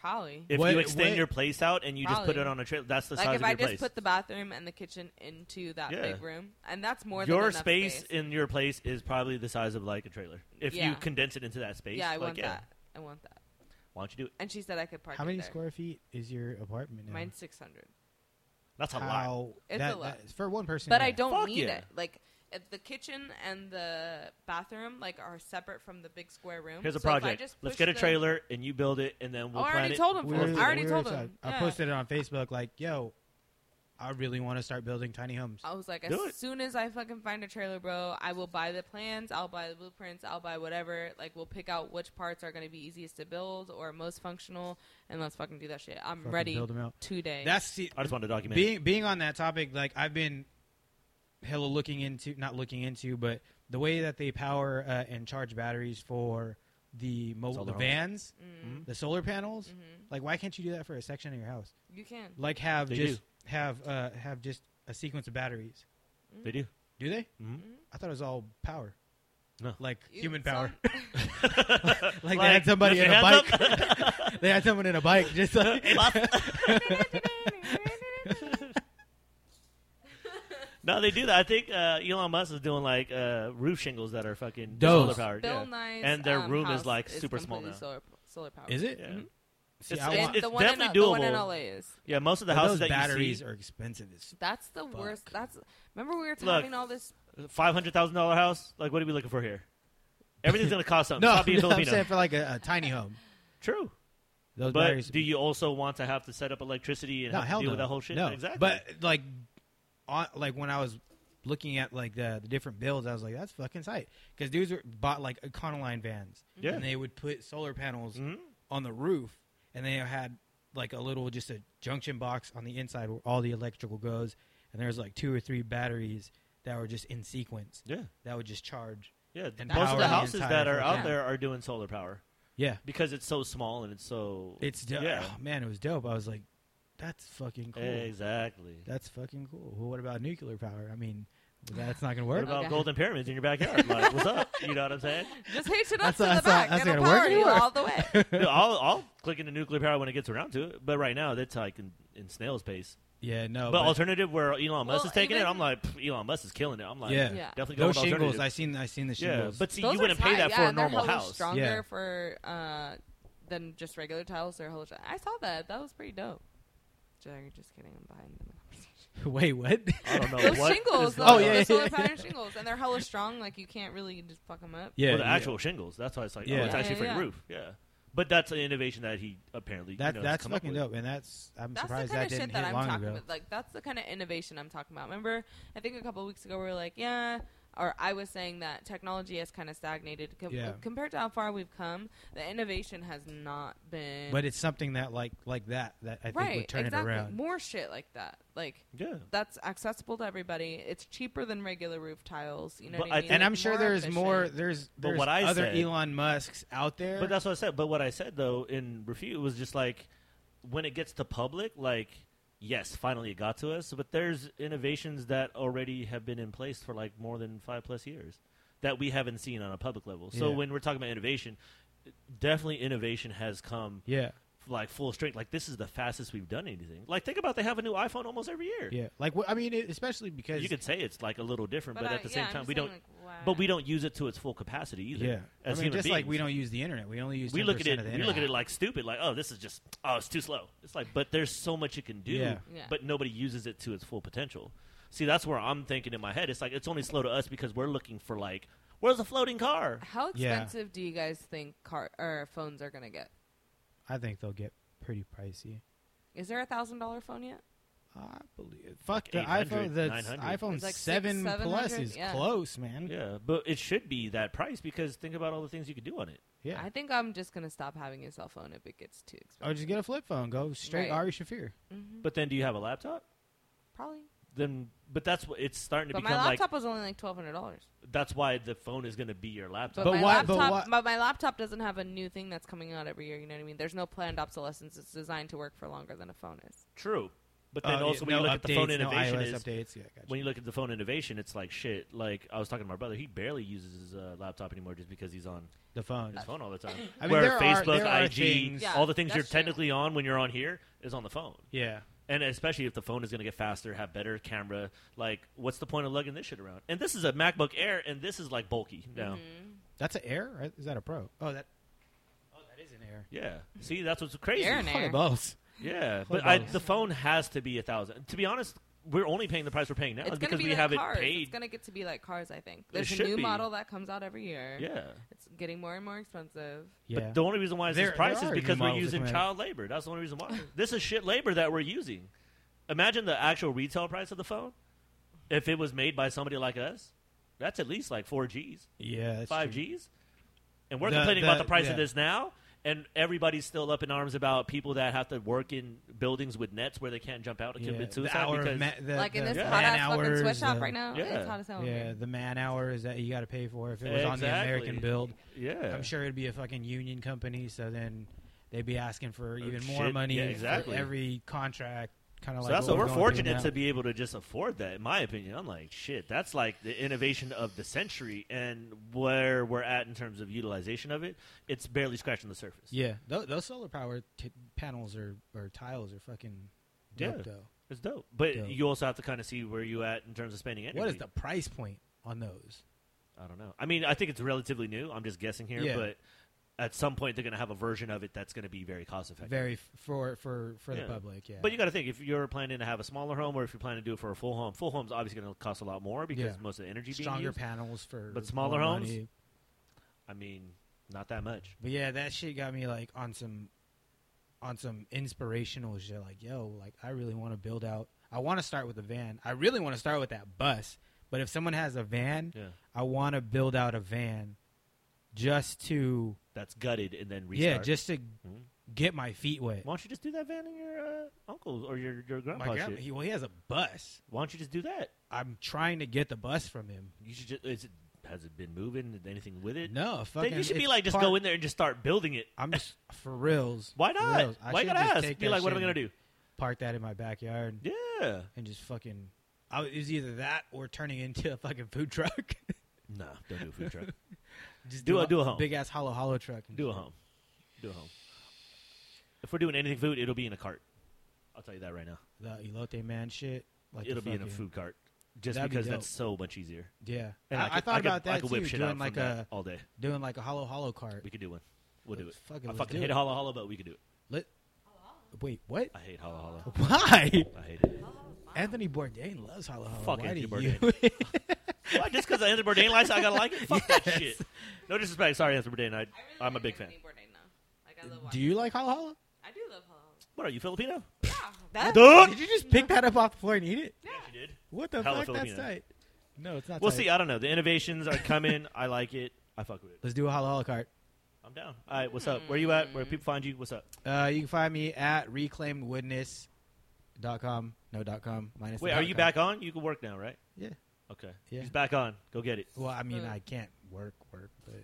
Probably. If What- you extend what- your place out and you just put Probably. it on a trailer, that's the like size if of your I just place. put the bathroom and the kitchen into that Yeah. big room, and that's more than your enough space, space. in your place is probably the size of like a trailer. If you Yeah. condense it into that space, yeah, I like, want yeah, that. I want that. Why don't you do it? And she said I could park. how it many there. square feet is your apartment? Now? Mine's six hundred, That's a How- lot. It's that- a lot. that- for one person. but I yeah. don't Fuck need yeah. it. Like if the kitchen and the bathroom like are separate from the big square room. Here's a so if I project. just Let's push get a the- trailer and you build it, and then we'll oh, I plan already it. told him. We We'll were- I already we were told talking- him. I Yeah. posted it on Facebook. Like, yo, I really want to start building tiny homes. I was like, Do as it. soon as I fucking find a trailer, bro, I will buy the plans, I'll buy the blueprints, I'll buy whatever. Like, we'll pick out which parts are going to be easiest to build or most functional, and let's fucking do that shit. I'm Fucking ready Build them out. today. That's see, I just wanted to document. it. being being on that topic. Like, I've been hella looking into, not looking into, but the way that they power uh, and charge batteries for the mobile Solar the homes. vans, mm, the solar panels. mhm. Like, why can't you do that for a section of your house? You can. Like, have They just have uh, have just a sequence of batteries. They do. Do they? Mhm. I thought it was all power. No. Like Mm-hmm. You- human power. some- Like, they had somebody lift in a your hands bike. they had someone in a bike just like up. no, they do that. I think uh, Elon Musk is doing like uh, roof shingles that are fucking solar Dope. powered. Yeah. Bill Nye's, And their um, room is, house like, super small completely now. Solar, solar powered. Is it? Yeah. Mhm. See, It's- I And it's- want, the one in definitely L- The one in doable. LA is. yeah, most of the but houses that those batteries you are expensive. As, That's the Fuck. worst. That's remember we were Look. talking all this. see, five hundred thousand dollar house. Like, what are we looking for here? Everything's gonna cost something. no, Stop being no, I'm Filipino. saying for like a, a tiny home. True, Those batteries. but do you also want to have to set up electricity and no, have hell to deal no. with that whole shit? No, exactly. But like, on, like when I was looking at like the, the different builds, I was like, that's fucking tight. Because dudes were, bought like Econoline vans, Yeah. and they would put solar panels Mhm. on the roof, and they had like a little just a junction box on the inside where all the electrical goes, and there was like two or three batteries that were just in sequence yeah, that would just charge. yeah. And most of power the the houses entire that are out fucking- there are doing solar power Yeah, because it's so small and it's so it's dope. yeah, Oh, man, it was dope. I was like, that's fucking cool. exactly. That's fucking cool. Well, what about nuclear power? I mean, That's not gonna What work. about Okay. golden pyramids in your backyard? Like, what's up? You know what I'm saying? Just hitch it up That's to not- the that's not- back that's and a not gonna work party anyway. all the way. Dude, I'll, I'll click into nuclear power when it gets around to it. But right now, that's like in, in snail's pace. Yeah, no. but, But, alternative where Elon Musk Well, is taking it, even- I'm like, "Pff, Elon Musk is killing it. I'm like, yeah, Yeah. definitely go those with shingles. alternative. I seen. I seen the yeah, shingles. but see, Those you are wouldn't pay that tight, yeah, for a and they're normal hella house. Stronger Yeah. for uh, than just regular tiles. They're hella. Strong. I saw that. That was pretty dope. Sorry, just kidding. I'm behind them. wait, what? I don't know Those what shingles, is though, going Oh, on. yeah, those solar yeah, powered yeah. shingles, and they're hella strong. Like you can't really just fuck them up. yeah, well, the yeah. actual shingles. That's why it's like, oh, Yeah. it's Yeah, actually for yeah, your yeah. roof. Yeah, but that's an innovation that he apparently That, you know, has that's come up fucking with. dope, and that's I'm That's surprised the kind that of didn't shit that hit I'm long talking ago. about. Like that's the kind of innovation I'm talking about. Remember, I think a couple of weeks ago we were like, yeah, or I was saying that technology has kind of stagnated Com- Yeah. compared to how far we've come. The innovation has not been. But it's something that like like that that I think right, would turn exactly. it around. More shit like that, like. Yeah, that's accessible to everybody. It's cheaper than regular roof tiles. You know But what I I- mean? and Like, I'm sure there's more. efficient. There's But there's what I other said- Elon Musk's out there. But that's what I said. But what I said though in refute was just like when it gets to public, like yes, finally it got to us. But there's innovations that already have been in place for like more than five plus years that we haven't seen on a public level. So Yeah. when we're talking about innovation, definitely innovation has come yeah, like full strength. Like this is the fastest we've done anything. Like think about they have a new iPhone almost every year. yeah. Like wh- I mean, it, especially because You could say it's like a little different, but, I- at the yeah, same I'm time just we saying, uh, don't. like, wow. But we don't use it to its full capacity either. yeah. as I mean, human just like beings. we don't use the internet, we only use we look at 10% it Of the we look at internet. it like stupid like oh this is just oh it's too slow it's like but there's so much it can do Yeah. Yeah. but nobody uses it to its full potential see that's where i'm thinking in my head it's like it's only slow to us because we're looking for like where's a floating car How Yeah. expensive do you guys think car or phones are gonna get? I think they'll get pretty pricey. Is there a thousand dollar phone yet? I believe. Fuck the 800, iPhone. The 900. iPhone It's like six, Seven Plus 700, is yeah. close, man. yeah but it should be that price because think about all the things you could do on it Yeah. I think I'm just gonna stop having a cell phone if it gets too Oh, expensive. Or just get a flip phone. Go straight Right. Ari Shafir. hmm but then do you have a laptop Probably. then but that's what it's starting to But my become like laptop was only like twelve hundred dollars. that's why the phone is going to be your laptop But, But my why- but laptop, why- but my laptop doesn't have a new thing that's coming out every year. You know what I mean? There's no planned obsolescence. It's designed to work for longer than a phone is. true but then Oh, also yeah, when you look no updates, at the phone no innovation iOS is updates. Yeah, gotcha. when you look at the phone innovation, it's like shit. Like I was talking to my brother, he barely uses his uh, laptop anymore just because he's on the phone. Uh, his phone all the time. I mean, Where there are- Facebook, there are IG, things- Yeah, all the things you're that's true. technically on when you're on here is on the phone. Yeah. And especially if the phone is going to get faster, have better camera, like what's the point of lugging this shit around? And this is a MacBook Air, and this is like bulky Mm-hmm. now. That's an Air. Right? Is that a Pro? Oh, that. Oh, that is an Air. Yeah, see, that's what's crazy. Air and Fuck Air. balls. Yeah, Hold but I, on. the phone has to be a thousand. To be honest, we're only paying the price we're paying now It's because gonna be we like haven't cars. paid. It's gonna get to be like cars. I think there's a should new be. model that comes out every year. yeah. It's getting more and more expensive. Yeah. But the only reason why it's There- this price there is are new because we're models that using come out. child labor. That's the only reason why. this is shit labor that we're using. Imagine the actual retail price of the phone. If it was made by somebody like us, that's at least like four Gs, yeah. that's five true. Gs. And we're The- complaining about the- the price yeah. of this now, and everybody's still up in arms about people that have to work in buildings with nets where they can't jump out to Yeah. commit The suicide hour of because ma- the, like in the this yeah. hot man ass fucking hours, sweatshop the- right now. yeah. It's hot as hell. in Yeah, here. the man hours that you got to pay for. If it was on the Exactly. American build, yeah, I'm sure it'd be a fucking union company. So then they'd be asking for even more Oh, shit. money Yeah, for exactly. every contract. Kind of So like that's what what we're going through fortunate now. to be able to just afford that, in my opinion. I'm like, shit, that's like the innovation of the century and where we're at in terms of utilization of it. It's barely scratching the surface. Yeah, those, those solar power t- panels are or tiles are fucking dope Yeah. though. It's dope. But Dope. you also have to kind of see where you at in terms of spending energy. What is the price point on those? I don't know. I mean, I think it's relatively new. I'm just guessing here, Yeah. but at some point they're going to have a version of it that's going to be very cost effective. Very f- for for for Yeah. the public. Yeah, But you got to think if you're planning to have a smaller home or if you're planning to do it for a full home, full home's obviously going to cost a lot more because Yeah. most of the energy being stronger used. panels for but smaller more homes? money. I mean, not that much. But yeah, that shit got me like on some on some inspirational shit. Like, yo, like I really want to build out. I want to start with a van. I really want to start with that bus. But if someone has a van, Yeah. I want to build out a van just to That's gutted and then restart. yeah, just to Mhm. get my feet wet. Why don't you just do that van in your uh, uncle's or your your My grandpa's grandma- shit? he, well, he has a bus. Why don't you just do that? I'm trying to get the bus from him. You should just. Is it, has it been moving? Anything with it? No, Then fucking. you should be it's like, just parked- go in there and just start building it. I'm just for reals. Why for not? reals. I Why you should gotta just ask? take Be that like, what am I shit gonna and do? Park that in my backyard. Yeah, and just fucking I was, it was either that or turning into a fucking food truck. No, don't do a food truck. Just Do a- do a home. big ass hollow hollow truck. and do a shit. home. Do a home. If we're doing anything food, it'll be in a cart. I'll tell you that right now. the elote man shit. Like the it'll be in a fucking- food cart, just That'd be because dope. that's so much easier. Yeah, And I, I could- thought could- about that I could too. whip shit doing out like from that a all day. doing like a hollow hollow cart. We could do one. We'll do it. Let's fucking- I let's fucking do hate it. holla holla, but we could do it. Let, wait, what? I hate holla holla. Why? I hate it. Anthony Bourdain loves hollow hollow. Fuck Why Anthony do you- Why? Just because Anthony Bourdain likes it, I gotta like it. Fuck that shit. No disrespect. Sorry, Anthony Bourdain. I, I really I'm a like big fan. Anthony Bourdain now. Like, I love do watching you like hollow hollow? I do love Hello. What are you Filipino? Yeah, that, Duh! Did you just pick that up off the floor and eat it? yeah. Yes, you did. What the Hella fuck? Filipino. That's tight. No, it's not. We'll tight. see. I don't know. The innovations are coming. I like it. I fuck with it. Let's do a hollow hollow cart. I'm down. All right, what's up? Where you at? Hmm. Where people find you? What's up? Uh, you can find me at reclaimedwoodness.com. No dot com minus. the Wait, dot are you com. back on? You can work now, right? Yeah. Okay. Yeah. He's back on. Go get it. Well, I mean, Uh, I can't work work, but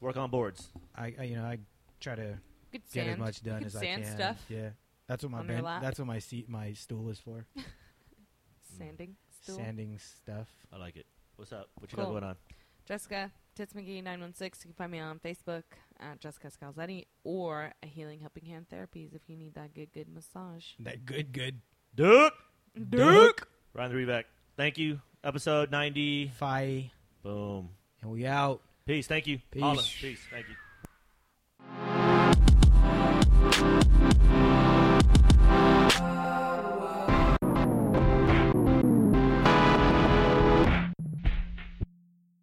Work on boards. I, I you know I try to You could get as sand. much done you could as sand I can. stuff. Yeah, that's what my on your ben- lap. that's what my seat my stool is for. Mm. Sanding. Stool. Sanding stuff. I like it. What's up? What you got Cool. going on? Jessica Tits McGee nine one six. You can find me on Facebook at Jessica Scalzetti or a Healing Helping Hand Therapies if you need that good good massage. That good good Duke. Duke. Ryan the Reback. Thank you. Episode 90. Fi Boom. and we out. Peace. Thank you. Peace. Holla. Peace. Thank you.